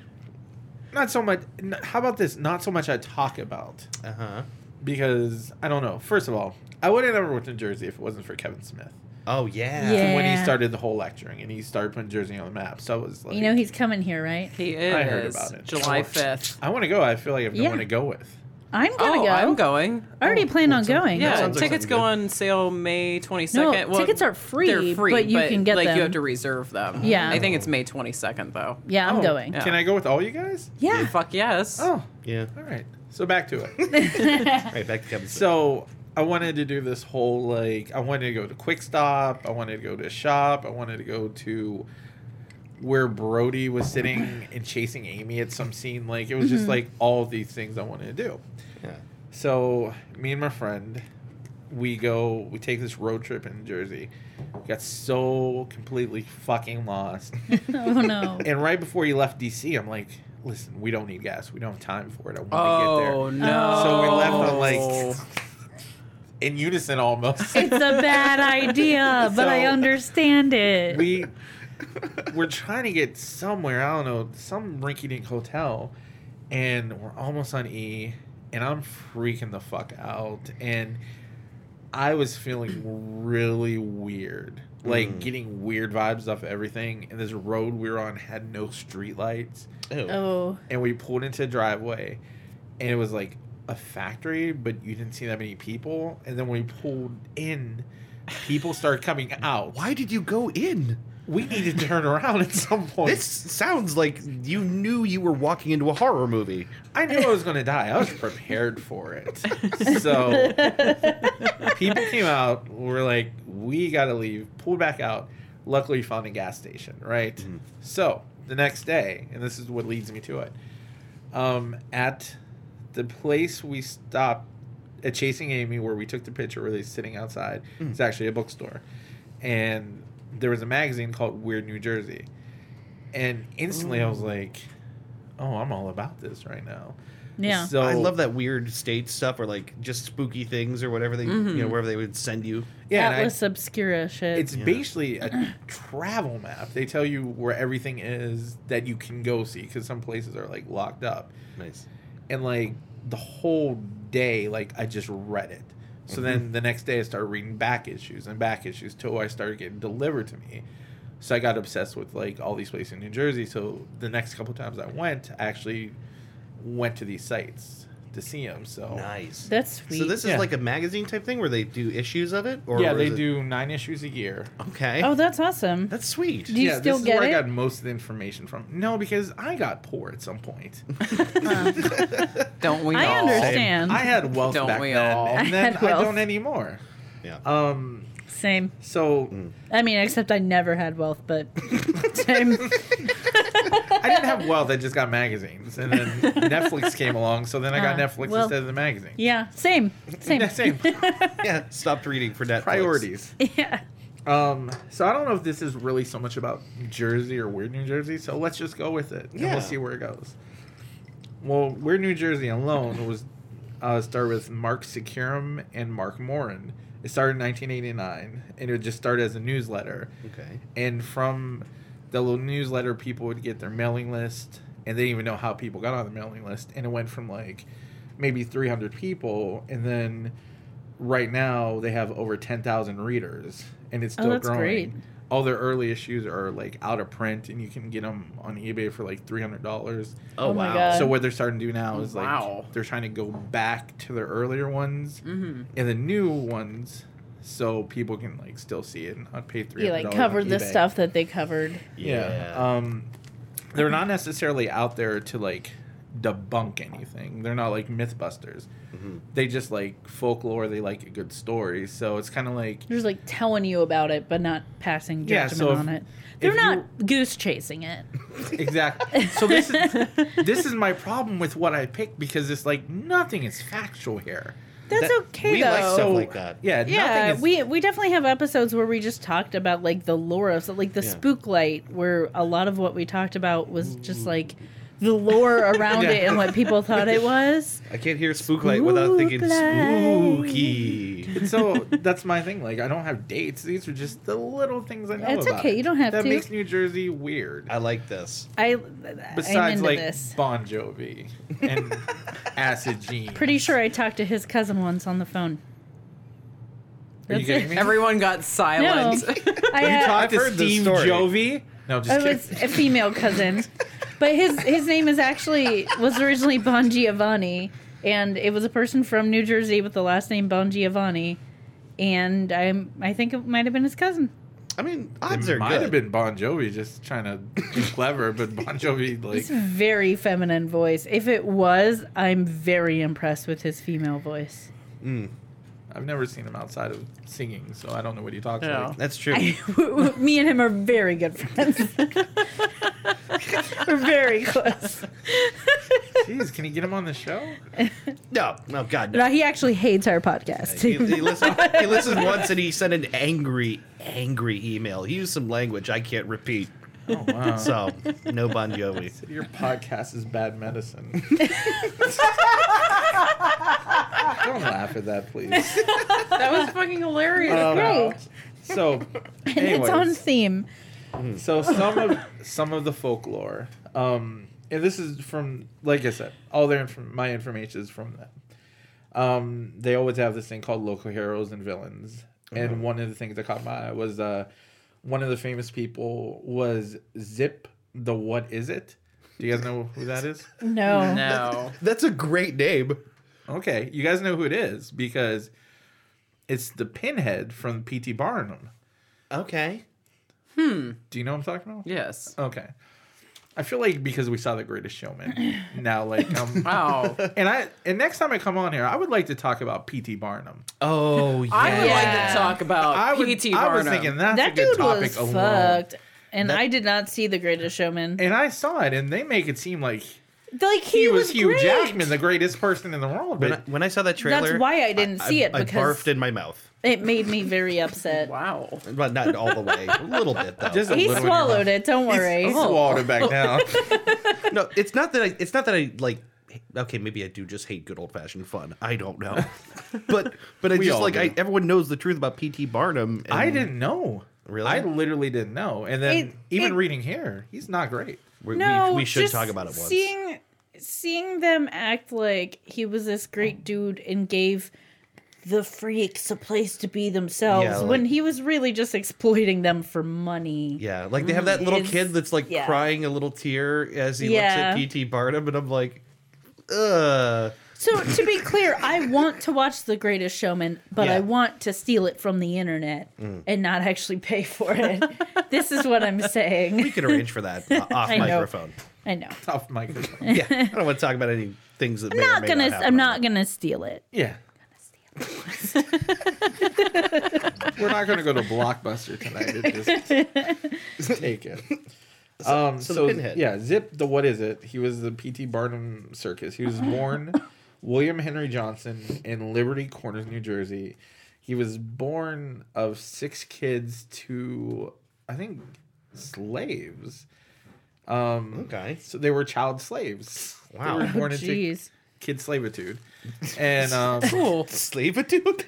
Speaker 4: Not so much. n- How about this? Not so much I talk about
Speaker 2: Uh huh.
Speaker 4: because I don't know. First of all, I would have never went to Jersey if it wasn't for Kevin Smith
Speaker 2: Oh yeah.
Speaker 1: Yeah.
Speaker 4: when he started the whole lecturing and he started putting Jersey on the map. So I was like,
Speaker 1: You know he's coming here, right?
Speaker 5: He is.
Speaker 4: I heard about it.
Speaker 5: July
Speaker 4: Of course.
Speaker 5: 5th.
Speaker 4: I want to go. I feel like I have no
Speaker 1: Yeah.
Speaker 4: one to go with.
Speaker 1: I'm gonna
Speaker 5: Oh,
Speaker 1: go.
Speaker 5: I'm going.
Speaker 1: I already plan on going.
Speaker 5: Yeah,
Speaker 2: sounds like
Speaker 5: tickets
Speaker 2: something
Speaker 5: go
Speaker 2: good.
Speaker 5: on sale May 22nd.
Speaker 1: No, tickets are free,
Speaker 5: They're free,
Speaker 1: but you can get
Speaker 5: like,
Speaker 1: them.
Speaker 5: you have to reserve them.
Speaker 1: Yeah.
Speaker 5: I think it's May 22nd, though.
Speaker 1: Yeah, I'm
Speaker 4: Oh,
Speaker 1: going.
Speaker 5: yeah.
Speaker 4: Can I go with all you guys?
Speaker 1: Yeah.
Speaker 5: Fuck yes.
Speaker 4: Oh,
Speaker 2: Yeah.
Speaker 4: all right. So back to it.
Speaker 2: All right, back to Kevin. Smith.
Speaker 4: So I wanted to do this whole like I wanted to go to Quick Stop, I wanted to go to a shop, I wanted to go to where Brody was sitting and chasing Amy at some scene. Like it was just like all these things I wanted to do.
Speaker 2: yeah.
Speaker 4: So me and my friend, we go we take this road trip in Jersey. We got so completely fucking lost.
Speaker 1: oh no.
Speaker 4: and right before he left DC, I'm like, listen, we don't need gas. We don't have time for it. I want to get there.
Speaker 5: Oh, no.
Speaker 4: So we left on like in unison almost.
Speaker 1: It's a bad idea, but I
Speaker 4: So-
Speaker 1: understand it.
Speaker 4: we we're trying to get somewhere. I don't know some rinky-dink hotel, and we're almost on E, and I'm freaking the fuck out, and I was feeling really weird, like
Speaker 2: Mm.
Speaker 4: getting weird vibes off everything. And this road we were on had no streetlights,
Speaker 2: Ew.
Speaker 1: oh.
Speaker 4: and we pulled into a driveway, and it was like a factory, but you didn't see that many people. And then when we pulled in. People started coming out.
Speaker 2: Why did you go in?
Speaker 4: We need to turn around at some point.
Speaker 2: This sounds like you knew you were walking into a horror movie.
Speaker 4: I knew I was going to die. I was prepared for it. So people came out, were like, we got to leave, pull back out. Luckily, we found a gas station, right?
Speaker 2: Mm-hmm.
Speaker 4: So the next day, and this is what leads me to it, um, at the place we stopped at Chasing Amy, where we took the picture where they're sitting outside,
Speaker 2: Mm.
Speaker 4: it's actually a bookstore. And there was a magazine called Weird New Jersey. And instantly I was like, oh, I'm all about this right now.
Speaker 1: Yeah.
Speaker 4: So
Speaker 2: I love that weird state stuff or like just spooky things or whatever they
Speaker 1: Mm-hmm.
Speaker 2: you know wherever they would send you.
Speaker 4: Yeah, and I-
Speaker 1: Atlas Obscura shit.
Speaker 4: it's basically a travel map. They tell you where everything is that you can go see because some places are like locked up.
Speaker 2: Nice.
Speaker 4: And like the whole day, like I just read it. So
Speaker 2: Mm-hmm.
Speaker 4: then the next day, I started reading back issues and back issues till I started getting delivered to me. So I got obsessed with like all these places in New Jersey. So the next couple times I went, I actually went to these sites to see them. So
Speaker 2: Nice.
Speaker 1: That's sweet.
Speaker 2: Oh. so this is
Speaker 4: Yeah.
Speaker 2: like a magazine type thing where they do issues of it, or
Speaker 4: yeah,
Speaker 2: or
Speaker 4: they
Speaker 2: is it-
Speaker 4: do nine issues a year.
Speaker 2: Okay,
Speaker 1: oh, that's awesome.
Speaker 2: that's sweet.
Speaker 1: Do you
Speaker 4: yeah,
Speaker 1: still
Speaker 4: this
Speaker 1: get
Speaker 4: is where
Speaker 1: it?
Speaker 4: I got most of the information from. No, because I got poor at some point.
Speaker 5: Don't we
Speaker 1: I
Speaker 5: all?
Speaker 1: understand.
Speaker 4: I had wealth
Speaker 5: Don't
Speaker 4: back
Speaker 5: we
Speaker 4: then,
Speaker 5: all?
Speaker 4: and then
Speaker 1: I had
Speaker 4: I,
Speaker 1: wealth.
Speaker 4: don't anymore.
Speaker 2: yeah.
Speaker 4: Um,
Speaker 1: Same.
Speaker 4: so
Speaker 5: Mm.
Speaker 1: I mean, except I never had wealth, but same.
Speaker 4: I didn't have wealth. I just got magazines, and then Netflix came along. So then I got
Speaker 1: Ah,
Speaker 4: Netflix
Speaker 1: well,
Speaker 4: instead of the magazine.
Speaker 1: Yeah, same. Same.
Speaker 4: Yeah, same
Speaker 2: yeah. Stopped reading for Netflix.
Speaker 4: priorities.
Speaker 1: Yeah.
Speaker 4: Um, so I don't know if this is really so much about Jersey or Weird New Jersey. So let's just go with it. And
Speaker 2: Yeah.
Speaker 4: we'll see where it goes. Well, Weird New Jersey alone was uh, started with Mark Securum and Mark Morin. It started in 1989, and it just started as a newsletter.
Speaker 2: Okay.
Speaker 4: And from the little newsletter, people would get their mailing list, and they didn't even know how people got on the mailing list. And it went from like maybe 300 people, and then right now they have over 10,000 readers, and it's
Speaker 1: Oh,
Speaker 4: still
Speaker 1: that's
Speaker 4: growing.
Speaker 1: great.
Speaker 4: All their early issues are like out of print, and you can get them on eBay for like $300.
Speaker 2: Oh,
Speaker 1: Oh my
Speaker 2: wow.
Speaker 1: God.
Speaker 4: So what they're starting to do
Speaker 1: Oh,
Speaker 4: now is like
Speaker 5: Wow.
Speaker 4: they're trying to go back to their earlier ones
Speaker 1: Mm-hmm.
Speaker 4: and the new ones, so people can like still see it and not pay three.
Speaker 1: You like covered the stuff that they covered.
Speaker 4: Yeah. Um, they're not necessarily out there to like debunk anything. They're not like MythBusters. They just like folklore. They like a good story. So it's kind of like
Speaker 1: They're just like telling you about it, but not passing
Speaker 4: Yeah,
Speaker 1: judgment
Speaker 4: so if-
Speaker 1: on it. They're
Speaker 4: if
Speaker 1: not goose chasing it.
Speaker 4: exactly. so this is this is my problem with what I picked because it's like nothing is factual here.
Speaker 1: That's
Speaker 2: That-
Speaker 1: okay
Speaker 2: we
Speaker 1: though.
Speaker 2: like stuff like that.
Speaker 4: Yeah.
Speaker 1: Yeah,
Speaker 4: nothing is,
Speaker 1: we we definitely have episodes where we just talked about like the lore of so, like the
Speaker 2: Yeah.
Speaker 1: spook light, where a lot of what we talked about was just like the lore around
Speaker 4: Mm. Yeah.
Speaker 1: it and what people thought it was.
Speaker 2: I can't hear spook light without thinking
Speaker 1: Spook light.
Speaker 2: spooky.
Speaker 4: And so that's my thing. Like I don't have dates. These are just the little things I know
Speaker 1: It's
Speaker 4: about
Speaker 1: okay,
Speaker 4: it.
Speaker 1: you don't have
Speaker 4: that
Speaker 1: to.
Speaker 4: makes New Jersey weird.
Speaker 2: I like this.
Speaker 1: I I'm
Speaker 4: Besides
Speaker 1: into
Speaker 4: like
Speaker 1: this.
Speaker 4: Bon Jovi and Acid Gene.
Speaker 1: Pretty sure I talked to his cousin once on the phone.
Speaker 4: Are
Speaker 1: That's
Speaker 4: you kidding
Speaker 1: it.
Speaker 4: me?
Speaker 5: Everyone got silent.
Speaker 1: I,
Speaker 4: you
Speaker 1: uh,
Speaker 4: talked
Speaker 2: I've
Speaker 4: to
Speaker 2: heard this
Speaker 4: Steve
Speaker 2: story.
Speaker 4: Jovi? No, just
Speaker 1: It
Speaker 4: kidding.
Speaker 1: was Oh, a female cousin, but his his name is actually was originally Bon Giovanni, and it was a person from New Jersey with the last name Bon Giovanni, and I am I think it might have been his cousin.
Speaker 2: I mean,
Speaker 4: It
Speaker 2: odds are
Speaker 4: might
Speaker 2: good.
Speaker 4: have been Bon Jovi just trying to be clever, but Bon Jovi like
Speaker 1: It's a very feminine voice. If it was, I'm very impressed with his female voice.
Speaker 4: I've never seen him outside of singing, so I don't know what he talks
Speaker 5: Yeah.
Speaker 4: like.
Speaker 2: That's true.
Speaker 1: I, me and him are very good friends. We're very close.
Speaker 4: Jeez, can you get him on the show?
Speaker 2: no, no, God, no.
Speaker 1: No, uh, he actually hates our podcast.
Speaker 2: He, he, listened, he listened once and he sent an angry, angry email. He used some language I can't repeat.
Speaker 4: Oh wow.
Speaker 2: So, no Bon Jovi.
Speaker 4: Your podcast is bad medicine. Don't laugh at that, please.
Speaker 5: that was fucking hilarious.
Speaker 4: Um,
Speaker 1: great.
Speaker 4: So,
Speaker 1: And it's on
Speaker 4: anyways,
Speaker 1: theme.
Speaker 4: so some of some of the folklore, um, and this is from, like I said, all their inf- my information is from them. Um, they always have this thing called local heroes and villains, and one of the things that caught my eye was uh, one of the famous people was Zip the What Is It? Do you guys know who that is?
Speaker 1: No.
Speaker 5: No.
Speaker 2: That's a great name.
Speaker 4: Okay, you guys know who it is because it's the pinhead from P.T. Barnum.
Speaker 2: Okay.
Speaker 4: Do you know what I'm talking about?
Speaker 5: Yes.
Speaker 4: Okay. I feel like because we saw The Greatest Showman, now like um,
Speaker 5: Wow.
Speaker 4: and I and next time I come on here, I would like to talk about P.T. Barnum.
Speaker 2: Oh, yeah.
Speaker 5: I would like
Speaker 1: Yeah.
Speaker 5: to talk
Speaker 4: I
Speaker 5: about
Speaker 4: would,
Speaker 5: P.T.
Speaker 4: I
Speaker 5: Barnum.
Speaker 4: was thinking that's a
Speaker 1: that
Speaker 4: good
Speaker 1: dude
Speaker 4: topic
Speaker 1: was
Speaker 4: alone.
Speaker 1: fucked. And
Speaker 2: That-
Speaker 1: I did not see The Greatest Showman.
Speaker 4: And I saw it, and they make it seem like
Speaker 1: like he,
Speaker 4: he, was, Hugh
Speaker 1: great.
Speaker 4: Jackman, the greatest person in the world.
Speaker 2: when, I,
Speaker 4: But
Speaker 2: when I saw that trailer,
Speaker 1: That's why I didn't see it
Speaker 2: I
Speaker 1: because
Speaker 2: barfed in my mouth.
Speaker 1: it made me very upset.
Speaker 5: wow.
Speaker 2: Well, not all the way. A little bit though.
Speaker 4: Just a
Speaker 1: He
Speaker 4: Little in your
Speaker 1: swallowed
Speaker 4: mouth.
Speaker 1: it. Don't worry. Oh.
Speaker 4: he swallowed it back down.
Speaker 2: no, it's not that I. It's not that I like. Okay, maybe I do just hate good old fashioned fun. I don't know, but but I
Speaker 4: We
Speaker 2: just
Speaker 4: all
Speaker 2: like I,
Speaker 4: do.
Speaker 2: everyone knows the truth about P.T. Barnum. and
Speaker 4: I didn't know.
Speaker 2: Really?
Speaker 4: I literally didn't know. And then
Speaker 1: It-
Speaker 4: even
Speaker 1: it-
Speaker 4: reading here, he's not great.
Speaker 2: We,
Speaker 1: no,
Speaker 2: we, we should
Speaker 1: just
Speaker 2: talk about it once.
Speaker 1: Seeing seeing them act like he was this great dude and gave the freaks a place to be themselves
Speaker 2: Yeah, like-
Speaker 1: when he was really just exploiting them for money.
Speaker 2: yeah, like they have that little
Speaker 1: It's-
Speaker 2: kid that's like
Speaker 1: yeah.
Speaker 2: crying a little tear as he looks
Speaker 1: Yeah.
Speaker 2: at P.T. Barnum, and I'm like, ugh.
Speaker 1: So to be clear, I want to watch The Greatest Showman, but
Speaker 2: Yeah. Mm.
Speaker 1: I want to steal it from the internet and not actually pay for it. this is what I'm
Speaker 2: We
Speaker 1: saying.
Speaker 2: can arrange for that o- off
Speaker 1: I know.
Speaker 2: microphone.
Speaker 1: I know.
Speaker 4: Tough microphone.
Speaker 2: Yeah, I don't want to talk about any things that. may
Speaker 1: I'm
Speaker 2: or
Speaker 1: not
Speaker 2: may
Speaker 1: gonna.
Speaker 2: happen
Speaker 1: I'm
Speaker 2: on
Speaker 1: not gonna steal it.
Speaker 4: Yeah. We're not going to go to Blockbuster tonight. It just take it. Um,
Speaker 2: so
Speaker 4: so,
Speaker 2: the Pinhead.
Speaker 4: yeah, Zip the what is it? He was the P.T. Barnum Circus. He was born William Henry Johnson in Liberty Corners, New Jersey. He was born of six kids to, I think, slaves. Um,
Speaker 2: Okay.
Speaker 4: so they were child slaves.
Speaker 2: Wow.
Speaker 4: They were born into
Speaker 1: Oh, Jeez.
Speaker 4: kid slavitude, and um,
Speaker 5: Cool.
Speaker 2: Slavitude.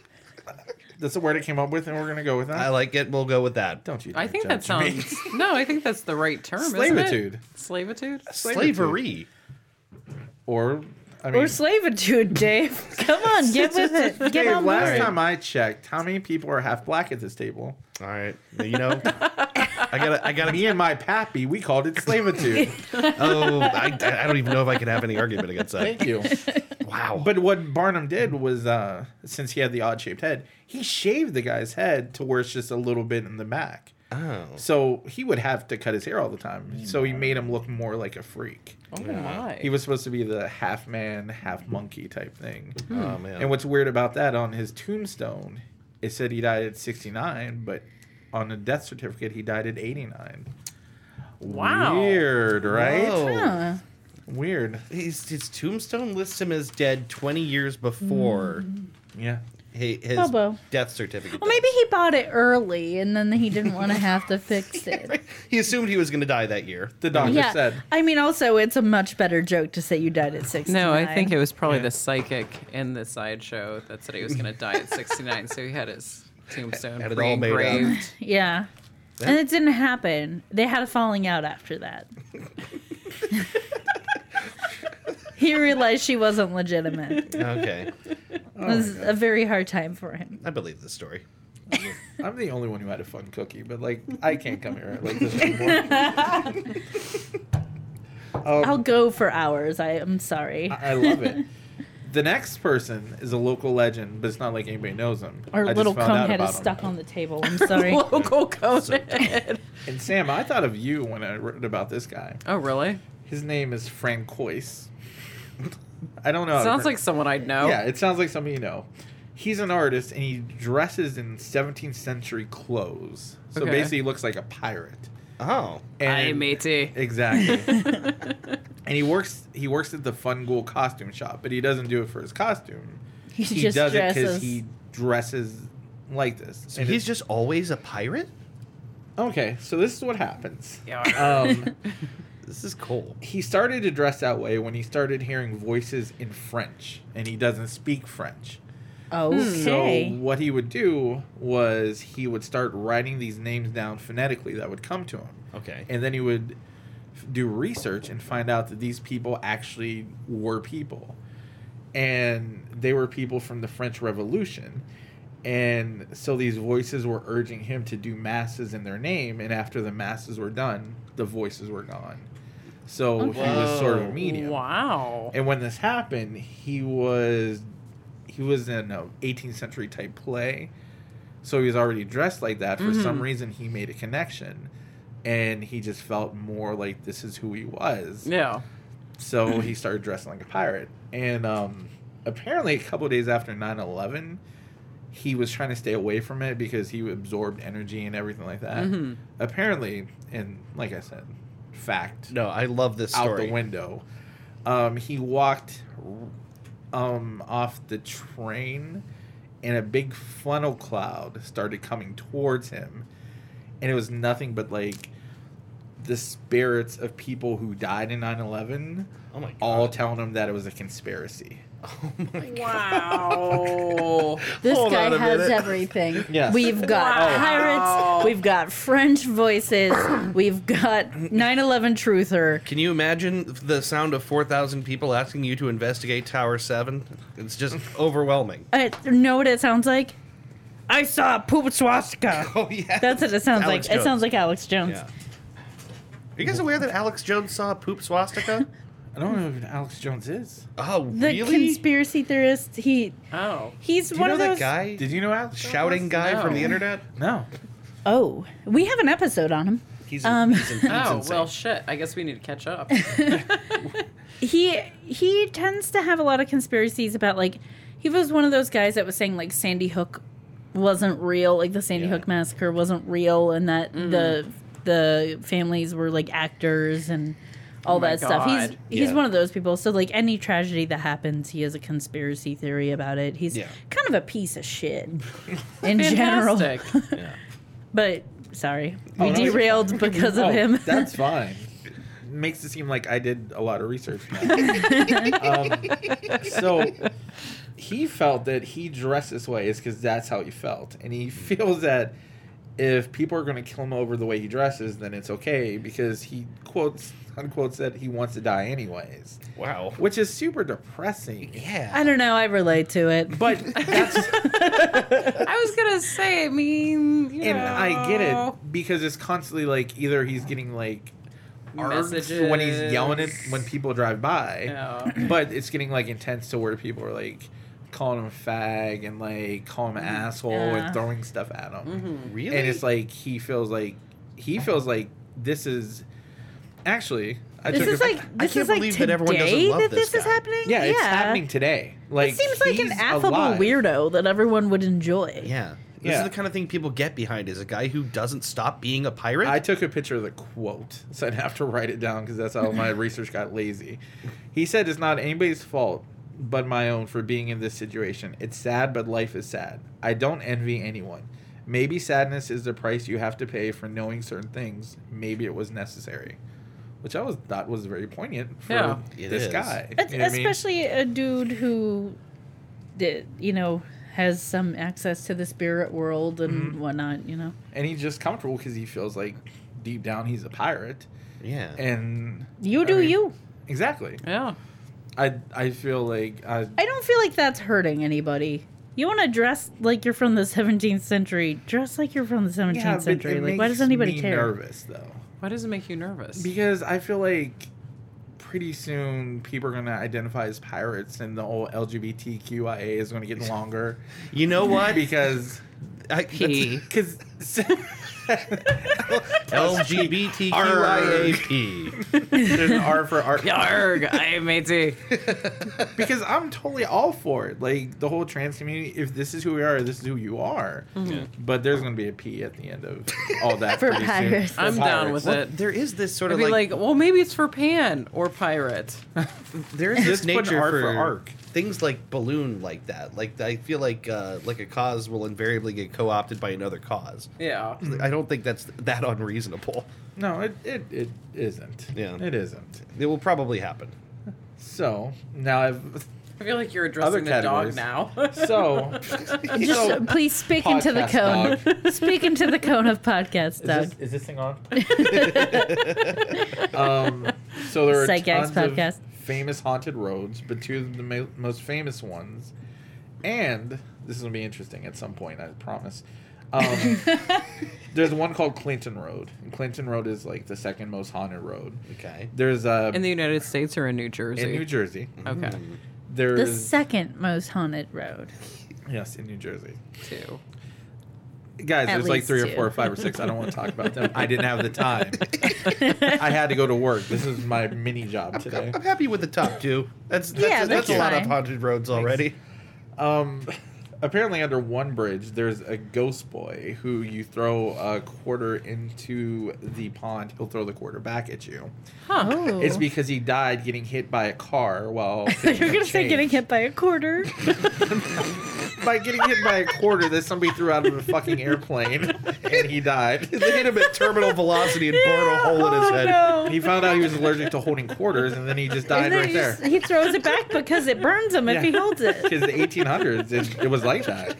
Speaker 4: That's the word I came up with, and we're gonna go with that.
Speaker 2: I like it. We'll go with that.
Speaker 4: Don't you?
Speaker 5: I
Speaker 4: dare
Speaker 5: think that
Speaker 4: judge me.
Speaker 5: sounds. No, I think that's the right term.
Speaker 4: Slavitude.
Speaker 5: Isn't it? Slavitude.
Speaker 2: Slavery.
Speaker 4: or I mean.
Speaker 1: Or slavitude, Dave. Come on, get with it. Get
Speaker 4: Hey,
Speaker 1: on
Speaker 4: last
Speaker 1: board.
Speaker 4: time I checked, how many people are half black at this table?
Speaker 2: All right, you know, I gotta, I gotta.
Speaker 4: Me and my pappy, we called it slavitude.
Speaker 2: Oh, I, I don't even know if I can have any argument against that.
Speaker 4: Thank you.
Speaker 2: Wow.
Speaker 4: But what Barnum did was, uh, since he had the odd shaped head, he shaved the guy's head to where it's just a little bit in the back.
Speaker 2: oh,
Speaker 4: So he would have to cut his hair all the time. So he made him look more like a freak.
Speaker 5: Oh my.
Speaker 4: He was supposed to be the half man, half monkey type thing.
Speaker 2: oh man.
Speaker 4: And what's weird about that on his tombstone, it said he died at 69, but on the death certificate, he died at 89.
Speaker 5: Wow.
Speaker 4: Weird, right?
Speaker 2: Whoa.
Speaker 1: Huh.
Speaker 4: Weird.
Speaker 2: His, his tombstone lists him as dead 20 years before.
Speaker 4: Yeah.
Speaker 2: hi- his
Speaker 1: Bobo.
Speaker 2: death certificate.
Speaker 1: Well, maybe he bought it early and then he didn't want to have to fix it.
Speaker 2: He assumed he was going to die that year.
Speaker 4: The doctor
Speaker 1: Yeah.
Speaker 4: said.
Speaker 1: I mean, also, it's a much better joke to say you died at 69.
Speaker 5: No, I think it was probably
Speaker 4: Yeah.
Speaker 5: the psychic in the sideshow that said he was going to die at 69, so he had his tombstone
Speaker 2: Had it all made up.
Speaker 5: engraved.
Speaker 1: Yeah. And it didn't happen. They had a falling out after that. he realized she wasn't legitimate.
Speaker 2: Okay.
Speaker 4: Oh
Speaker 1: It was a very hard time for him.
Speaker 2: I believe this story.
Speaker 4: I'm the only one who had a fun cookie, but like I can't come here like this anymore. Um,
Speaker 1: I'll go for hours. I am sorry.
Speaker 4: I I love it. The next person is a local legend, but it's not like anybody knows him.
Speaker 1: Our
Speaker 4: I just
Speaker 1: little
Speaker 4: found out
Speaker 1: conehead
Speaker 4: about
Speaker 1: is
Speaker 4: him.
Speaker 1: stuck on the table. I'm sorry.
Speaker 5: Local Conan.
Speaker 4: And Sam, I thought of you when I wrote about this guy.
Speaker 5: Oh, really?
Speaker 4: His name is Francois. I don't know. how to
Speaker 5: Sounds like
Speaker 4: pronounce-
Speaker 5: someone I'd
Speaker 2: Oh.
Speaker 5: know.
Speaker 4: Oh, Yeah, it sounds like something you know. He's an artist and he dresses in 17th century clothes. So
Speaker 5: Okay.
Speaker 4: basically, he looks like a pirate.
Speaker 2: Oh.
Speaker 5: Aye,
Speaker 4: And
Speaker 5: matey.
Speaker 4: Exactly. and he works. He works at the Fun Ghoul costume shop, but he doesn't do it for his costume.
Speaker 1: He
Speaker 4: He
Speaker 1: just
Speaker 4: does it
Speaker 1: dresses.
Speaker 4: because he dresses like this.
Speaker 2: So
Speaker 4: And
Speaker 2: he's
Speaker 4: it's-
Speaker 2: just always a pirate?
Speaker 4: okay. So this is what happens.
Speaker 5: Yeah.
Speaker 4: Um,
Speaker 2: This is cool.
Speaker 4: he started to dress that way when he started hearing voices in French, and he doesn't speak French. So
Speaker 1: Okay.
Speaker 4: what he would do was he would start writing these names down phonetically that would come to him,
Speaker 2: Okay.
Speaker 4: and then he would f- do research and find out that these people actually were people, and they were people from the French Revolution. And so these voices were urging him to do masses in their name, and after the masses were done, the voices were gone. So he was sort of a
Speaker 2: Whoa.
Speaker 4: Uh, medium.
Speaker 5: Wow.
Speaker 4: And when this happened, he was he was in a 18th century type play, so he was already dressed like that. For some reason, he made a connection, and he just felt more like this is who he was.
Speaker 5: Yeah.
Speaker 4: So he started dressing like a pirate. And um, apparently, a couple days after 9 11, he was trying to stay away from it because he absorbed energy and everything like that. Apparently, and like I said, fact
Speaker 2: No, I love this
Speaker 4: out
Speaker 2: story.
Speaker 4: the window. Um, he walked um, off the train, and a big funnel cloud started coming towards him, and it was nothing but like the spirits of people who died in 9-11
Speaker 2: Oh my god.
Speaker 4: all telling him that it was a conspiracy
Speaker 2: Oh my god.
Speaker 5: Wow.
Speaker 1: This
Speaker 2: Hold
Speaker 1: guy
Speaker 2: on a
Speaker 1: has
Speaker 2: minute.
Speaker 1: everything.
Speaker 4: Yes.
Speaker 1: We've got
Speaker 5: Wow.
Speaker 1: pirates. We've got French voices. we've got 9/11 truther.
Speaker 2: Can you imagine the sound of 4,000 people asking you to investigate Tower 7? It's just overwhelming.
Speaker 1: Uh, you know what it sounds like? I saw a poop swastika.
Speaker 2: Oh, yeah.
Speaker 1: That's what it sounds
Speaker 2: Alex
Speaker 1: like. It
Speaker 2: Jones.
Speaker 1: sounds like Alex Jones.
Speaker 2: Yeah. Are you guys aware that Alex Jones saw a poop swastika?
Speaker 4: i don't know who alex jones is
Speaker 2: Oh,
Speaker 1: The
Speaker 2: really?
Speaker 1: conspiracy theorist. He
Speaker 5: Oh.
Speaker 1: he's
Speaker 2: Do you
Speaker 1: one
Speaker 2: know
Speaker 1: of
Speaker 2: that
Speaker 1: those.
Speaker 2: guy?
Speaker 4: did you know alex Jones?
Speaker 2: Shouting guy from the
Speaker 5: No.
Speaker 2: internet?
Speaker 4: no
Speaker 1: Oh, we have an episode on him.
Speaker 2: He's,
Speaker 1: Um,
Speaker 2: he's, in- he's
Speaker 5: Oh,
Speaker 2: insane.
Speaker 5: well, shit. I guess we need to catch up.
Speaker 1: he he tends to have a lot of conspiracies about like he was one of those guys that was saying like Sandy Hook wasn't real, like the Sandy
Speaker 2: Yeah. Mm.
Speaker 1: Hook massacre wasn't real, and that the the families were like actors and all
Speaker 5: Oh my
Speaker 1: that stuff. He's
Speaker 5: God.
Speaker 1: he's
Speaker 2: Yeah.
Speaker 1: one of those people. So like any tragedy that happens, he has a conspiracy theory about it. He's
Speaker 2: Yeah.
Speaker 1: kind of a piece of shit in general.
Speaker 5: Fantastic.
Speaker 2: Yeah.
Speaker 1: But sorry,
Speaker 4: Oh,
Speaker 1: we
Speaker 4: no, you're-
Speaker 1: derailed because of
Speaker 4: Oh,
Speaker 1: him.
Speaker 4: that's fine makes it seem like i did a lot of research now. um, so he felt that he dressed this way is because that's how he felt and he feels that if people are going to kill him over the way he dresses then it's okay because he quotes unquote said he wants to die anyways
Speaker 2: Wow.
Speaker 4: which is super depressing
Speaker 2: Yeah.
Speaker 1: I don't know. I relate to it.
Speaker 4: but that's
Speaker 5: I was going to say, I mean, you
Speaker 4: and i get
Speaker 5: know,
Speaker 4: it because it's constantly like either he's getting like args
Speaker 5: Messages.
Speaker 4: when he's yelling it when people drive by
Speaker 5: Yeah.
Speaker 4: but it's getting like intense to where people are like calling him a fag and like calling him an asshole
Speaker 1: Mm-hmm. Yeah. Mm-hmm.
Speaker 4: and throwing stuff at him.
Speaker 2: Really?
Speaker 4: And it's like he feels like he feels like this is actually I
Speaker 1: This
Speaker 4: took
Speaker 1: is
Speaker 4: a-
Speaker 1: like
Speaker 2: I
Speaker 1: this
Speaker 2: can't
Speaker 1: is like
Speaker 2: believe
Speaker 1: today
Speaker 2: that everyone doesn't love
Speaker 1: that
Speaker 2: this
Speaker 1: this is
Speaker 2: guy.
Speaker 1: happening.
Speaker 4: yeah, it's happening today. Like
Speaker 1: it seems like an
Speaker 4: he's
Speaker 1: affable
Speaker 4: alive.
Speaker 1: weirdo that everyone would enjoy.
Speaker 2: Yeah. This
Speaker 4: Yeah.
Speaker 2: is the kind of thing people get behind is a guy who doesn't stop being a pirate.
Speaker 4: I took a picture of the quote, so I'd have to write it down because that's how my research got lazy. He said it's not anybody's fault but my own for being in this situation. It's sad, but life is sad. I don't envy anyone. Maybe sadness is the price you have to pay for knowing certain things. Maybe it was necessary. Which I was thought was very poignant for
Speaker 5: Yeah.
Speaker 2: It
Speaker 4: this
Speaker 2: is.
Speaker 4: guy.
Speaker 1: Es-
Speaker 4: You know what I mean?
Speaker 1: especially a dude who did you know has some access to the spirit world and
Speaker 4: Mm-hmm.
Speaker 1: whatnot you know
Speaker 4: And he's just comfortable because he feels like deep down he's a pirate.
Speaker 2: Yeah.
Speaker 4: And
Speaker 1: you
Speaker 4: I
Speaker 1: do
Speaker 4: mean,
Speaker 1: you
Speaker 4: Exactly.
Speaker 5: Yeah.
Speaker 4: I I feel like I
Speaker 1: i don't feel like that's hurting anybody you want to dress like you're from the 17th century dress like you're from the 17th
Speaker 4: Yeah, but it
Speaker 1: century like why
Speaker 4: makes
Speaker 1: does anybody
Speaker 4: me
Speaker 1: care
Speaker 4: Nervous though,
Speaker 5: Why does it make you nervous?
Speaker 4: because I feel like pretty soon people are gonna identify as pirates, and the whole LGBTQIA is gonna get longer
Speaker 2: You know what?
Speaker 4: because
Speaker 2: I,
Speaker 5: P.
Speaker 4: because
Speaker 2: LGBTQIAP.
Speaker 4: there's an R for art
Speaker 5: Yarg, I am matey.
Speaker 4: because I'm totally all for it. Like the whole trans community, if this is who we are, this is who you are. But there's gonna be a P at the end of all that
Speaker 1: For
Speaker 4: pretty soon.
Speaker 1: pirates.
Speaker 4: For
Speaker 5: I'm down
Speaker 4: pirates.
Speaker 5: with
Speaker 2: Well,
Speaker 5: it.
Speaker 2: there is this sort
Speaker 5: I'd
Speaker 2: of
Speaker 5: be
Speaker 2: like,
Speaker 5: like, well, maybe it's for pan or pirate.
Speaker 2: there is this
Speaker 4: Just put an
Speaker 2: nature
Speaker 4: arc
Speaker 2: for,
Speaker 4: for arc.
Speaker 2: things like balloon like that. Like I feel like uh, like a cause will invariably get co-opted by another cause.
Speaker 5: Yeah.
Speaker 2: I don't think that's that unreasonable.
Speaker 4: No, it, it it isn't.
Speaker 2: Yeah.
Speaker 4: it isn't.
Speaker 2: It will probably happen.
Speaker 4: So now I've
Speaker 5: I feel like you're
Speaker 4: Other
Speaker 5: addressing the
Speaker 4: categories.
Speaker 5: dog now.
Speaker 4: so
Speaker 1: just uh,
Speaker 4: so-
Speaker 1: please speak into the cone
Speaker 4: Podcast
Speaker 1: speak into the cone of podcast
Speaker 4: Is
Speaker 1: doug
Speaker 4: this, is this thing on? um, so there are
Speaker 1: Psych Gags
Speaker 4: tons
Speaker 1: podcast.
Speaker 4: of famous haunted roads, but two of the mo- most famous ones, and this is gonna be interesting at some point, I promise. Um, there's one called Clinton Road, and Clinton Road is like the second most haunted road.
Speaker 2: Okay.
Speaker 4: There's a
Speaker 5: in the United States or in New Jersey?
Speaker 4: in New Hmm. Jersey.
Speaker 5: okay.
Speaker 1: the
Speaker 4: There's
Speaker 1: second most haunted road
Speaker 4: yes, in New Jersey.
Speaker 5: Two.
Speaker 4: guys,
Speaker 1: At
Speaker 4: there's like
Speaker 1: least
Speaker 4: three
Speaker 1: two.
Speaker 4: or four or five or six. I don't want to talk about them. I didn't have the time. I had to go to work. This is my mini job today.
Speaker 2: I'm happy with the top two. That's that's,
Speaker 1: Yeah,
Speaker 2: that's,
Speaker 1: that's
Speaker 2: a lot of
Speaker 1: fine.
Speaker 2: haunted roads already.
Speaker 4: Um, apparently, under one bridge, there's a ghost boy who you throw a quarter into the pond. He'll throw the quarter back at you.
Speaker 5: Huh.
Speaker 1: oh
Speaker 4: It's because he died getting hit by a car while
Speaker 1: you're gonna say getting hit by a quarter
Speaker 4: by getting hit by a quarter that somebody threw out of a fucking airplane, and he died.
Speaker 2: They hit him at terminal velocity and bored a
Speaker 1: Yeah,
Speaker 2: hole in his
Speaker 1: oh
Speaker 2: head.
Speaker 1: no.
Speaker 4: He found out he was allergic to holding quarters, and then he just died
Speaker 1: And then
Speaker 4: right
Speaker 1: he,
Speaker 4: there.
Speaker 1: just- he throws it back because it burns him if he holds it.
Speaker 4: Because the 1800s, it, it was like that.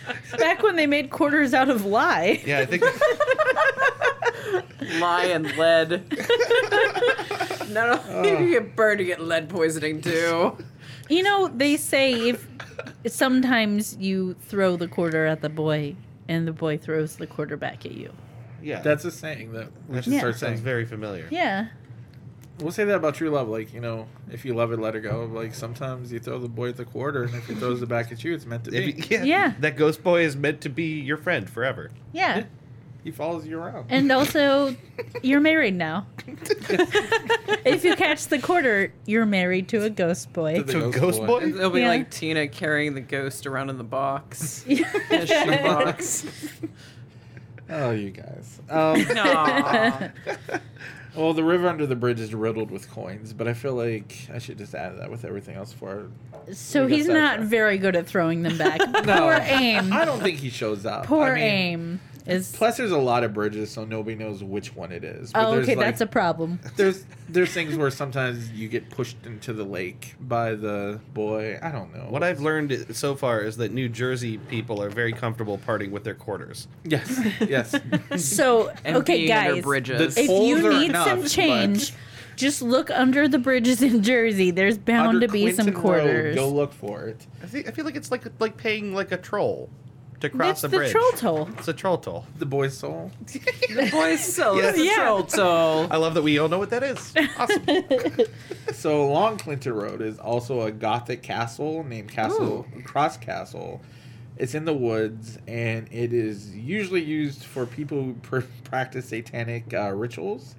Speaker 1: Back when they made quarters out of lye.
Speaker 2: Yeah, I think
Speaker 5: Lie and lead. Not
Speaker 4: Oh.
Speaker 5: only do you get burned, you get lead poisoning too.
Speaker 1: You know, they say if sometimes you throw the quarter at the boy and the boy throws the quarter back at you.
Speaker 2: yeah.
Speaker 4: That's a saying that we should
Speaker 1: Yeah.
Speaker 4: start saying.
Speaker 2: sounds very familiar.
Speaker 1: Yeah.
Speaker 4: we'll say that about true love. Like, you know, if you love it, let it go. Like, sometimes you throw the boy at the quarter, and if he throws it back at you, it's meant to be.
Speaker 2: If
Speaker 4: He,
Speaker 2: you- yeah,
Speaker 1: Yeah.
Speaker 2: That ghost boy is meant to be your friend forever.
Speaker 1: Yeah.
Speaker 4: follows you around.
Speaker 1: And also, you're married now. if you catch the quarter, you're married to a ghost boy.
Speaker 4: The
Speaker 2: To a
Speaker 4: ghost
Speaker 2: ghost
Speaker 4: boy.
Speaker 2: boy?
Speaker 5: It'll be
Speaker 1: Yeah.
Speaker 5: like Tina carrying the ghost around in the box. In
Speaker 1: Yeah.
Speaker 5: a shoebox.
Speaker 4: oh, you guys. Um,
Speaker 5: Aw.
Speaker 4: well, the river under the bridge is riddled with coins, but I feel like I should just add that with everything else for.
Speaker 1: so
Speaker 4: We got
Speaker 1: he's not
Speaker 4: sidetracked.
Speaker 1: very good at throwing them back. Poor aim.
Speaker 4: I don't think he shows up.
Speaker 1: Poor
Speaker 4: I mean,
Speaker 1: aim is.
Speaker 4: Plus, there's a lot of bridges, so nobody knows which one it is. But
Speaker 1: Oh,
Speaker 4: there's,
Speaker 1: okay,
Speaker 4: like,
Speaker 1: that's a problem.
Speaker 4: there's there's things where sometimes you get pushed into the lake by the boy. I don't know.
Speaker 2: What I've learned so far is that New Jersey people are very comfortable parting with their quarters.
Speaker 4: Yes, yes.
Speaker 1: So
Speaker 5: And
Speaker 1: okay,
Speaker 5: being under
Speaker 1: guys,
Speaker 5: bridges.
Speaker 4: The-
Speaker 1: if you
Speaker 4: Holes are
Speaker 1: need
Speaker 4: enough,
Speaker 1: some
Speaker 4: but-
Speaker 1: change, just look under the bridges in Jersey. There's bound
Speaker 4: Under
Speaker 1: to be some
Speaker 4: Quinton Road,
Speaker 1: quarters.
Speaker 4: go look for it.
Speaker 2: I, think, I feel like it's like like paying like a troll to cross
Speaker 1: That's
Speaker 2: a
Speaker 1: the
Speaker 2: bridge.
Speaker 1: troll toll.
Speaker 2: It's a troll toll.
Speaker 4: The boy's soul.
Speaker 5: Boys, so
Speaker 2: Yeah.
Speaker 5: it's
Speaker 1: Yeah.
Speaker 5: so so.
Speaker 2: I love that we all know what that is. Awesome.
Speaker 4: So along Clinton Road is also a Gothic castle named Castle
Speaker 1: Oh.
Speaker 4: Cross Castle. It's in the woods, and it is usually used for people who pr- practice satanic uh, rituals.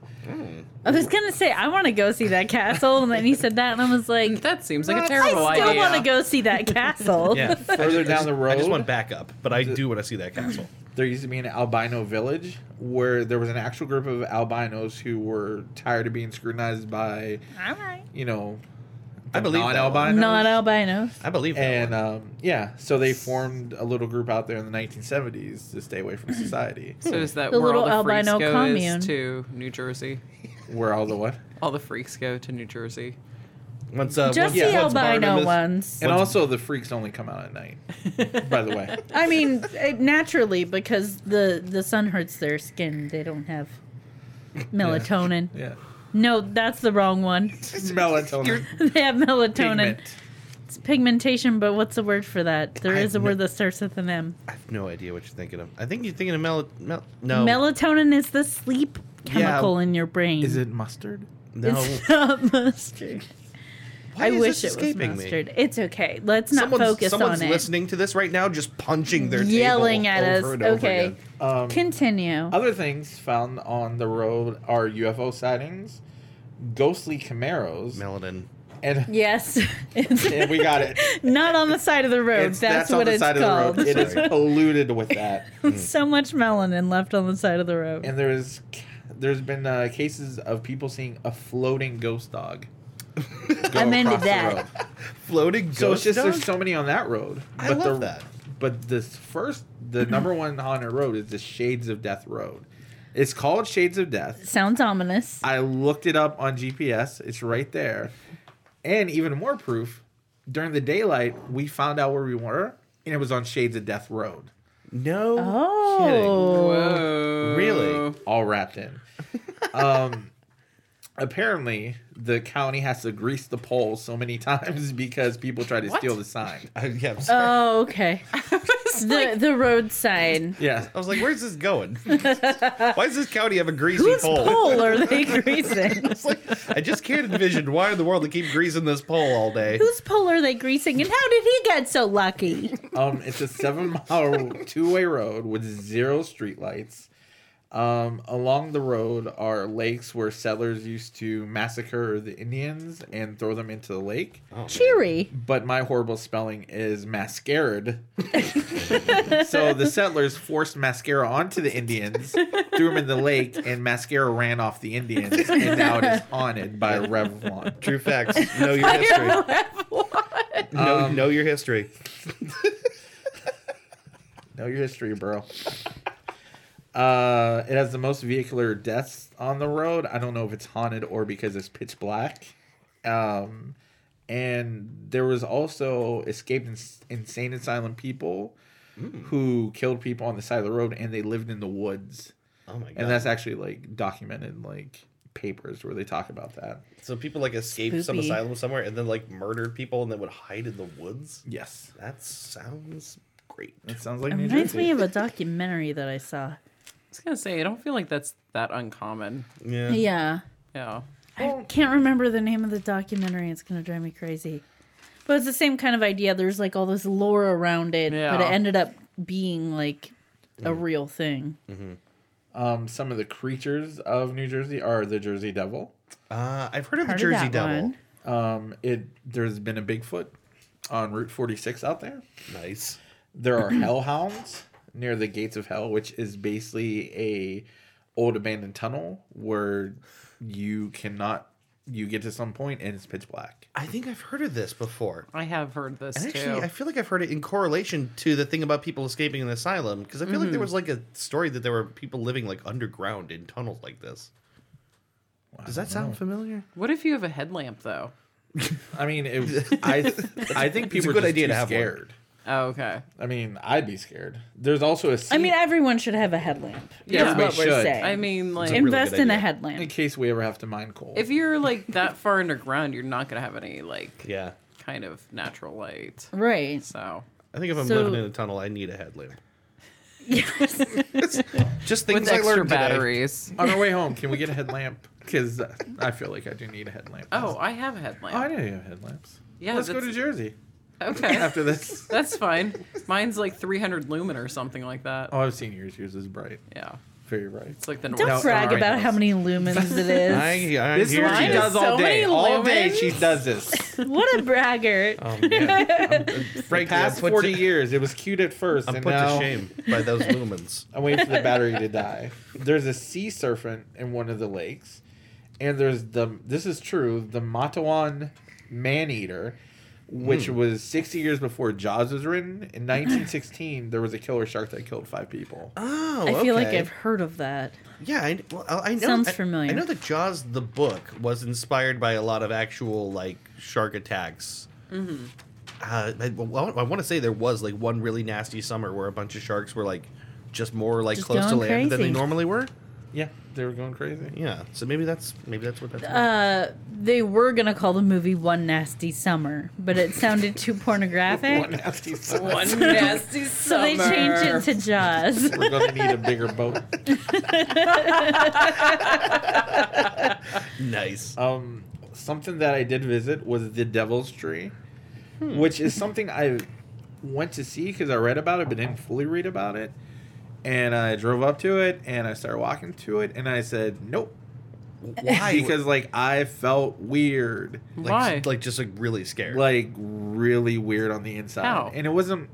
Speaker 1: I was gonna say I want to go see that castle, and then he said that, and I was like,
Speaker 5: That seems like a
Speaker 4: I
Speaker 5: terrible
Speaker 1: I still
Speaker 5: idea.
Speaker 1: want to go see that castle.
Speaker 2: Yeah.
Speaker 4: Further
Speaker 2: I just- I
Speaker 4: down
Speaker 2: just-
Speaker 4: the
Speaker 2: I just
Speaker 4: road-
Speaker 2: want backup, but I do want to see that castle.
Speaker 4: There used to be an albino village where there was an actual group of albinos who were tired of being scrutinized by
Speaker 1: All right.
Speaker 4: you know,
Speaker 2: I believe that
Speaker 4: non-albinos.
Speaker 1: Not albinos.
Speaker 2: I believe that
Speaker 4: And
Speaker 2: one.
Speaker 4: um, yeah, so they formed a little group out there in the 1970s to stay away from society.
Speaker 5: So is that
Speaker 1: The
Speaker 5: where all
Speaker 1: little
Speaker 5: the freaks
Speaker 1: albino
Speaker 5: go
Speaker 1: commune.
Speaker 5: is to New Jersey?
Speaker 4: Where all the what?
Speaker 5: All the freaks go to New Jersey.
Speaker 2: Once, uh,
Speaker 1: Just
Speaker 2: once,
Speaker 1: the
Speaker 2: once
Speaker 1: albino
Speaker 2: Barnabas-
Speaker 1: ones.
Speaker 4: And also, the freaks only come out at night. By the way,
Speaker 1: I mean, it, naturally, because the the sun hurts their skin. They don't have melatonin.
Speaker 4: yeah,
Speaker 1: No, that's the wrong one.
Speaker 4: melatonin,
Speaker 1: they have melatonin.
Speaker 4: pigment.
Speaker 1: It's pigmentation, but what's the word for that? There
Speaker 2: I
Speaker 1: is a
Speaker 2: have no-
Speaker 1: word that starts with an M.
Speaker 2: I have no idea what you're thinking of. I think you're thinking of mel. mel- no,
Speaker 1: Melatonin is the sleep
Speaker 2: Yeah.
Speaker 1: chemical in your brain.
Speaker 4: Is it mustard?
Speaker 2: no.
Speaker 1: It's not mustard.
Speaker 2: Why
Speaker 1: I
Speaker 2: is
Speaker 1: wish
Speaker 2: this
Speaker 1: it was
Speaker 2: escaping me?
Speaker 1: mustard. It's okay. Let's not
Speaker 2: someone's
Speaker 1: focus
Speaker 2: someone's
Speaker 1: on
Speaker 2: listening to this right now, just punching their
Speaker 1: it. Yelling
Speaker 2: table
Speaker 1: at us.
Speaker 2: over and over
Speaker 1: okay.
Speaker 2: again.
Speaker 4: Um,
Speaker 1: Continue.
Speaker 4: Other things found on the road are UFO sightings, ghostly Camaros,
Speaker 2: Melanin.
Speaker 4: and,
Speaker 1: yes.
Speaker 4: and we got it.
Speaker 1: not on the side of the road.
Speaker 4: It's-
Speaker 1: that's,
Speaker 4: on
Speaker 1: what
Speaker 4: the
Speaker 1: it's
Speaker 4: side
Speaker 1: called.
Speaker 4: of the road. Mm. It is
Speaker 2: Sorry.
Speaker 4: polluted with that.
Speaker 1: so much melanin left on the side of the road.
Speaker 4: And there's there's been uh, cases of people seeing a floating ghost dog. go
Speaker 1: I'm into
Speaker 4: across the
Speaker 1: that.
Speaker 4: road.
Speaker 2: Floating ghost
Speaker 4: So it's just
Speaker 2: dog?
Speaker 4: there's so many on that road.
Speaker 2: I
Speaker 4: but
Speaker 2: love
Speaker 4: the,
Speaker 2: that.
Speaker 4: But this first, the number one haunted road is the Shades of Death Road. It's called Shades of Death.
Speaker 1: Sounds ominous.
Speaker 4: I looked it up on GPS. It's right there. And even more proof, during the daylight, we found out where we were, and it was on Shades of Death Road.
Speaker 2: no.
Speaker 1: oh.
Speaker 5: Whoa.
Speaker 2: Really?
Speaker 4: all wrapped in. um, apparently, the county has to grease the pole so many times because people try to
Speaker 5: What?
Speaker 4: steal the sign.
Speaker 2: I, Uh, yeah, I'm sorry.
Speaker 1: Oh, okay.
Speaker 5: It's
Speaker 1: The
Speaker 5: like,
Speaker 1: the road sign.
Speaker 4: Yeah.
Speaker 2: I was like, where's this going? Why does this county have a greasy
Speaker 1: Whose
Speaker 2: pole?
Speaker 1: pole are they greasing?
Speaker 2: It's like, I just can't envision why in the world they keep greasing this pole all day.
Speaker 1: Whose pole are they greasing? And how did he get so lucky?
Speaker 4: Um, it's a seven mile two way road with zero streetlights. Um, along the road are lakes where settlers used to massacre the Indians and throw them into the lake.
Speaker 1: Cheery.
Speaker 4: But my horrible spelling is mascared. so the settlers forced mascara onto the Indians, threw them in the lake, and mascara ran off the Indians. And now it is haunted by Revlon.
Speaker 2: True facts. Know your history. know,
Speaker 4: Um,
Speaker 2: know your history.
Speaker 4: Know your history, bro. Uh, it has the most vehicular deaths on the road. I don't know if it's haunted or because it's pitch black. Um, and there was also escaped ins- insane asylum people who killed people on the side of the road, and they lived in the woods.
Speaker 2: Oh my god.
Speaker 4: And that's actually like documented, in, like papers where they talk about that.
Speaker 2: so people like escaped some
Speaker 1: Spoopy.
Speaker 2: asylum somewhere and then like murdered people and then would hide in the woods.
Speaker 4: Yes,
Speaker 2: That sounds great.
Speaker 4: that sounds like
Speaker 1: It
Speaker 4: New
Speaker 1: reminds me
Speaker 4: Jersey.
Speaker 1: of a documentary that I saw.
Speaker 5: I was gonna say I don't feel like that's that uncommon.
Speaker 2: Yeah.
Speaker 1: Yeah.
Speaker 5: Yeah.
Speaker 1: I can't remember the name of the documentary. It's going to drive me crazy. But it's the same kind of idea. There's like all this lore around it, but
Speaker 5: Yeah.
Speaker 1: it ended up being like a
Speaker 2: Mm.
Speaker 1: real thing.
Speaker 4: Um, some of the creatures of New Jersey are the Jersey Devil.
Speaker 2: Uh, I've heard of the
Speaker 1: Heard of
Speaker 2: Jersey
Speaker 1: that
Speaker 2: Devil.
Speaker 1: one.
Speaker 4: Um, it there's been a Bigfoot on Route 46 out there.
Speaker 2: Nice.
Speaker 4: There are hellhounds near the gates of hell, which is basically a old abandoned tunnel where you cannot you get to some point and it's pitch black.
Speaker 2: I think I've heard of this before.
Speaker 5: I have heard this
Speaker 2: And actually,
Speaker 5: too.
Speaker 2: I feel like I've heard it in correlation to the thing about people escaping an asylum because I feel like
Speaker 4: Mm-hmm.
Speaker 2: there was like a story that there were people living like underground in tunnels like this. Does that sound familiar?
Speaker 5: what if you have a headlamp though?
Speaker 4: I mean, it, I I
Speaker 2: It's
Speaker 4: think
Speaker 2: a
Speaker 4: people are
Speaker 2: good
Speaker 4: just
Speaker 2: idea
Speaker 4: too
Speaker 2: to have one.
Speaker 4: scared.
Speaker 5: Oh, okay.
Speaker 4: I mean, I'd be scared. There's also a
Speaker 1: I
Speaker 4: scene-
Speaker 1: mean, everyone should have a headlamp.
Speaker 5: Yeah,
Speaker 1: is what
Speaker 4: everybody
Speaker 1: we're
Speaker 4: should.
Speaker 1: saying.
Speaker 5: I mean, like,
Speaker 2: really
Speaker 1: Invest
Speaker 2: good
Speaker 1: in a
Speaker 2: idea.
Speaker 4: in
Speaker 1: headlamp.
Speaker 4: case we ever have to mine coal.
Speaker 5: if you're like that far underground, you're not gonna have any like
Speaker 2: Yeah. Mm.
Speaker 5: kind of natural light.
Speaker 1: Right.
Speaker 5: So
Speaker 2: I think if I'm
Speaker 1: So-
Speaker 2: living in a tunnel, I need a headlamp.
Speaker 1: Yes.
Speaker 2: Just things
Speaker 5: with
Speaker 2: I
Speaker 5: extra
Speaker 2: learned today.
Speaker 5: batteries.
Speaker 4: on our way home, can we get a headlamp? Because I feel like I do need a headlamp.
Speaker 5: Oh, I have a
Speaker 4: Oh, I
Speaker 5: headlamp.
Speaker 4: didn't have headlamps.
Speaker 5: Yeah,
Speaker 4: let's go
Speaker 5: that's-
Speaker 4: to Jersey
Speaker 5: Okay.
Speaker 4: after this.
Speaker 5: That's fine. Mine's like 300 lumen or something like that.
Speaker 4: Oh, I've seen yours. Yours is bright,
Speaker 5: Yeah.
Speaker 4: very bright.
Speaker 5: It's like the
Speaker 1: Don't
Speaker 5: North
Speaker 4: No,
Speaker 1: brag
Speaker 4: sorry.
Speaker 1: about how many lumens it is.
Speaker 2: I, I
Speaker 4: This is
Speaker 2: hear
Speaker 4: what she
Speaker 2: you.
Speaker 4: does all
Speaker 1: So
Speaker 4: day.
Speaker 1: many
Speaker 4: All day
Speaker 1: lumens.
Speaker 4: she does this.
Speaker 1: what a braggart.
Speaker 2: Oh, man. I'm, frankly, I'm
Speaker 4: Past
Speaker 2: put,
Speaker 4: forty
Speaker 2: to,
Speaker 4: years, it was cute at 1st
Speaker 2: I'm
Speaker 4: and
Speaker 2: put
Speaker 4: now
Speaker 2: to shame by those lumens.
Speaker 4: I'm waiting for the battery to die. There's a sea serpent in one of the lakes, and there's the. This is true. The Matawan Maneater, which
Speaker 2: Hmm.
Speaker 4: was 60 years before Jaws was written. In 1916, there was a killer shark that killed five people.
Speaker 2: Oh,
Speaker 1: I feel like
Speaker 2: okay.
Speaker 1: I've heard of that.
Speaker 2: Yeah, I, well, I I know.
Speaker 1: Sounds
Speaker 2: I-
Speaker 1: familiar.
Speaker 2: I know that Jaws the book was inspired by a lot of actual like shark attacks. Mm-hmm. Uh, I, well, I want to say there was like one really nasty summer where a bunch of sharks were like just more like
Speaker 1: Just
Speaker 2: close to
Speaker 1: going
Speaker 2: land than they
Speaker 1: crazy.
Speaker 2: normally were.
Speaker 4: Yeah, they were going crazy.
Speaker 2: Yeah, so maybe that's maybe that's what that's.
Speaker 1: Uh, they were gonna call the movie One Nasty Summer, but it sounded too
Speaker 4: One
Speaker 1: pornographic,
Speaker 4: nasty son.
Speaker 5: One nasty
Speaker 1: so
Speaker 5: summer.
Speaker 1: they changed it to Jaws.
Speaker 4: We're going to need a bigger boat.
Speaker 2: nice.
Speaker 4: Um, something that I did visit was the Devil's Tree, which is something I went to see because I read about it but didn't fully read about it. And I drove up to it and I started walking to it and I said, nope.
Speaker 2: Why?
Speaker 4: Because, like, I felt weird.
Speaker 2: like,
Speaker 5: Why?
Speaker 2: like just like really scared.
Speaker 4: Like, really weird on the inside.
Speaker 5: How?
Speaker 4: And it wasn't.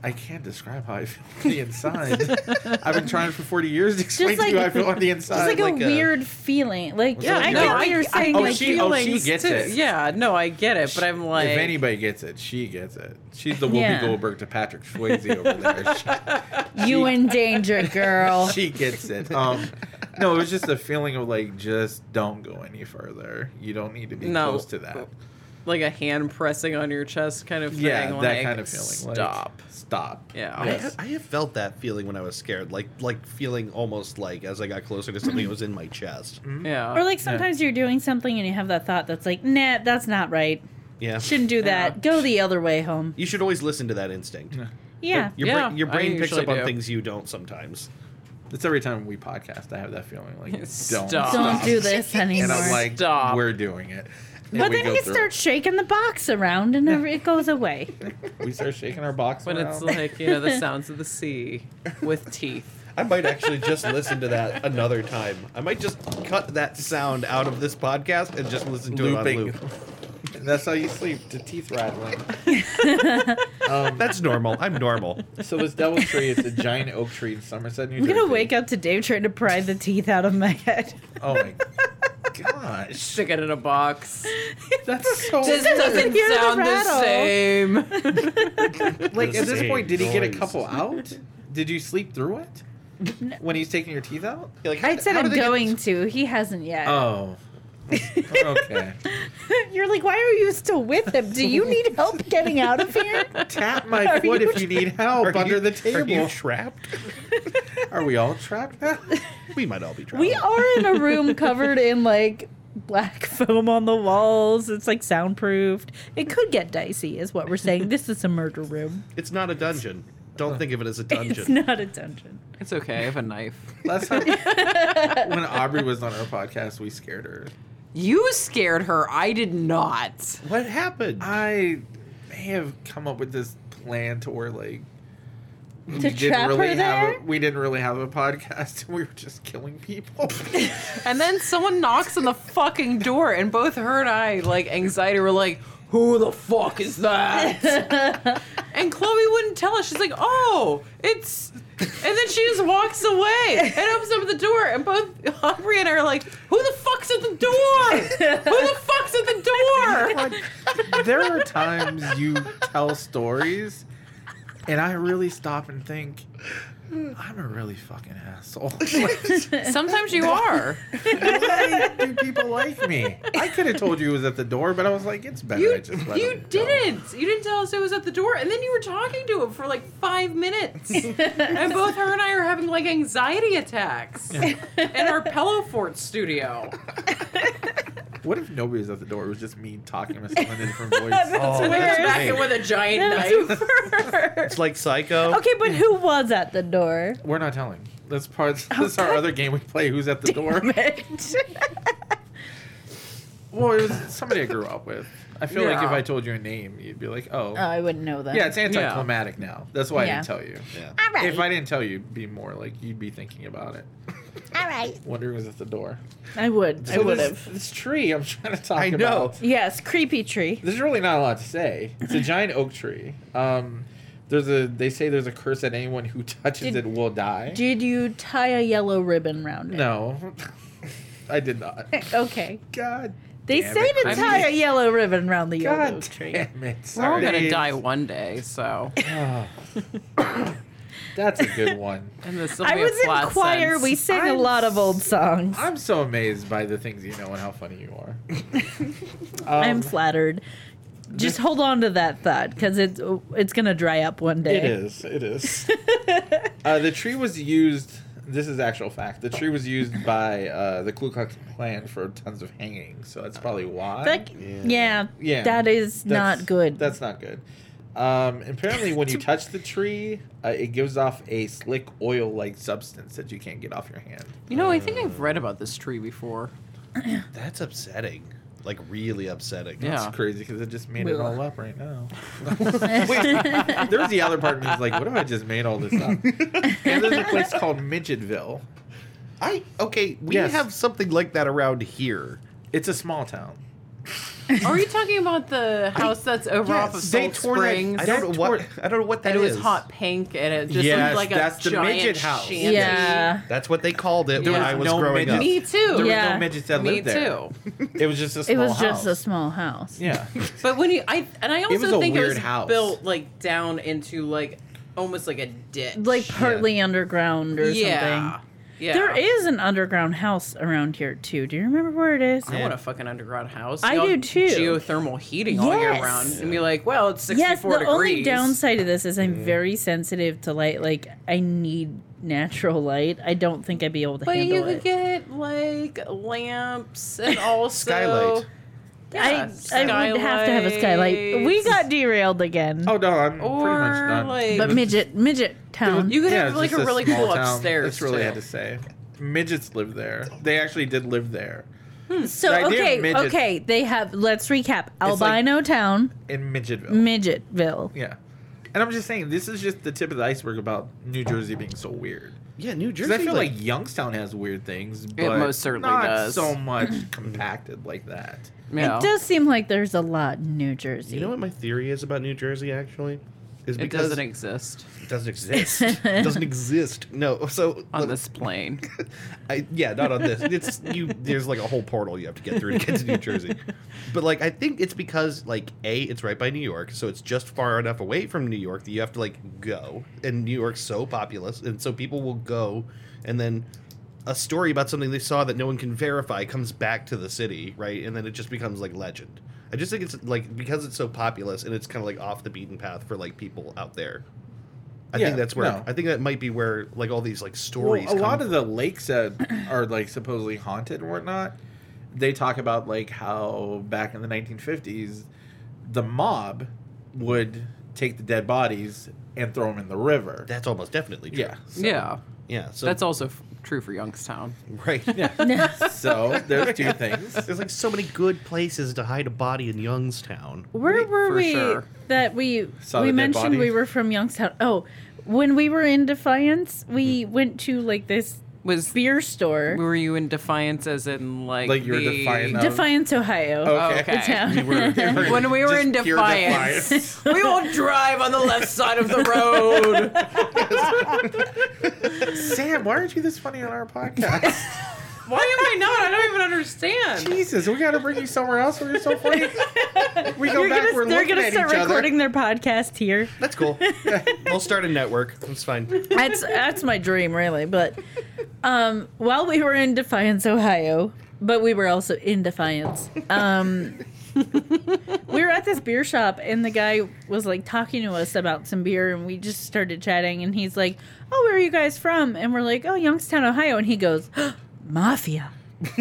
Speaker 4: I can't describe how I feel on the inside. I've been trying for 40 years to explain
Speaker 1: like-
Speaker 4: to you how I feel on the
Speaker 1: It's
Speaker 4: inside.
Speaker 1: like,
Speaker 2: like
Speaker 1: a,
Speaker 2: a-
Speaker 1: weird feeling. Like
Speaker 2: Yeah,
Speaker 1: yeah, I
Speaker 2: like
Speaker 1: get
Speaker 2: a-
Speaker 1: what you're saying.
Speaker 5: I
Speaker 4: oh,
Speaker 1: like,
Speaker 5: get
Speaker 4: she- oh, she
Speaker 5: feelings,
Speaker 4: gets
Speaker 5: too.
Speaker 4: it.
Speaker 5: Yeah, no, I get it, but I'm like,
Speaker 4: if anybody gets it, she gets it. She's the Whoopi
Speaker 1: Yeah.
Speaker 4: Goldberg to Patrick Swayze over there.
Speaker 1: you in danger, girl.
Speaker 4: oh, She, she gets it. Um, no, it was just a feeling of like, just don't go any further. You don't need to be
Speaker 5: No.
Speaker 4: close to that.
Speaker 5: like a hand pressing on your chest kind of thing.
Speaker 4: Yeah,
Speaker 5: like,
Speaker 4: that kind of feeling.
Speaker 5: Stop.
Speaker 4: Like, stop.
Speaker 5: Yeah.
Speaker 2: I,
Speaker 4: Yes.
Speaker 2: I have felt that feeling when I was scared, like like feeling almost like as I got closer to something, it was in my chest.
Speaker 4: Mm-hmm.
Speaker 5: yeah.
Speaker 1: Or like sometimes you're doing something and you have that thought that's like, nah, that's not right.
Speaker 2: Yeah,
Speaker 1: Shouldn't do that.
Speaker 5: Yeah.
Speaker 1: Go the other way home.
Speaker 2: you should always listen to that instinct.
Speaker 1: Yeah.
Speaker 2: Your,
Speaker 5: Yeah,
Speaker 2: bra- your
Speaker 5: I
Speaker 2: brain picks
Speaker 5: usually
Speaker 2: up on
Speaker 5: do.
Speaker 2: things you don't sometimes.
Speaker 4: It's every time we podcast, I have that feeling like, don't
Speaker 5: Stop.
Speaker 4: stop.
Speaker 1: Don't do this anymore.
Speaker 4: And I'm like,
Speaker 5: Stop.
Speaker 4: we're doing it. And
Speaker 1: but
Speaker 4: we
Speaker 1: then
Speaker 4: go
Speaker 1: you
Speaker 4: through
Speaker 1: start shaking the box around and every- it goes away.
Speaker 4: it. We start shaking our box.
Speaker 5: When it's
Speaker 4: around.
Speaker 5: like, you know, the sounds of the sea with teeth.
Speaker 2: I might actually just listen to that another time. I might just cut that sound out of this podcast and just listen to it on
Speaker 4: looping.
Speaker 2: loop.
Speaker 4: That's how you sleep, to teeth rattling. um,
Speaker 2: That's normal. I'm normal.
Speaker 4: so this devil tree is a giant oak tree in Somerset, New
Speaker 1: I'm
Speaker 4: Jersey.
Speaker 1: gonna wake up today trying to pry the teeth out of my head.
Speaker 4: Oh my gosh,
Speaker 5: Stick it in a box.
Speaker 4: that's so.
Speaker 5: This
Speaker 1: doesn't
Speaker 5: doesn't
Speaker 1: hear the
Speaker 5: sound the
Speaker 1: rattle.
Speaker 5: same.
Speaker 4: like at this
Speaker 2: Same
Speaker 4: point, did he get a
Speaker 2: noise.
Speaker 4: couple out? Did you sleep through it when he's taking your teeth out?
Speaker 2: You're like,
Speaker 1: I
Speaker 2: how-
Speaker 1: said
Speaker 2: how do
Speaker 1: I'm
Speaker 2: they get-
Speaker 1: going to. He hasn't yet.
Speaker 4: Oh, okay.
Speaker 1: You're like, why are you still with him? Do you need help getting out of here?
Speaker 4: Tap my foot if you need help
Speaker 2: Are
Speaker 4: under
Speaker 2: you-
Speaker 4: the
Speaker 2: Are you
Speaker 4: table.
Speaker 2: trapped?
Speaker 4: Are we all trapped now?
Speaker 2: We might all be trapped.
Speaker 1: We are in a room covered in like black foam on the walls. It's like soundproofed. It could get dicey, is what we're saying. This is a murder room.
Speaker 2: It's not a dungeon. Don't think of it as a
Speaker 1: It's
Speaker 2: dungeon.
Speaker 1: not a dungeon.
Speaker 5: It's okay. I have a knife.
Speaker 4: Last time when Aubrey was on our podcast, we scared her.
Speaker 5: You scared her. I did not.
Speaker 2: what happened?
Speaker 4: I may have come up with this plan to where like we
Speaker 1: trap her
Speaker 4: have
Speaker 1: there?
Speaker 4: a, we didn't really have a podcast and we were just killing people.
Speaker 5: And then someone knocks on the fucking door, and both her and I, like anxiety, were like, "Who the fuck is that?" and Chloe wouldn't tell us. She's like, "Oh, it's," and then she just walks away and opens up the door, and both Aubrey and I are like, "Who the fuck's at the door? Who the fuck's at the door?"
Speaker 4: Like, there are times you tell stories and I really stop and think I'm a really fucking asshole. Like,
Speaker 5: Sometimes you are.
Speaker 4: why do people like me? I could have told you it was at the door, but I was like, it's better. I
Speaker 5: You,
Speaker 4: just let
Speaker 5: you
Speaker 4: them go.
Speaker 5: didn't. You didn't tell us it was at the door, and then you were talking to him for like five minutes, and both her and I are having like anxiety attacks in our pillow fort studio.
Speaker 4: What if nobody was at the door? It was just me talking with someone in a different voice.
Speaker 2: Oh,
Speaker 5: and
Speaker 1: that's
Speaker 5: then back
Speaker 2: great.
Speaker 5: in with a giant
Speaker 1: That
Speaker 5: knife.
Speaker 2: it's like Psycho.
Speaker 1: Okay, but who was at the door?
Speaker 4: We're not telling. That's part. That's our other game we play. Who's at the door? Well, it was somebody I grew up with. I feel like if
Speaker 5: Yeah.
Speaker 4: I told you a name, you'd be like, "Oh,
Speaker 1: Oh, I wouldn't know that.
Speaker 4: yeah, it's anticlimactic now." That's why I
Speaker 1: Yeah.
Speaker 4: didn't tell you.
Speaker 2: Yeah.
Speaker 1: all right.
Speaker 4: If I didn't tell you, it'd be more like you'd be thinking about it,
Speaker 1: all right.
Speaker 4: wondering who's at the door.
Speaker 1: I would. I
Speaker 4: So
Speaker 1: would
Speaker 4: this-
Speaker 1: have.
Speaker 4: This tree I'm trying to talk
Speaker 2: I know.
Speaker 4: about.
Speaker 1: Yes, creepy tree.
Speaker 4: There's really not a lot to say. It's a giant oak tree. Um, there's a. They say there's a curse that anyone who touches
Speaker 1: Did-
Speaker 4: it will die.
Speaker 1: Did you tie a yellow ribbon round it?
Speaker 4: no, I did not.
Speaker 1: Okay.
Speaker 4: God
Speaker 1: They
Speaker 4: Damn
Speaker 1: say
Speaker 4: it,
Speaker 1: to
Speaker 4: Chris.
Speaker 1: tie a yellow ribbon around the old
Speaker 4: God
Speaker 1: oak tree.
Speaker 4: damn it!
Speaker 5: We're all gonna
Speaker 4: Sorry.
Speaker 5: die one day, so.
Speaker 4: Oh. That's a good one.
Speaker 5: And this will
Speaker 1: I
Speaker 5: be
Speaker 1: was
Speaker 5: a plot
Speaker 1: in choir.
Speaker 5: sense.
Speaker 1: We sang a
Speaker 4: I'm
Speaker 1: lot of old songs.
Speaker 4: I'm so amazed by the things you know and how funny you are. Um,
Speaker 1: I'm flattered. Just hold on to that thought because it's it's gonna dry up one day.
Speaker 4: It is. It is. uh, the tree was used. This is actual fact. The tree was used by uh, the Ku Klux Klan for tons of hangings, so that's probably why.
Speaker 1: Like,
Speaker 2: Yeah.
Speaker 1: yeah.
Speaker 4: Yeah.
Speaker 1: that is
Speaker 4: That's-
Speaker 1: not good.
Speaker 4: That's not good. Um, apparently, when you touch the tree, uh, it gives off a slick oil-like substance that you can't get off your hand.
Speaker 5: You know, I think I've read about this tree before.
Speaker 2: That's upsetting. Like really upsetting.
Speaker 5: Yeah.
Speaker 4: It's crazy because I just made it
Speaker 1: Ugh.
Speaker 4: all up right now. Wait, there's the other part of me that's like, what if I just made all this up? and there's a place called Midgetville.
Speaker 2: I okay. We
Speaker 4: Yes.
Speaker 2: have something like that around here.
Speaker 4: It's a small town.
Speaker 5: Are you talking about the house that's over off of
Speaker 4: Yes, they
Speaker 5: Salt
Speaker 4: tore that-
Speaker 5: Springs?
Speaker 2: I
Speaker 4: That
Speaker 2: don't know what
Speaker 4: tort-
Speaker 2: I don't know what that
Speaker 5: and
Speaker 2: is.
Speaker 5: it was hot pink, and it just
Speaker 4: Yes,
Speaker 5: looked like
Speaker 4: that's
Speaker 5: a
Speaker 4: the
Speaker 5: giant
Speaker 4: midget house.
Speaker 5: shanty.
Speaker 1: yeah,
Speaker 2: That's what they called it
Speaker 5: There
Speaker 2: when
Speaker 5: was
Speaker 2: I was
Speaker 4: no
Speaker 2: growing
Speaker 4: mention-
Speaker 5: Me
Speaker 4: There
Speaker 5: too.
Speaker 4: were
Speaker 1: Yeah.
Speaker 4: no midgets that
Speaker 5: Oh, Me
Speaker 4: lived there.
Speaker 5: too.
Speaker 4: It was just a small
Speaker 1: it was just a
Speaker 4: house.
Speaker 1: small house.
Speaker 4: Yeah.
Speaker 5: But when you, I and I also
Speaker 4: was a
Speaker 5: think it
Speaker 4: weird
Speaker 5: was
Speaker 4: house.
Speaker 5: built like down into like almost like a ditch,
Speaker 1: Like partly underground or
Speaker 5: yeah,
Speaker 1: something.
Speaker 5: yeah.
Speaker 1: There is an underground house around here too. Do you remember where it is?
Speaker 5: I want a fucking underground house.
Speaker 1: I
Speaker 5: Y'all
Speaker 1: do too.
Speaker 5: Geothermal heating all year
Speaker 1: Yes.
Speaker 5: round, and be like, well, it's sixty-four
Speaker 1: Yes, the
Speaker 5: degrees.
Speaker 1: only downside of this is I'm very sensitive to light. Like I need natural light. I don't think I'd be able to
Speaker 5: But
Speaker 1: handle
Speaker 5: you could
Speaker 1: it.
Speaker 5: get like lamps and also
Speaker 2: Skylight.
Speaker 1: I, I would have to have a skylight. We got derailed again.
Speaker 4: Oh no, I'm pretty much
Speaker 5: Or,
Speaker 4: done.
Speaker 5: like-
Speaker 1: but midget midget town.
Speaker 5: You could
Speaker 4: Yeah,
Speaker 5: have
Speaker 4: it's
Speaker 5: like
Speaker 4: just
Speaker 5: a really cool
Speaker 4: small town.
Speaker 5: upstairs.
Speaker 4: That's really
Speaker 5: too.
Speaker 4: had to say. Midgets live there. They actually did live there
Speaker 1: so
Speaker 4: the idea of
Speaker 1: okay,
Speaker 4: midgets-
Speaker 1: okay. They have. Let's recap.
Speaker 4: like-
Speaker 1: Albino town,
Speaker 4: in Midgetville.
Speaker 1: midgetville.
Speaker 4: yeah. And I'm just saying, this is just the tip of the iceberg about New Jersey being so weird.
Speaker 2: Yeah, New Jersey.
Speaker 4: Because I feel like, Youngstown has weird things, but
Speaker 5: most certainly
Speaker 4: not
Speaker 5: does.
Speaker 4: so much compacted like that.
Speaker 5: Yeah.
Speaker 1: It does seem like there's a lot in New Jersey.
Speaker 2: you know what my theory is about New Jersey actually is
Speaker 5: It
Speaker 2: because
Speaker 5: doesn't exist
Speaker 2: it doesn't exist. it doesn't exist. No. So
Speaker 5: on this plane.
Speaker 2: I, yeah, not on this. It's you. There's like a whole portal you have to get through to get to New Jersey. But like, I think it's because like a, it's right by New York, so it's just far enough away from New York that you have to like go. And New York's so populous, and so people will go, and then a story about something they saw that no one can verify comes back to the city, right? And then it just becomes like legend. I just think it's like because it's so populous and it's kind of like off the beaten path for like people out there. I
Speaker 4: Yeah,
Speaker 2: think that's where
Speaker 4: no.
Speaker 2: I think that might be where like all these like
Speaker 4: Well,
Speaker 2: stories.
Speaker 4: a lot
Speaker 2: come
Speaker 4: of the lakes that are like supposedly haunted and whatnot, they talk about like how back in the 1950s, the mob would take the dead bodies and throw them in the river.
Speaker 2: That's almost definitely true.
Speaker 4: yeah. so-
Speaker 5: yeah,
Speaker 2: Yeah. So
Speaker 5: that's also f- true for Youngstown.
Speaker 2: right. Yeah.
Speaker 4: So there's two things.
Speaker 2: There's like so many good places to hide a body in Youngstown.
Speaker 1: Where were
Speaker 5: for
Speaker 1: we
Speaker 5: sure.
Speaker 1: that we
Speaker 4: Saw the
Speaker 1: we
Speaker 4: dead
Speaker 1: mentioned
Speaker 4: body.
Speaker 1: we were from Youngstown? Oh, when we were in Defiance, we
Speaker 4: Hmm.
Speaker 1: went to like this
Speaker 5: Was
Speaker 1: beer store,
Speaker 5: were you in defiance as in like
Speaker 4: Like you were
Speaker 5: the-
Speaker 4: defiant of-
Speaker 1: Defiance, Ohio.
Speaker 5: okay.
Speaker 1: The town.
Speaker 4: uh, Oh, We were- we were
Speaker 5: When we were
Speaker 4: just
Speaker 5: in
Speaker 4: pure
Speaker 5: defiance.
Speaker 4: defiance.
Speaker 5: we won't drive on the left side of the road.
Speaker 4: Sam, why aren't you this funny on our podcast?
Speaker 5: Why am I not? I don't even understand.
Speaker 4: Jesus, we got to bring you somewhere else where you're so funny. We go
Speaker 1: You're
Speaker 4: back,
Speaker 1: gonna-
Speaker 4: we're
Speaker 1: they're
Speaker 4: looking
Speaker 1: gonna
Speaker 4: at
Speaker 1: start
Speaker 4: each other.
Speaker 1: recording their podcast here.
Speaker 2: That's cool. we'll start a network. It's fine.
Speaker 1: That's that's my dream, really. But um, while we were in Defiance, Ohio, but we were also in Defiance. Um, we were at this beer shop, and the guy was like talking to us about some beer, and we just started chatting. And he's like, "Oh, where are you guys from?" And we're like, "Oh, Youngstown, Ohio." And he goes, "Mafia."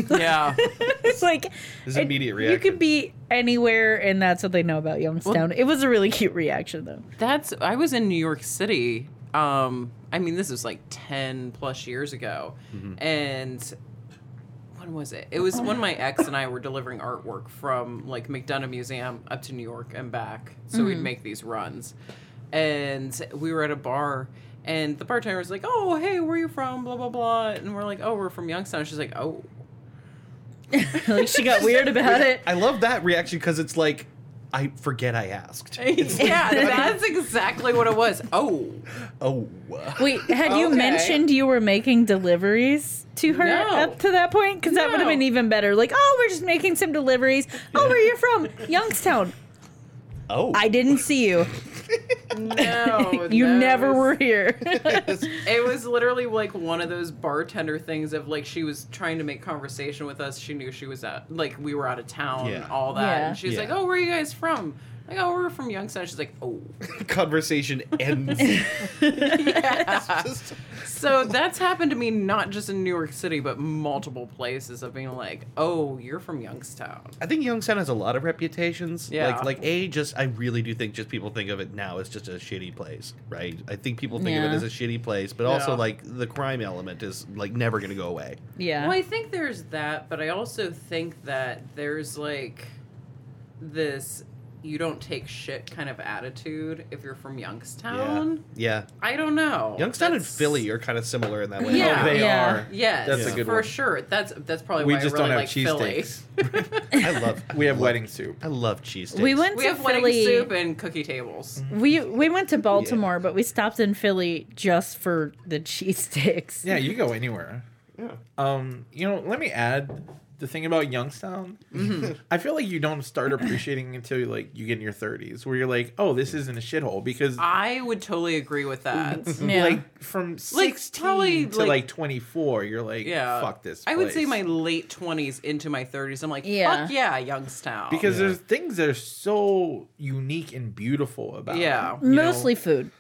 Speaker 5: Yeah.
Speaker 1: it's like
Speaker 2: His immediate
Speaker 1: You
Speaker 2: reaction.
Speaker 1: could be anywhere, and that's what they know about Youngstown. it was a really cute reaction, though.
Speaker 5: That's I was in New York City. Um, I mean, this is like ten plus years ago, and when was it? It was when my ex and I were delivering artwork from like McDonough Museum up to New York and back. So we'd make these runs, and we were at a bar. And the bartender was like, "Oh, hey, where are you from?" Blah blah blah, and we're like, "Oh, we're from Youngstown." She's like, "Oh,
Speaker 1: like she got weird about it.
Speaker 2: I love that reaction because it's like I forget I asked.
Speaker 5: yeah, that's exactly what it was. Oh,
Speaker 2: Oh.
Speaker 1: Wait, had you
Speaker 5: Okay.
Speaker 1: mentioned you were making deliveries to her
Speaker 5: No.
Speaker 1: up to that point? Because that would have
Speaker 5: No.
Speaker 1: been even better. Like, oh, we're just making some deliveries. Oh, where you from? Youngstown.
Speaker 2: Oh.
Speaker 1: I didn't see you.
Speaker 5: no.
Speaker 1: You
Speaker 5: Oh, no, it
Speaker 1: never
Speaker 5: was-
Speaker 1: were here.
Speaker 5: It was literally like one of those bartender things of like she was trying to make conversation with us. She knew she was out, like we were out of town,
Speaker 2: Yeah.
Speaker 5: all that.
Speaker 1: Yeah.
Speaker 5: And she's
Speaker 2: Yeah.
Speaker 5: like, "Oh, where are you guys from?" Like, "Oh, we're from Youngstown." She's like, "Oh."
Speaker 2: Conversation ends.
Speaker 5: Yeah.
Speaker 2: Just-
Speaker 5: so that's happened to me not just in New York City, but multiple places of being like, "Oh, you're from Youngstown."
Speaker 2: I think Youngstown has a lot of reputations.
Speaker 5: Yeah.
Speaker 2: Like like A, just I really do think just people think of it now as just a shitty place, right? I think people think of it
Speaker 1: Yeah.
Speaker 2: as a shitty place, but also
Speaker 5: Yeah.
Speaker 2: like the crime element is like never gonna go away.
Speaker 1: yeah.
Speaker 5: Well, I think there's that, but I also think that there's like this you don't take shit kind of attitude if you're from Youngstown.
Speaker 2: Yeah.
Speaker 5: I don't know.
Speaker 2: yeah. Youngstown
Speaker 5: That's-
Speaker 2: and Philly are kind of similar in that way.
Speaker 5: Yeah.
Speaker 4: Oh, they
Speaker 1: Yeah.
Speaker 4: are.
Speaker 5: Yes,
Speaker 4: That's
Speaker 2: a
Speaker 4: good
Speaker 5: for
Speaker 4: one.
Speaker 5: sure. That's that's probably
Speaker 4: We
Speaker 5: why
Speaker 4: just
Speaker 5: I really
Speaker 4: don't have
Speaker 5: like Philly.
Speaker 4: cheesesteaks.
Speaker 2: I love
Speaker 4: We have
Speaker 2: I love-
Speaker 4: wedding soup.
Speaker 2: I love cheesesteaks.
Speaker 1: we went
Speaker 5: We
Speaker 1: to
Speaker 5: have wedding
Speaker 1: Philly.
Speaker 5: soup and cookie tables.
Speaker 4: Mm-hmm.
Speaker 1: we we went to Baltimore, but we stopped in Philly just for the cheese sticks.
Speaker 4: Yeah, you go anywhere. Yeah. Um, you know, let me add the thing about Youngstown.
Speaker 5: Mm-hmm.
Speaker 4: I feel like you don't start appreciating until like you get in your 30s, where you're like, oh, this isn't a shithole because
Speaker 5: I would totally agree with that.
Speaker 1: Yeah.
Speaker 4: like from 16
Speaker 5: probably,
Speaker 4: to like,
Speaker 5: like-
Speaker 4: 24, you're like,
Speaker 5: Yeah.
Speaker 4: fuck this.
Speaker 5: I would say
Speaker 4: place.
Speaker 5: my late 20s into my 30s. I'm like,
Speaker 1: Yeah.
Speaker 5: fuck Oh, yeah, Youngstown.
Speaker 4: because
Speaker 2: Yeah.
Speaker 4: there's things that are so unique and beautiful about. it,
Speaker 5: Yeah.
Speaker 4: you know?
Speaker 1: Mostly food.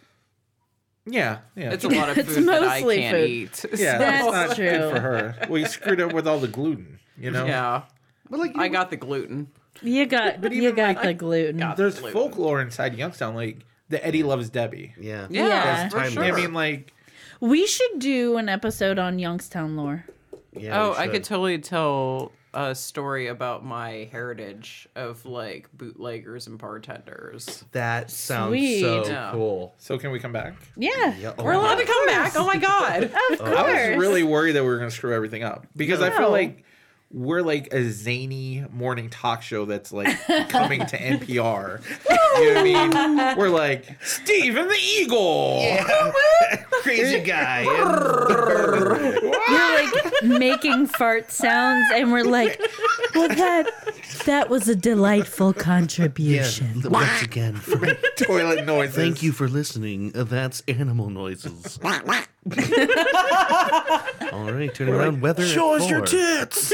Speaker 4: Yeah, yeah.
Speaker 5: it's a lot of food
Speaker 1: It's
Speaker 5: that I
Speaker 1: mostly
Speaker 5: can't
Speaker 1: food.
Speaker 5: eat.
Speaker 4: yeah,
Speaker 5: So-
Speaker 4: that's
Speaker 1: That's
Speaker 4: not
Speaker 1: true.
Speaker 4: good for her. We screwed up with all the gluten, you know.
Speaker 5: Yeah.
Speaker 2: but like
Speaker 5: I got the gluten.
Speaker 1: You got
Speaker 4: But
Speaker 1: you
Speaker 4: even,
Speaker 1: got
Speaker 4: like,
Speaker 1: the gluten.
Speaker 5: got-
Speaker 4: There's
Speaker 5: Gluten.
Speaker 4: folklore inside Youngstown, like the Eddie loves Debbie.
Speaker 2: Yeah.
Speaker 5: Yeah,
Speaker 1: Yeah.
Speaker 5: for
Speaker 2: That's
Speaker 5: sure.
Speaker 2: timely.
Speaker 4: I mean, like,
Speaker 1: We should do an episode on Youngstown lore.
Speaker 2: yeah
Speaker 5: oh,
Speaker 2: we
Speaker 5: I
Speaker 2: should.
Speaker 5: could totally tell a story about my heritage of like bootleggers and bartenders.
Speaker 2: that sounds
Speaker 1: Sweet.
Speaker 2: so
Speaker 5: Yeah.
Speaker 2: cool.
Speaker 4: so can we come back?
Speaker 1: Yeah.
Speaker 2: Yeah, oh
Speaker 5: We're
Speaker 2: my
Speaker 5: allowed to come back. Oh my god.
Speaker 1: Of course.
Speaker 4: I was really worried that we were going to screw everything up because I feel
Speaker 1: No.
Speaker 4: like we're like a zany morning talk show that's like coming to NPR. you know what I mean? We're like Steve and the Eagle.
Speaker 2: crazy guy. and-
Speaker 1: You're like making fart sounds, and we're like, well, that that was a delightful
Speaker 2: yeah.
Speaker 1: contribution.
Speaker 2: Once again, Frank,
Speaker 4: Toilet noises.
Speaker 2: thank you for listening. Uh, That's animal noises. All right, turn around. Weather at
Speaker 4: Show us your
Speaker 2: four.
Speaker 4: tits.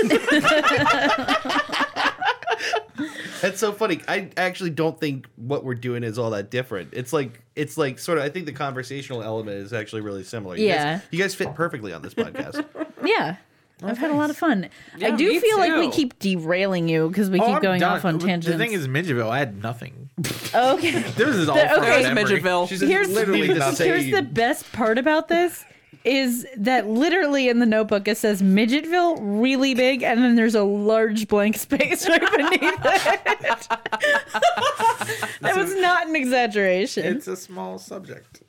Speaker 2: That's so funny. I actually don't think what we're doing is all that different. It's like it's like sort of. I think the conversational element is actually really similar. You
Speaker 1: Yeah.
Speaker 2: guys, you guys fit perfectly on this podcast.
Speaker 1: Yeah. I've had a lot of fun. I
Speaker 5: Yeah,
Speaker 1: do
Speaker 5: me
Speaker 1: feel like we
Speaker 5: too.
Speaker 1: keep derailing you because we
Speaker 4: Oh,
Speaker 1: keep
Speaker 4: I'm
Speaker 1: going
Speaker 4: done.
Speaker 1: off on
Speaker 4: The
Speaker 1: tangents.
Speaker 4: thing is, Midgetville, I had nothing.
Speaker 1: okay.
Speaker 4: This is all
Speaker 1: The-
Speaker 4: from
Speaker 1: okay.
Speaker 4: memory.
Speaker 5: Midgetville.
Speaker 4: She's
Speaker 1: Here's-
Speaker 4: literally
Speaker 2: Needed to
Speaker 4: nothing.
Speaker 2: say-
Speaker 1: Here's the best part about this is that literally in the notebook it says Midgetville really big, and then there's a large blank space right beneath it. that was not an exaggeration.
Speaker 4: It's a small subject.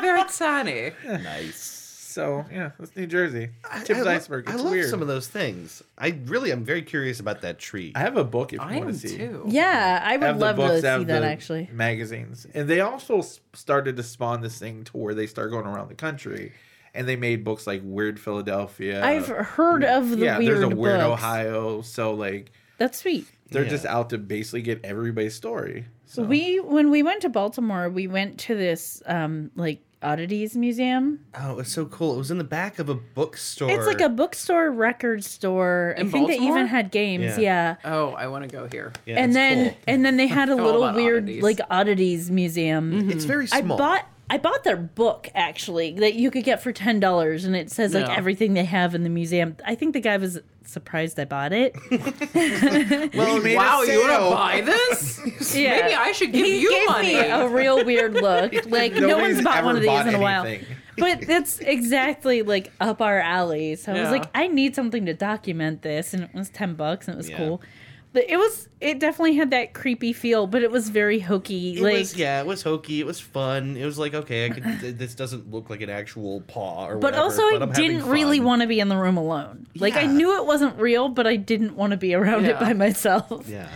Speaker 5: Very tiny.
Speaker 2: nice.
Speaker 4: So yeah, that's New Jersey. Tip
Speaker 2: I
Speaker 4: of
Speaker 2: lo-
Speaker 4: the iceberg.
Speaker 2: I
Speaker 4: It's
Speaker 2: love
Speaker 4: weird.
Speaker 2: some of those things. I really am very curious about that tree.
Speaker 4: I have a book if you
Speaker 5: I
Speaker 4: want
Speaker 5: am
Speaker 4: to see.
Speaker 5: too.
Speaker 1: Yeah, I would
Speaker 4: have the
Speaker 1: love
Speaker 4: books,
Speaker 1: to see
Speaker 4: have
Speaker 1: that
Speaker 4: the
Speaker 1: actually.
Speaker 4: Magazines, and they also s- started to spawn this thing to where they start going around the country, and they made books like Weird Philadelphia.
Speaker 1: I've heard of the
Speaker 4: uh, yeah,
Speaker 1: weird
Speaker 4: there's a Weird
Speaker 1: books.
Speaker 4: Ohio. So like
Speaker 1: That's sweet.
Speaker 4: they're
Speaker 2: Yeah.
Speaker 4: just out to basically get everybody's story. So
Speaker 1: We when we went to Baltimore, we went to this um like oddities museum.
Speaker 2: Oh, it was so cool. It was in the back of a bookstore.
Speaker 1: It's like a bookstore, record store. I
Speaker 5: In
Speaker 1: think they
Speaker 5: Baltimore?
Speaker 1: even had games.
Speaker 2: Yeah.
Speaker 1: yeah.
Speaker 5: Oh, I want to go here.
Speaker 2: Yeah,
Speaker 1: and
Speaker 2: it's
Speaker 1: then
Speaker 2: cool.
Speaker 1: and then they had a
Speaker 5: All
Speaker 1: little
Speaker 5: about
Speaker 1: weird
Speaker 5: oddities.
Speaker 1: like oddities museum.
Speaker 2: it's very
Speaker 1: I
Speaker 2: Mm-hmm. small.
Speaker 1: bought I bought their book actually that you could get for ten dollars, and it says like
Speaker 5: Yeah.
Speaker 1: everything they have in the museum. I think the guy was surprised I bought it.
Speaker 4: well, we made a
Speaker 5: Wow, you want to
Speaker 4: sale.
Speaker 5: buy this?
Speaker 1: yeah.
Speaker 5: Maybe I should give
Speaker 1: he
Speaker 5: you
Speaker 1: gave
Speaker 5: money.
Speaker 1: me a real weird look. Like no
Speaker 4: Nobody's
Speaker 1: one's bought one
Speaker 4: ever
Speaker 1: of these
Speaker 4: bought
Speaker 1: in a while.
Speaker 4: anything.
Speaker 1: But that's exactly like up our alley. So I
Speaker 5: Yeah.
Speaker 1: was like, I need something to document this, and it was ten bucks, and it was
Speaker 2: Yeah.
Speaker 1: cool. But it was it definitely had that creepy feel, but it was very hokey.
Speaker 2: It
Speaker 1: like
Speaker 2: was, yeah, it was hokey. It was fun. It was like okay, I could, th- this doesn't look like an actual paw or
Speaker 1: But
Speaker 2: whatever.
Speaker 1: also, I
Speaker 2: I'm having
Speaker 1: didn't really
Speaker 2: fun.
Speaker 1: want to be in the room alone. Like, I
Speaker 2: Yeah.
Speaker 1: knew it wasn't real, but I didn't want to be around
Speaker 5: Yeah.
Speaker 1: it by myself.
Speaker 2: Yeah.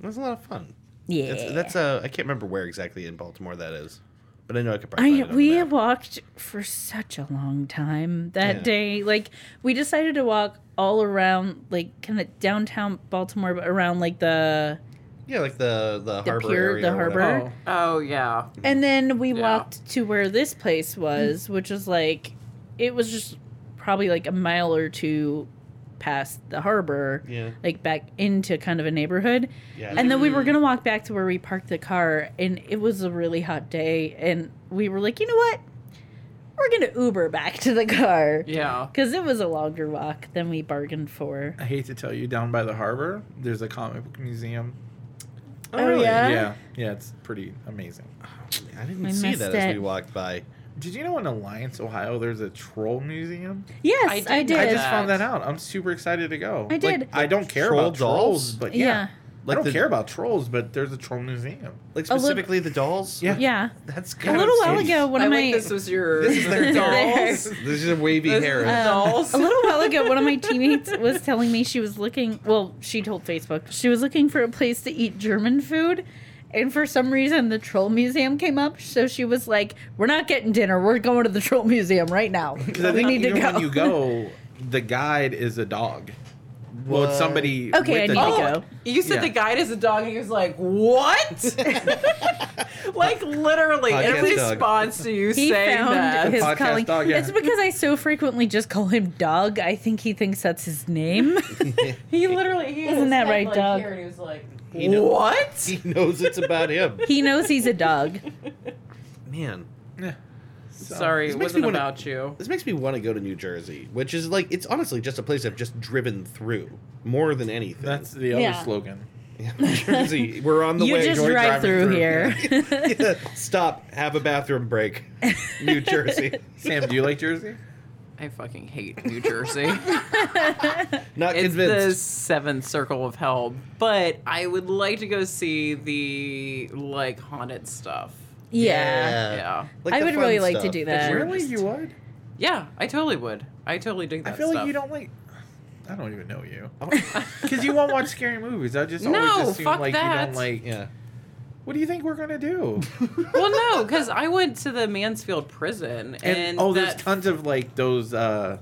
Speaker 2: was a lot of fun.
Speaker 1: Yeah.
Speaker 2: That's, that's uh, I can't remember where exactly in Baltimore that is, but I know I could probably.
Speaker 1: I
Speaker 2: find it on
Speaker 1: we
Speaker 2: the map.
Speaker 1: walked for such a long time that
Speaker 2: Yeah.
Speaker 1: day. Like we decided to walk all around like kind of downtown Baltimore but around like the
Speaker 2: yeah, like the the, harbor
Speaker 1: pier,
Speaker 2: area
Speaker 1: the
Speaker 2: or whatever.
Speaker 1: harbor.
Speaker 4: Oh,
Speaker 1: Bird.
Speaker 5: Oh yeah.
Speaker 1: and then we
Speaker 5: Yeah.
Speaker 1: walked to where this place
Speaker 2: Mm.
Speaker 1: was, which was like it was just probably like a mile or two past the harbor.
Speaker 2: Yeah,
Speaker 1: Like back into kind of a neighborhood.
Speaker 2: yeah.
Speaker 1: And then we were gonna walk back to where we parked the car, and it was a really hot day, and we were like, you know what? We're gonna Uber back to the car
Speaker 5: Yeah.
Speaker 1: because it was a longer walk than we bargained for.
Speaker 4: I hate to tell you, down by the harbor, there's a comic book museum.
Speaker 1: Oh, yeah?
Speaker 4: Yeah, yeah, it's pretty amazing.
Speaker 2: I didn't
Speaker 1: I
Speaker 2: see
Speaker 1: missed
Speaker 2: that as
Speaker 1: it.
Speaker 2: we walked by.
Speaker 4: Did you know in Alliance, Ohio, there's a troll museum?
Speaker 1: Yes,
Speaker 5: I
Speaker 1: I
Speaker 5: did
Speaker 1: did.
Speaker 4: I
Speaker 5: Yeah.
Speaker 4: just found that out. I'm super excited to go.
Speaker 1: I did.
Speaker 4: Like, I don't care
Speaker 2: Troll
Speaker 4: about
Speaker 2: dolls?
Speaker 4: trolls, but yeah,
Speaker 1: yeah,
Speaker 2: Like
Speaker 4: I don't
Speaker 2: the,
Speaker 4: care about trolls, but there's a troll museum.
Speaker 2: like
Speaker 1: A little-
Speaker 2: specifically the dolls.
Speaker 4: Yeah.
Speaker 1: yeah.
Speaker 2: that's
Speaker 1: A
Speaker 2: kind
Speaker 1: little
Speaker 2: of
Speaker 1: while
Speaker 2: seems-
Speaker 1: ago, one
Speaker 5: I
Speaker 1: of
Speaker 5: like
Speaker 1: my
Speaker 5: this was your
Speaker 2: This is their
Speaker 1: dolls.
Speaker 2: This is a wavy
Speaker 5: This is
Speaker 1: uh,
Speaker 2: hair.
Speaker 5: the dolls.
Speaker 1: Um, a little while ago, one of my teammates was telling me she was looking. Well, she told Facebook she was looking for a place to eat German food, and for some reason, the Troll Museum came up. So she was like, "We're not getting dinner. We're going to the Troll Museum right now.
Speaker 4: Because I
Speaker 1: we
Speaker 4: think
Speaker 1: need to
Speaker 4: even
Speaker 1: go."
Speaker 4: when you go, the guide is a dog. Well,
Speaker 2: What?
Speaker 4: it's somebody.
Speaker 1: Okay,
Speaker 4: with
Speaker 1: I
Speaker 4: a
Speaker 1: need to
Speaker 4: dog.
Speaker 1: go.
Speaker 5: Oh, You said
Speaker 4: Yeah.
Speaker 5: the guide is a dog, and he was like, "What?" like literally in
Speaker 2: Podcast dog.
Speaker 5: response to you
Speaker 1: he
Speaker 5: saying
Speaker 1: found
Speaker 5: that.
Speaker 1: his
Speaker 4: Podcast
Speaker 1: calling.
Speaker 4: dog, yeah.
Speaker 1: It's because I so frequently just call him Dog. I think he thinks that's his name.
Speaker 5: he literally he had
Speaker 1: Isn't
Speaker 5: his
Speaker 1: that
Speaker 5: head
Speaker 1: right,
Speaker 5: like
Speaker 1: dog?
Speaker 5: Here, and he was like,
Speaker 2: He know-
Speaker 5: "What?"
Speaker 2: He knows it's about him.
Speaker 1: he knows he's a dog.
Speaker 2: Man,
Speaker 4: Yeah.
Speaker 5: Sorry,
Speaker 2: This
Speaker 5: it
Speaker 2: makes
Speaker 5: wasn't
Speaker 2: me wanna-
Speaker 5: about you.
Speaker 2: this makes me want to go to New Jersey, which is like it's honestly just a place I've just driven through more than anything.
Speaker 4: That's the other
Speaker 1: Yeah.
Speaker 4: slogan.
Speaker 2: Yeah, New Jersey. We're on the
Speaker 1: you
Speaker 2: way.
Speaker 1: just
Speaker 2: We're
Speaker 1: drive through
Speaker 2: driving
Speaker 1: here.
Speaker 2: Yeah. Stop. Have a bathroom break. New Jersey.
Speaker 4: Sam, do you like Jersey?
Speaker 5: I fucking hate New Jersey.
Speaker 2: Not
Speaker 5: it's the
Speaker 2: convinced.
Speaker 5: seventh circle of hell, but I would like to go see the like haunted stuff.
Speaker 1: yeah.
Speaker 5: yeah,
Speaker 2: Like
Speaker 1: I
Speaker 2: the
Speaker 1: would
Speaker 2: fun
Speaker 1: really like to
Speaker 2: stuff.
Speaker 1: do that.
Speaker 5: Sure.
Speaker 4: Really, you would?
Speaker 5: yeah, I totally would. I totally dig
Speaker 4: I
Speaker 5: that.
Speaker 4: feel
Speaker 5: stuff.
Speaker 4: like you don't like. I don't even know you. Because you won't watch scary movies. I just
Speaker 5: No,
Speaker 4: always assume
Speaker 5: fuck
Speaker 4: like you
Speaker 5: that.
Speaker 4: don't like.
Speaker 2: Yeah.
Speaker 4: What do you think we're gonna do?
Speaker 5: well, no, because I went to the Mansfield prison, and,
Speaker 4: And, oh, there's
Speaker 5: that-
Speaker 4: tons of like those uh,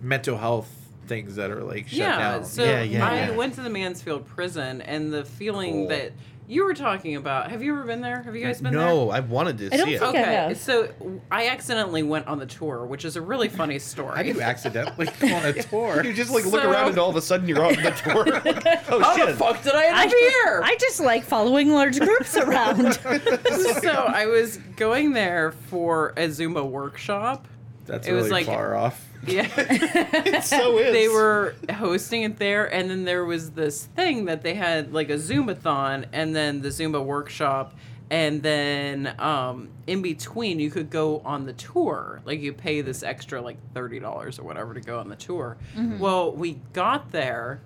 Speaker 4: mental health things that are like shut
Speaker 5: yeah.
Speaker 4: down.
Speaker 5: So
Speaker 2: Yeah, yeah,
Speaker 5: I
Speaker 2: yeah.
Speaker 5: went to the Mansfield prison, and the feeling
Speaker 2: Cool.
Speaker 5: that you were talking about. Have you ever been there? Have you guys been there?
Speaker 2: no, I wanted to
Speaker 1: I don't
Speaker 2: see it.
Speaker 1: think- I
Speaker 5: Okay,
Speaker 1: have.
Speaker 5: so I accidentally went on the tour, which is a really funny story.
Speaker 4: How do you accidentally go on a tour?
Speaker 2: You just like look
Speaker 5: So-
Speaker 2: around and all of a sudden you're on the tour. oh
Speaker 5: How
Speaker 2: shit.
Speaker 5: the fuck did I end
Speaker 1: I
Speaker 5: up here?
Speaker 1: I just like following large groups around.
Speaker 5: so I was going there for a Zumba workshop.
Speaker 4: That's
Speaker 5: It
Speaker 4: really
Speaker 5: was like-
Speaker 4: far off.
Speaker 5: Yeah.
Speaker 2: It so is.
Speaker 5: they were hosting it there and then there was this thing that they had like a zumbathon and then the zumba workshop and then um, in between you could go on the tour like you pay this extra like $30 or whatever to go on the tour well we got there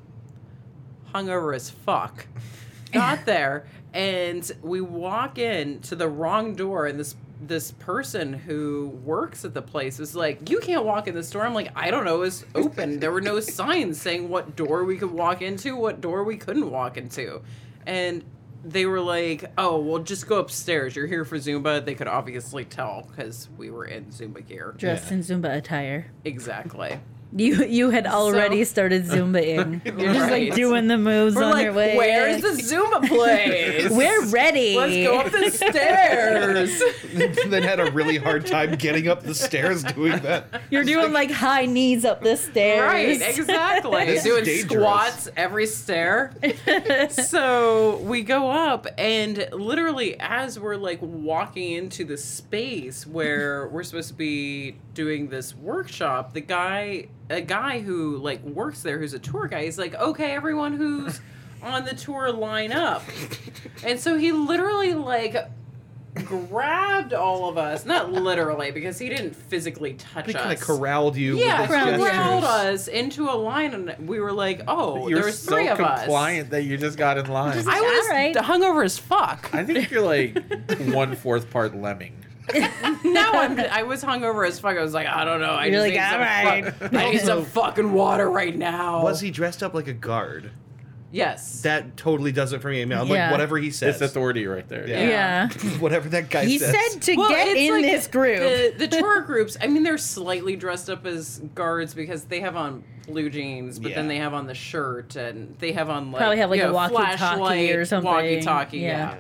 Speaker 5: hungover as fuck got there and we walk in to the wrong door and this this person who works at the place was like you can't walk in this door i'm like i don't know it was open there were no signs saying what door we could walk into what door we couldn't walk into and they were like oh well just go upstairs you're here for zumba they could obviously tell because we were in zumba gear
Speaker 1: Dressed in Zumba attire.
Speaker 5: exactly
Speaker 1: You you had already
Speaker 5: So-
Speaker 1: started Zumbaing. You're just
Speaker 5: Right.
Speaker 1: like doing the moves
Speaker 5: we're
Speaker 1: on
Speaker 5: like
Speaker 1: your way.
Speaker 5: where's the zumba place
Speaker 1: We're ready.
Speaker 5: Let's go up the stairs.
Speaker 2: then had a really hard time getting up the stairs doing that.
Speaker 1: You're doing like high knees up the stairs.
Speaker 5: right, exactly.
Speaker 2: This is
Speaker 5: Doing
Speaker 2: dangerous.
Speaker 5: squats every stair. so we go up, and literally, as we're like walking into the space where we're supposed to be doing this workshop, the guy, a guy who like works there, who's a tour guy, he's like, "Okay, everyone who's on the tour, line up." And so he literally like grabbed all of us, not literally because he didn't physically touch
Speaker 2: They
Speaker 5: us.
Speaker 2: kind of corralled you.
Speaker 5: Yeah,
Speaker 2: with
Speaker 5: he
Speaker 2: his
Speaker 1: corralled
Speaker 2: gestures.
Speaker 5: corralled us into a line, and we were like, "Oh,
Speaker 4: You're
Speaker 5: there was
Speaker 4: so
Speaker 5: three of us."
Speaker 4: compliant that you just got in line.
Speaker 1: Just-
Speaker 5: I was
Speaker 1: All right.
Speaker 5: hungover as fuck.
Speaker 4: I think you're like one fourth part lemming.
Speaker 5: now I'm, I was hungover as fuck. I was like, I don't know. I
Speaker 1: You're
Speaker 5: just
Speaker 1: like,
Speaker 5: need some
Speaker 1: "All
Speaker 5: fuck- I need some fucking water right now.
Speaker 2: Was he dressed up like a guard?
Speaker 5: Yes.
Speaker 2: That totally does it for me. I mean, I'm
Speaker 1: Yeah.
Speaker 2: like whatever he says,
Speaker 4: It's authority right there.
Speaker 2: Yeah.
Speaker 1: Yeah.
Speaker 2: whatever that guy
Speaker 1: He
Speaker 2: says.
Speaker 1: said to
Speaker 5: Well,
Speaker 1: get
Speaker 5: it's
Speaker 1: in
Speaker 5: like
Speaker 1: this group.
Speaker 5: The, the tour groups, I mean, they're slightly dressed up as guards because they have on blue jeans, but then
Speaker 2: Yeah.
Speaker 5: they have on the shirt and they have on like
Speaker 1: Probably have, like,
Speaker 5: you
Speaker 1: a
Speaker 5: know,
Speaker 1: walkie-talkie
Speaker 5: flashlight,
Speaker 1: or something.
Speaker 5: Walkie-talkie,
Speaker 1: Yeah.
Speaker 5: yeah.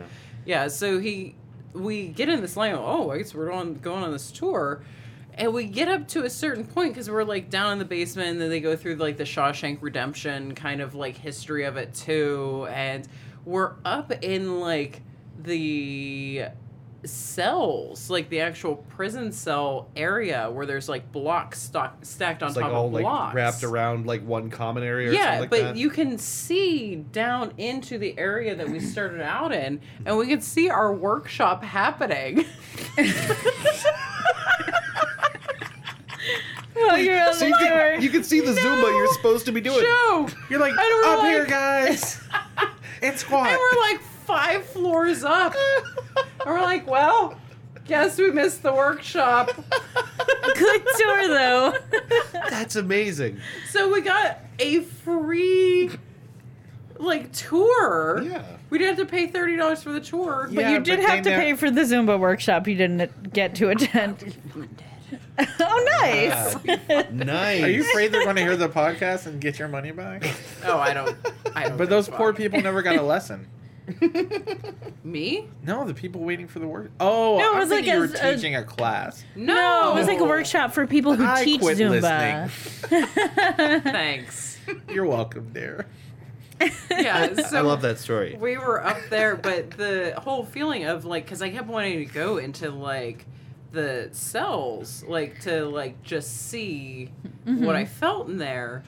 Speaker 5: yeah, So he, we get in this line. Oh, I guess we're on going on this tour. And we get up to a certain point because we're like down in the basement, and then they go through like the Shawshank Redemption kind of like history of it too. And we're up in like the cells, like the actual prison cell area where there's like blocks stock- stacked on
Speaker 2: It's
Speaker 5: top
Speaker 2: like all
Speaker 5: of
Speaker 2: like
Speaker 5: blocks.
Speaker 2: wrapped around like one common area. Or
Speaker 5: Yeah,
Speaker 2: something like
Speaker 5: but
Speaker 2: that.
Speaker 5: you can see down into the area that we started out in, and we can see our workshop happening.
Speaker 1: oh, you're a
Speaker 2: So you can,
Speaker 1: liar.
Speaker 2: you can see the Zumba you're supposed to be doing.
Speaker 5: Joe!
Speaker 4: You're like,
Speaker 5: And we're
Speaker 4: up
Speaker 5: like-
Speaker 4: here, guys. and squat.
Speaker 5: And we're like five floors up. And we're like, well, guess we missed the workshop.
Speaker 1: Good tour though.
Speaker 2: That's amazing.
Speaker 5: So we got a free like tour.
Speaker 2: Yeah.
Speaker 5: We didn't have to pay thirty dollars for the tour.
Speaker 1: but
Speaker 2: Yeah,
Speaker 1: you did
Speaker 2: but
Speaker 1: have to
Speaker 2: they nev-
Speaker 1: pay for the Zumba workshop you didn't get to attend. oh, nice.
Speaker 5: Ah.
Speaker 2: Nice.
Speaker 4: Are you afraid they're going to hear the podcast and get your money back?
Speaker 5: Oh, I don't. I don't.
Speaker 4: But
Speaker 5: give
Speaker 4: those
Speaker 5: a fuck.
Speaker 4: poor people never got a lesson.
Speaker 5: Me?
Speaker 4: No, the people waiting for the work. Oh,
Speaker 1: No, it
Speaker 4: I
Speaker 1: was
Speaker 4: was thinking
Speaker 1: like
Speaker 4: you
Speaker 1: a-
Speaker 4: were
Speaker 1: a-
Speaker 4: teaching a class.
Speaker 5: No.
Speaker 1: No, it was like a workshop for people who
Speaker 4: I
Speaker 1: teach
Speaker 4: quit
Speaker 1: Zumba.
Speaker 5: Thanks.
Speaker 4: You're welcome, there.
Speaker 5: Yeah. So
Speaker 2: I love that story.
Speaker 5: we were up there, but the whole feeling of like, because I kept wanting to go into like the cells, like to like just see what I felt in there.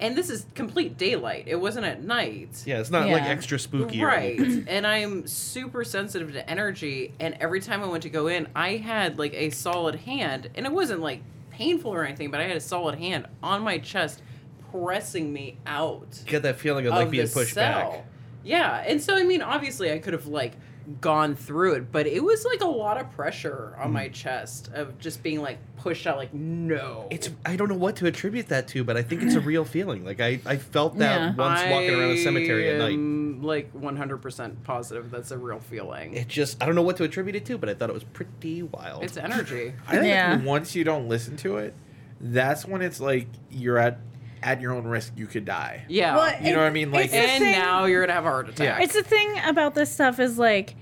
Speaker 5: And this is complete daylight. It wasn't at night.
Speaker 2: Yeah, it's not like
Speaker 1: Yeah.
Speaker 2: extra spooky. or
Speaker 5: Right.
Speaker 2: anything.
Speaker 5: and I'm super sensitive to energy. And every time I went to go in, I had like a solid hand. And it wasn't like painful or anything, but I had a solid hand on my chest pressing me out
Speaker 2: Get that feeling of like
Speaker 5: of
Speaker 2: being
Speaker 5: the
Speaker 2: pushed
Speaker 5: cell.
Speaker 2: back.
Speaker 5: Yeah, and so I mean, obviously, I could have like gone through it, but it was like a lot of pressure
Speaker 2: Hmm.
Speaker 5: on my chest of just being like pushed out, like no.
Speaker 2: It's I don't know what to attribute that to, but I think it's a real feeling. Like I, I felt that
Speaker 1: Yeah.
Speaker 2: once walking around a cemetery at
Speaker 5: I
Speaker 2: night.
Speaker 5: am, Like 100% positive that's a real feeling.
Speaker 2: It just I don't know what to attribute it to, but I thought it was pretty wild.
Speaker 5: it's energy.
Speaker 4: I think
Speaker 1: Yeah.
Speaker 4: once you don't listen to it, that's when it's like you're at at your own risk. You could die.
Speaker 5: Yeah.
Speaker 1: Well,
Speaker 4: You know what I mean? Like-
Speaker 1: it's the
Speaker 5: and
Speaker 1: thing-
Speaker 5: now you're gonna have a heart attack.
Speaker 1: It's the thing about this stuff is like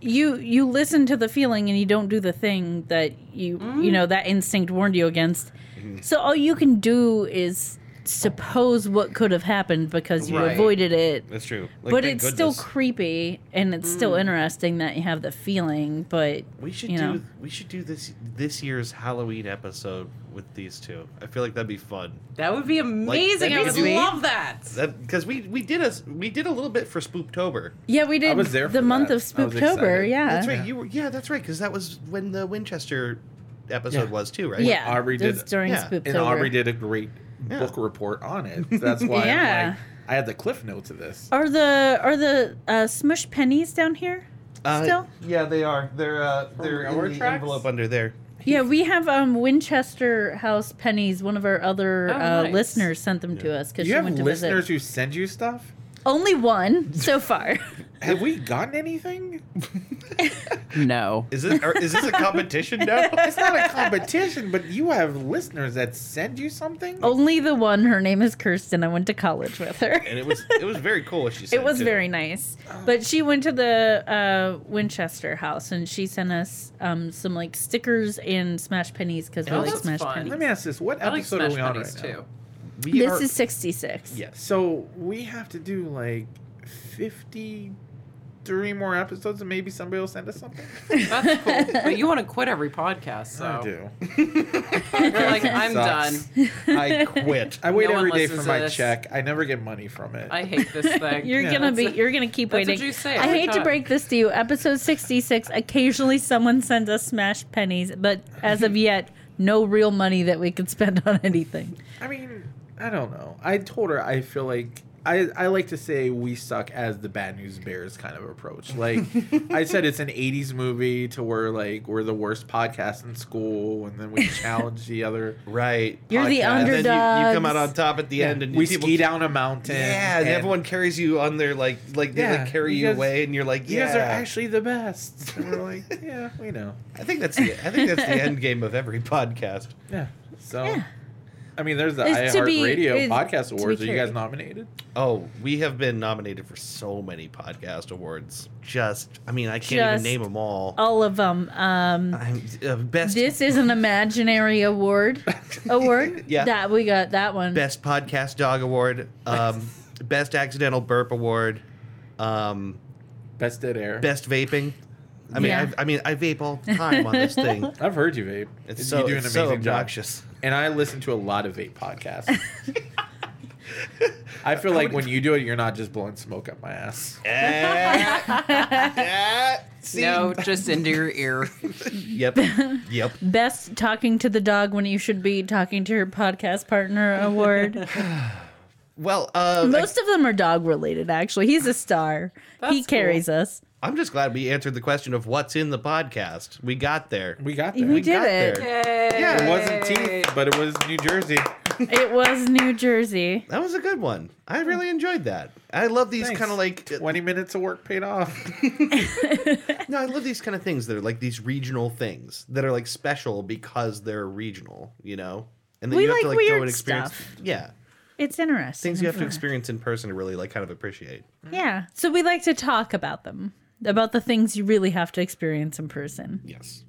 Speaker 1: you you listen to the feeling and you don't do the thing that you
Speaker 4: Mm-hmm.
Speaker 1: you know that instinct warned you against. So all you can do is suppose what could have happened because you
Speaker 5: Right.
Speaker 1: avoided it.
Speaker 2: That's true. Like,
Speaker 1: but
Speaker 2: thank
Speaker 1: it's
Speaker 2: goodness.
Speaker 1: still creepy and it's
Speaker 4: Mm.
Speaker 1: still interesting that you have the feeling, but
Speaker 2: we should
Speaker 1: you
Speaker 2: do
Speaker 1: know.
Speaker 2: we should do this this year's Halloween episode with these two. I feel like that'd be fun.
Speaker 5: that would be amazing.
Speaker 2: that'd
Speaker 5: I
Speaker 2: be
Speaker 5: would
Speaker 2: sweet.
Speaker 5: love that.
Speaker 2: because we we did us we did a little bit for Spooktober.
Speaker 1: Yeah, we did
Speaker 4: I was there
Speaker 1: the
Speaker 4: for
Speaker 1: month
Speaker 4: that.
Speaker 1: of
Speaker 4: I was
Speaker 1: Spooktober,
Speaker 4: excited.
Speaker 1: yeah.
Speaker 2: That's right. You were yeah. That's right. Because that was when the Winchester episode
Speaker 4: Yeah.
Speaker 2: was too, right?
Speaker 1: Yeah.
Speaker 4: Aubrey
Speaker 1: it
Speaker 4: did
Speaker 1: was
Speaker 4: it.
Speaker 1: during
Speaker 2: Yeah.
Speaker 1: Spooktober.
Speaker 4: And Aubrey did a great
Speaker 2: Yeah.
Speaker 4: book report on it. That's why I'm
Speaker 1: Yeah.
Speaker 4: like, I had the cliff notes of this.
Speaker 1: Are the are the uh, smush pennies down here?
Speaker 2: Uh,
Speaker 1: Still?
Speaker 2: Yeah, they are. They're uh, they're
Speaker 5: railroad
Speaker 2: in the
Speaker 5: tracks?
Speaker 2: envelope under there.
Speaker 1: Yeah, we have um, Winchester House pennies. One of our other
Speaker 5: Oh,
Speaker 1: uh,
Speaker 5: nice.
Speaker 1: listeners sent them to us because she
Speaker 4: You have
Speaker 1: went to
Speaker 4: listeners
Speaker 1: visit.
Speaker 4: who send you stuff.
Speaker 1: Only one so far.
Speaker 4: Have we gotten anything?
Speaker 5: No.
Speaker 2: Is this or is this a competition now?
Speaker 4: It's not a competition, but you have listeners that send you something.
Speaker 1: Only the one. Her name is Kirsten. I went to college with her.
Speaker 2: And it was it was very cool what she said.
Speaker 1: It was
Speaker 2: too.
Speaker 1: very nice. But she went to the uh, Winchester House and she sent us um, some like stickers and smash pennies because we
Speaker 5: Oh,
Speaker 1: like
Speaker 5: that's
Speaker 1: smash
Speaker 5: fun.
Speaker 1: pennies.
Speaker 4: Let me ask this: What
Speaker 5: I like
Speaker 4: episode
Speaker 5: Smash
Speaker 4: are we on
Speaker 5: Bunnies
Speaker 4: right
Speaker 5: too.
Speaker 4: now?
Speaker 2: We
Speaker 1: This
Speaker 2: are-
Speaker 1: is sixty six.
Speaker 2: yes.
Speaker 4: So we have to do like fifty-three more episodes, and maybe somebody will send us something.
Speaker 5: That's cool. but you want to quit every podcast, so
Speaker 4: I do.
Speaker 5: you're like, I'm done.
Speaker 4: Sucks. I quit.
Speaker 2: Quit.
Speaker 4: I wait
Speaker 5: No one
Speaker 4: every day
Speaker 5: listens
Speaker 4: for
Speaker 5: to
Speaker 4: my
Speaker 5: this.
Speaker 4: check. I never get money from it.
Speaker 5: I hate this thing.
Speaker 1: you're
Speaker 4: Yeah,
Speaker 1: gonna
Speaker 5: that's
Speaker 1: be.
Speaker 5: it.
Speaker 1: you're gonna keep
Speaker 5: That's what
Speaker 1: waiting.
Speaker 5: you say
Speaker 1: I
Speaker 5: every
Speaker 1: hate to
Speaker 5: time.
Speaker 1: break this to you. Episode sixty six. Occasionally, someone sends us smashed pennies, but as of yet, no real money that we could spend on anything.
Speaker 4: I mean, I don't know. I told her I feel like I, I like to say we suck as the bad news bears kind of approach. Like I said, it's an '80s movie to where like we're the worst podcast in school, and then we challenge the other.
Speaker 2: Right.
Speaker 1: You're the
Speaker 4: podcast.
Speaker 2: And then you, you come
Speaker 1: underdogs.
Speaker 2: out on top at the end, and
Speaker 4: we
Speaker 2: people,
Speaker 4: ski down a mountain.
Speaker 2: Yeah, and,
Speaker 4: and
Speaker 2: everyone carries you on their like, like they
Speaker 4: Yeah,
Speaker 2: like carry
Speaker 4: you
Speaker 2: you,
Speaker 4: guys-
Speaker 2: away, and you're like,
Speaker 4: You
Speaker 2: yeah.
Speaker 4: guys are actually the best. And we're like, yeah, we know.
Speaker 2: I think that's the I think that's the end game of every podcast.
Speaker 4: Yeah. So,
Speaker 1: Yeah.
Speaker 4: I mean, there's the
Speaker 1: It's to be-
Speaker 4: iHeartRadio
Speaker 1: it's
Speaker 4: Podcast
Speaker 1: to be
Speaker 4: Awards. Are you guys
Speaker 1: carried.
Speaker 4: nominated?
Speaker 2: Oh, we have been nominated for so many podcast awards. Just, I mean, I can't even
Speaker 1: Just
Speaker 2: name them all.
Speaker 1: All of them. Um,
Speaker 2: I'm uh, best
Speaker 1: this is an imaginary award. Award.
Speaker 2: Yeah.
Speaker 1: That we got that one.
Speaker 2: best podcast dog award, um, best accidental burp award, um,
Speaker 4: Best dead air.
Speaker 2: best vaping. I mean,
Speaker 1: Yeah.
Speaker 2: I, I mean, I vape all the time on this thing.
Speaker 4: I've heard you vape.
Speaker 2: It's
Speaker 4: You
Speaker 2: so,
Speaker 4: do an
Speaker 2: it's so
Speaker 4: amazing job.
Speaker 2: obnoxious.
Speaker 4: And I listen to a lot of vape podcasts. I feel like when you do it, you're not just blowing smoke up my ass.
Speaker 5: No, just into your ear.
Speaker 2: Yep. Yep.
Speaker 1: Best talking to the dog when you should be talking to your podcast partner award.
Speaker 2: Well, uh,
Speaker 1: Most of them are dog related. Actually, he's a star. he
Speaker 5: That's cool.
Speaker 1: carries us.
Speaker 2: I'm just glad we answered the question of what's in the podcast. We got there.
Speaker 4: We got
Speaker 1: We
Speaker 4: there.
Speaker 1: did
Speaker 2: got
Speaker 1: it.
Speaker 2: there.
Speaker 5: Yeah,
Speaker 4: It wasn't teeth, but it was New Jersey.
Speaker 1: It was New Jersey.
Speaker 2: That was a good one. I really enjoyed that. I love these
Speaker 4: Thanks.
Speaker 2: kind of like uh,
Speaker 4: Twenty minutes of work paid off.
Speaker 2: no, I love these kind of things that are like these regional things that are like special because they're regional, you know. And then
Speaker 1: We
Speaker 2: you have
Speaker 1: like
Speaker 2: to like go
Speaker 1: weird
Speaker 2: and experience.
Speaker 1: stuff.
Speaker 2: Yeah,
Speaker 1: It's interesting.
Speaker 2: things you have to experience in person to really like kind of appreciate.
Speaker 1: Yeah. So we like to talk about them, about the things you really have to experience in person.
Speaker 2: Yes.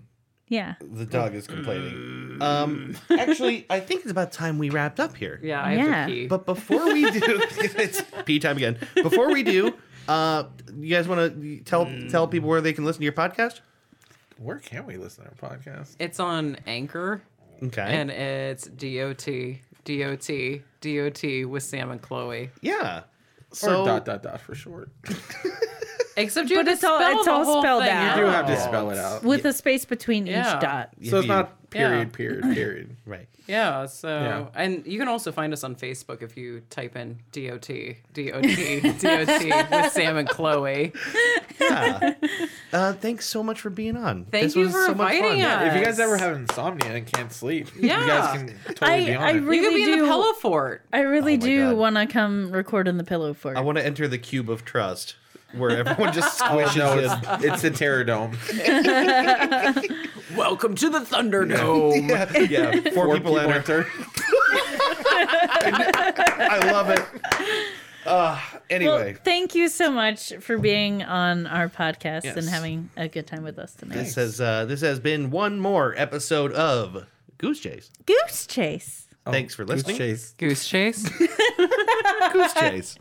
Speaker 1: Yeah.
Speaker 2: The dog is complaining. Um, actually, I think it's about time we wrapped up here.
Speaker 5: Yeah, I
Speaker 1: Yeah.
Speaker 5: have to pee.
Speaker 2: But before we do, it's pee time again. Before we do, uh, you guys want to tell tell people where they can listen to your podcast?
Speaker 4: Where can we listen to our podcast?
Speaker 5: It's on Anchor
Speaker 2: Okay.
Speaker 5: and it's DOT, DOT, DOT with Sam and Chloe.
Speaker 2: yeah.
Speaker 4: or
Speaker 2: So
Speaker 4: dot dot dot for short.
Speaker 5: Except you
Speaker 1: But
Speaker 5: have
Speaker 1: it's
Speaker 5: to
Speaker 1: all-
Speaker 5: spell
Speaker 1: it's
Speaker 5: the
Speaker 1: all
Speaker 5: whole
Speaker 1: spelled
Speaker 5: thing
Speaker 1: out.
Speaker 5: out.
Speaker 4: You do have to
Speaker 2: Oh.
Speaker 4: spell it out.
Speaker 1: With a space between
Speaker 5: Yeah.
Speaker 1: each dot.
Speaker 2: if
Speaker 4: So it's
Speaker 2: you-
Speaker 4: not
Speaker 5: Yeah.
Speaker 4: period, period, period.
Speaker 2: right.
Speaker 5: Yeah, so
Speaker 4: Yeah.
Speaker 5: and you can also find us on Facebook if you type in DOT, DOT, DOT with Sam and Chloe.
Speaker 2: Yeah. uh, thanks so much for being on.
Speaker 5: Thank
Speaker 2: this
Speaker 5: you
Speaker 2: was
Speaker 5: for
Speaker 2: so much fun.
Speaker 5: inviting us.
Speaker 4: If you guys ever have insomnia and can't sleep, you
Speaker 5: Yeah.
Speaker 4: guys can totally
Speaker 1: I-
Speaker 4: be on
Speaker 1: I
Speaker 4: it.
Speaker 1: re-
Speaker 5: You could be
Speaker 1: Really
Speaker 5: in the
Speaker 1: do-
Speaker 5: pillow fort.
Speaker 1: I really
Speaker 2: Oh my
Speaker 1: do
Speaker 2: God.
Speaker 1: want to come record in the pillow for
Speaker 2: I
Speaker 1: you.
Speaker 2: want to enter the cube of trust where everyone just squishes
Speaker 4: no,
Speaker 2: in.
Speaker 4: it's, it's the Terror Dome.
Speaker 5: Welcome to the Thunderdome.
Speaker 2: Yeah, yeah, four,
Speaker 4: Four
Speaker 2: people, enter. I love it. Uh, anyway,
Speaker 1: Well, thank you so much for being on our podcast
Speaker 2: Yes.
Speaker 1: and having a good time with us tonight.
Speaker 2: this has uh, this has been one more episode of Goose Chase.
Speaker 1: Goose Chase.
Speaker 2: Thanks for
Speaker 4: Goose
Speaker 2: listening.
Speaker 4: Oh. Chase.
Speaker 5: Goose chase.
Speaker 2: Goose Chase.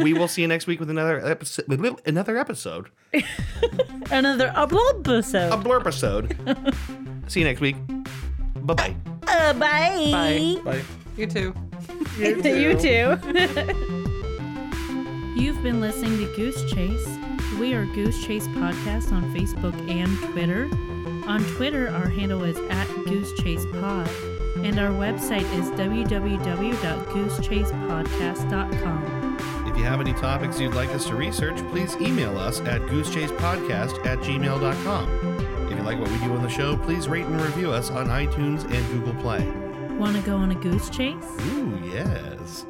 Speaker 2: we will see you next week with another episode. Another episode.
Speaker 1: Another episode.
Speaker 2: A blurb episode. see you next week. Bye bye.
Speaker 1: Uh, bye.
Speaker 5: Bye.
Speaker 4: Bye.
Speaker 5: You too.
Speaker 1: You too. You've been listening to Goose Chase. We are Goose Chase Podcast on Facebook and Twitter. On Twitter, our handle is at Goose Chase Pod, and our website is www.goosechasepodcast.com.
Speaker 2: If you have any topics you'd like us to research, please email us at goosechasepodcast at gmail.com. If you like what we do on the show, please rate and review us on iTunes and Google Play.
Speaker 1: Want to go on a goose chase?
Speaker 2: Ooh, yes.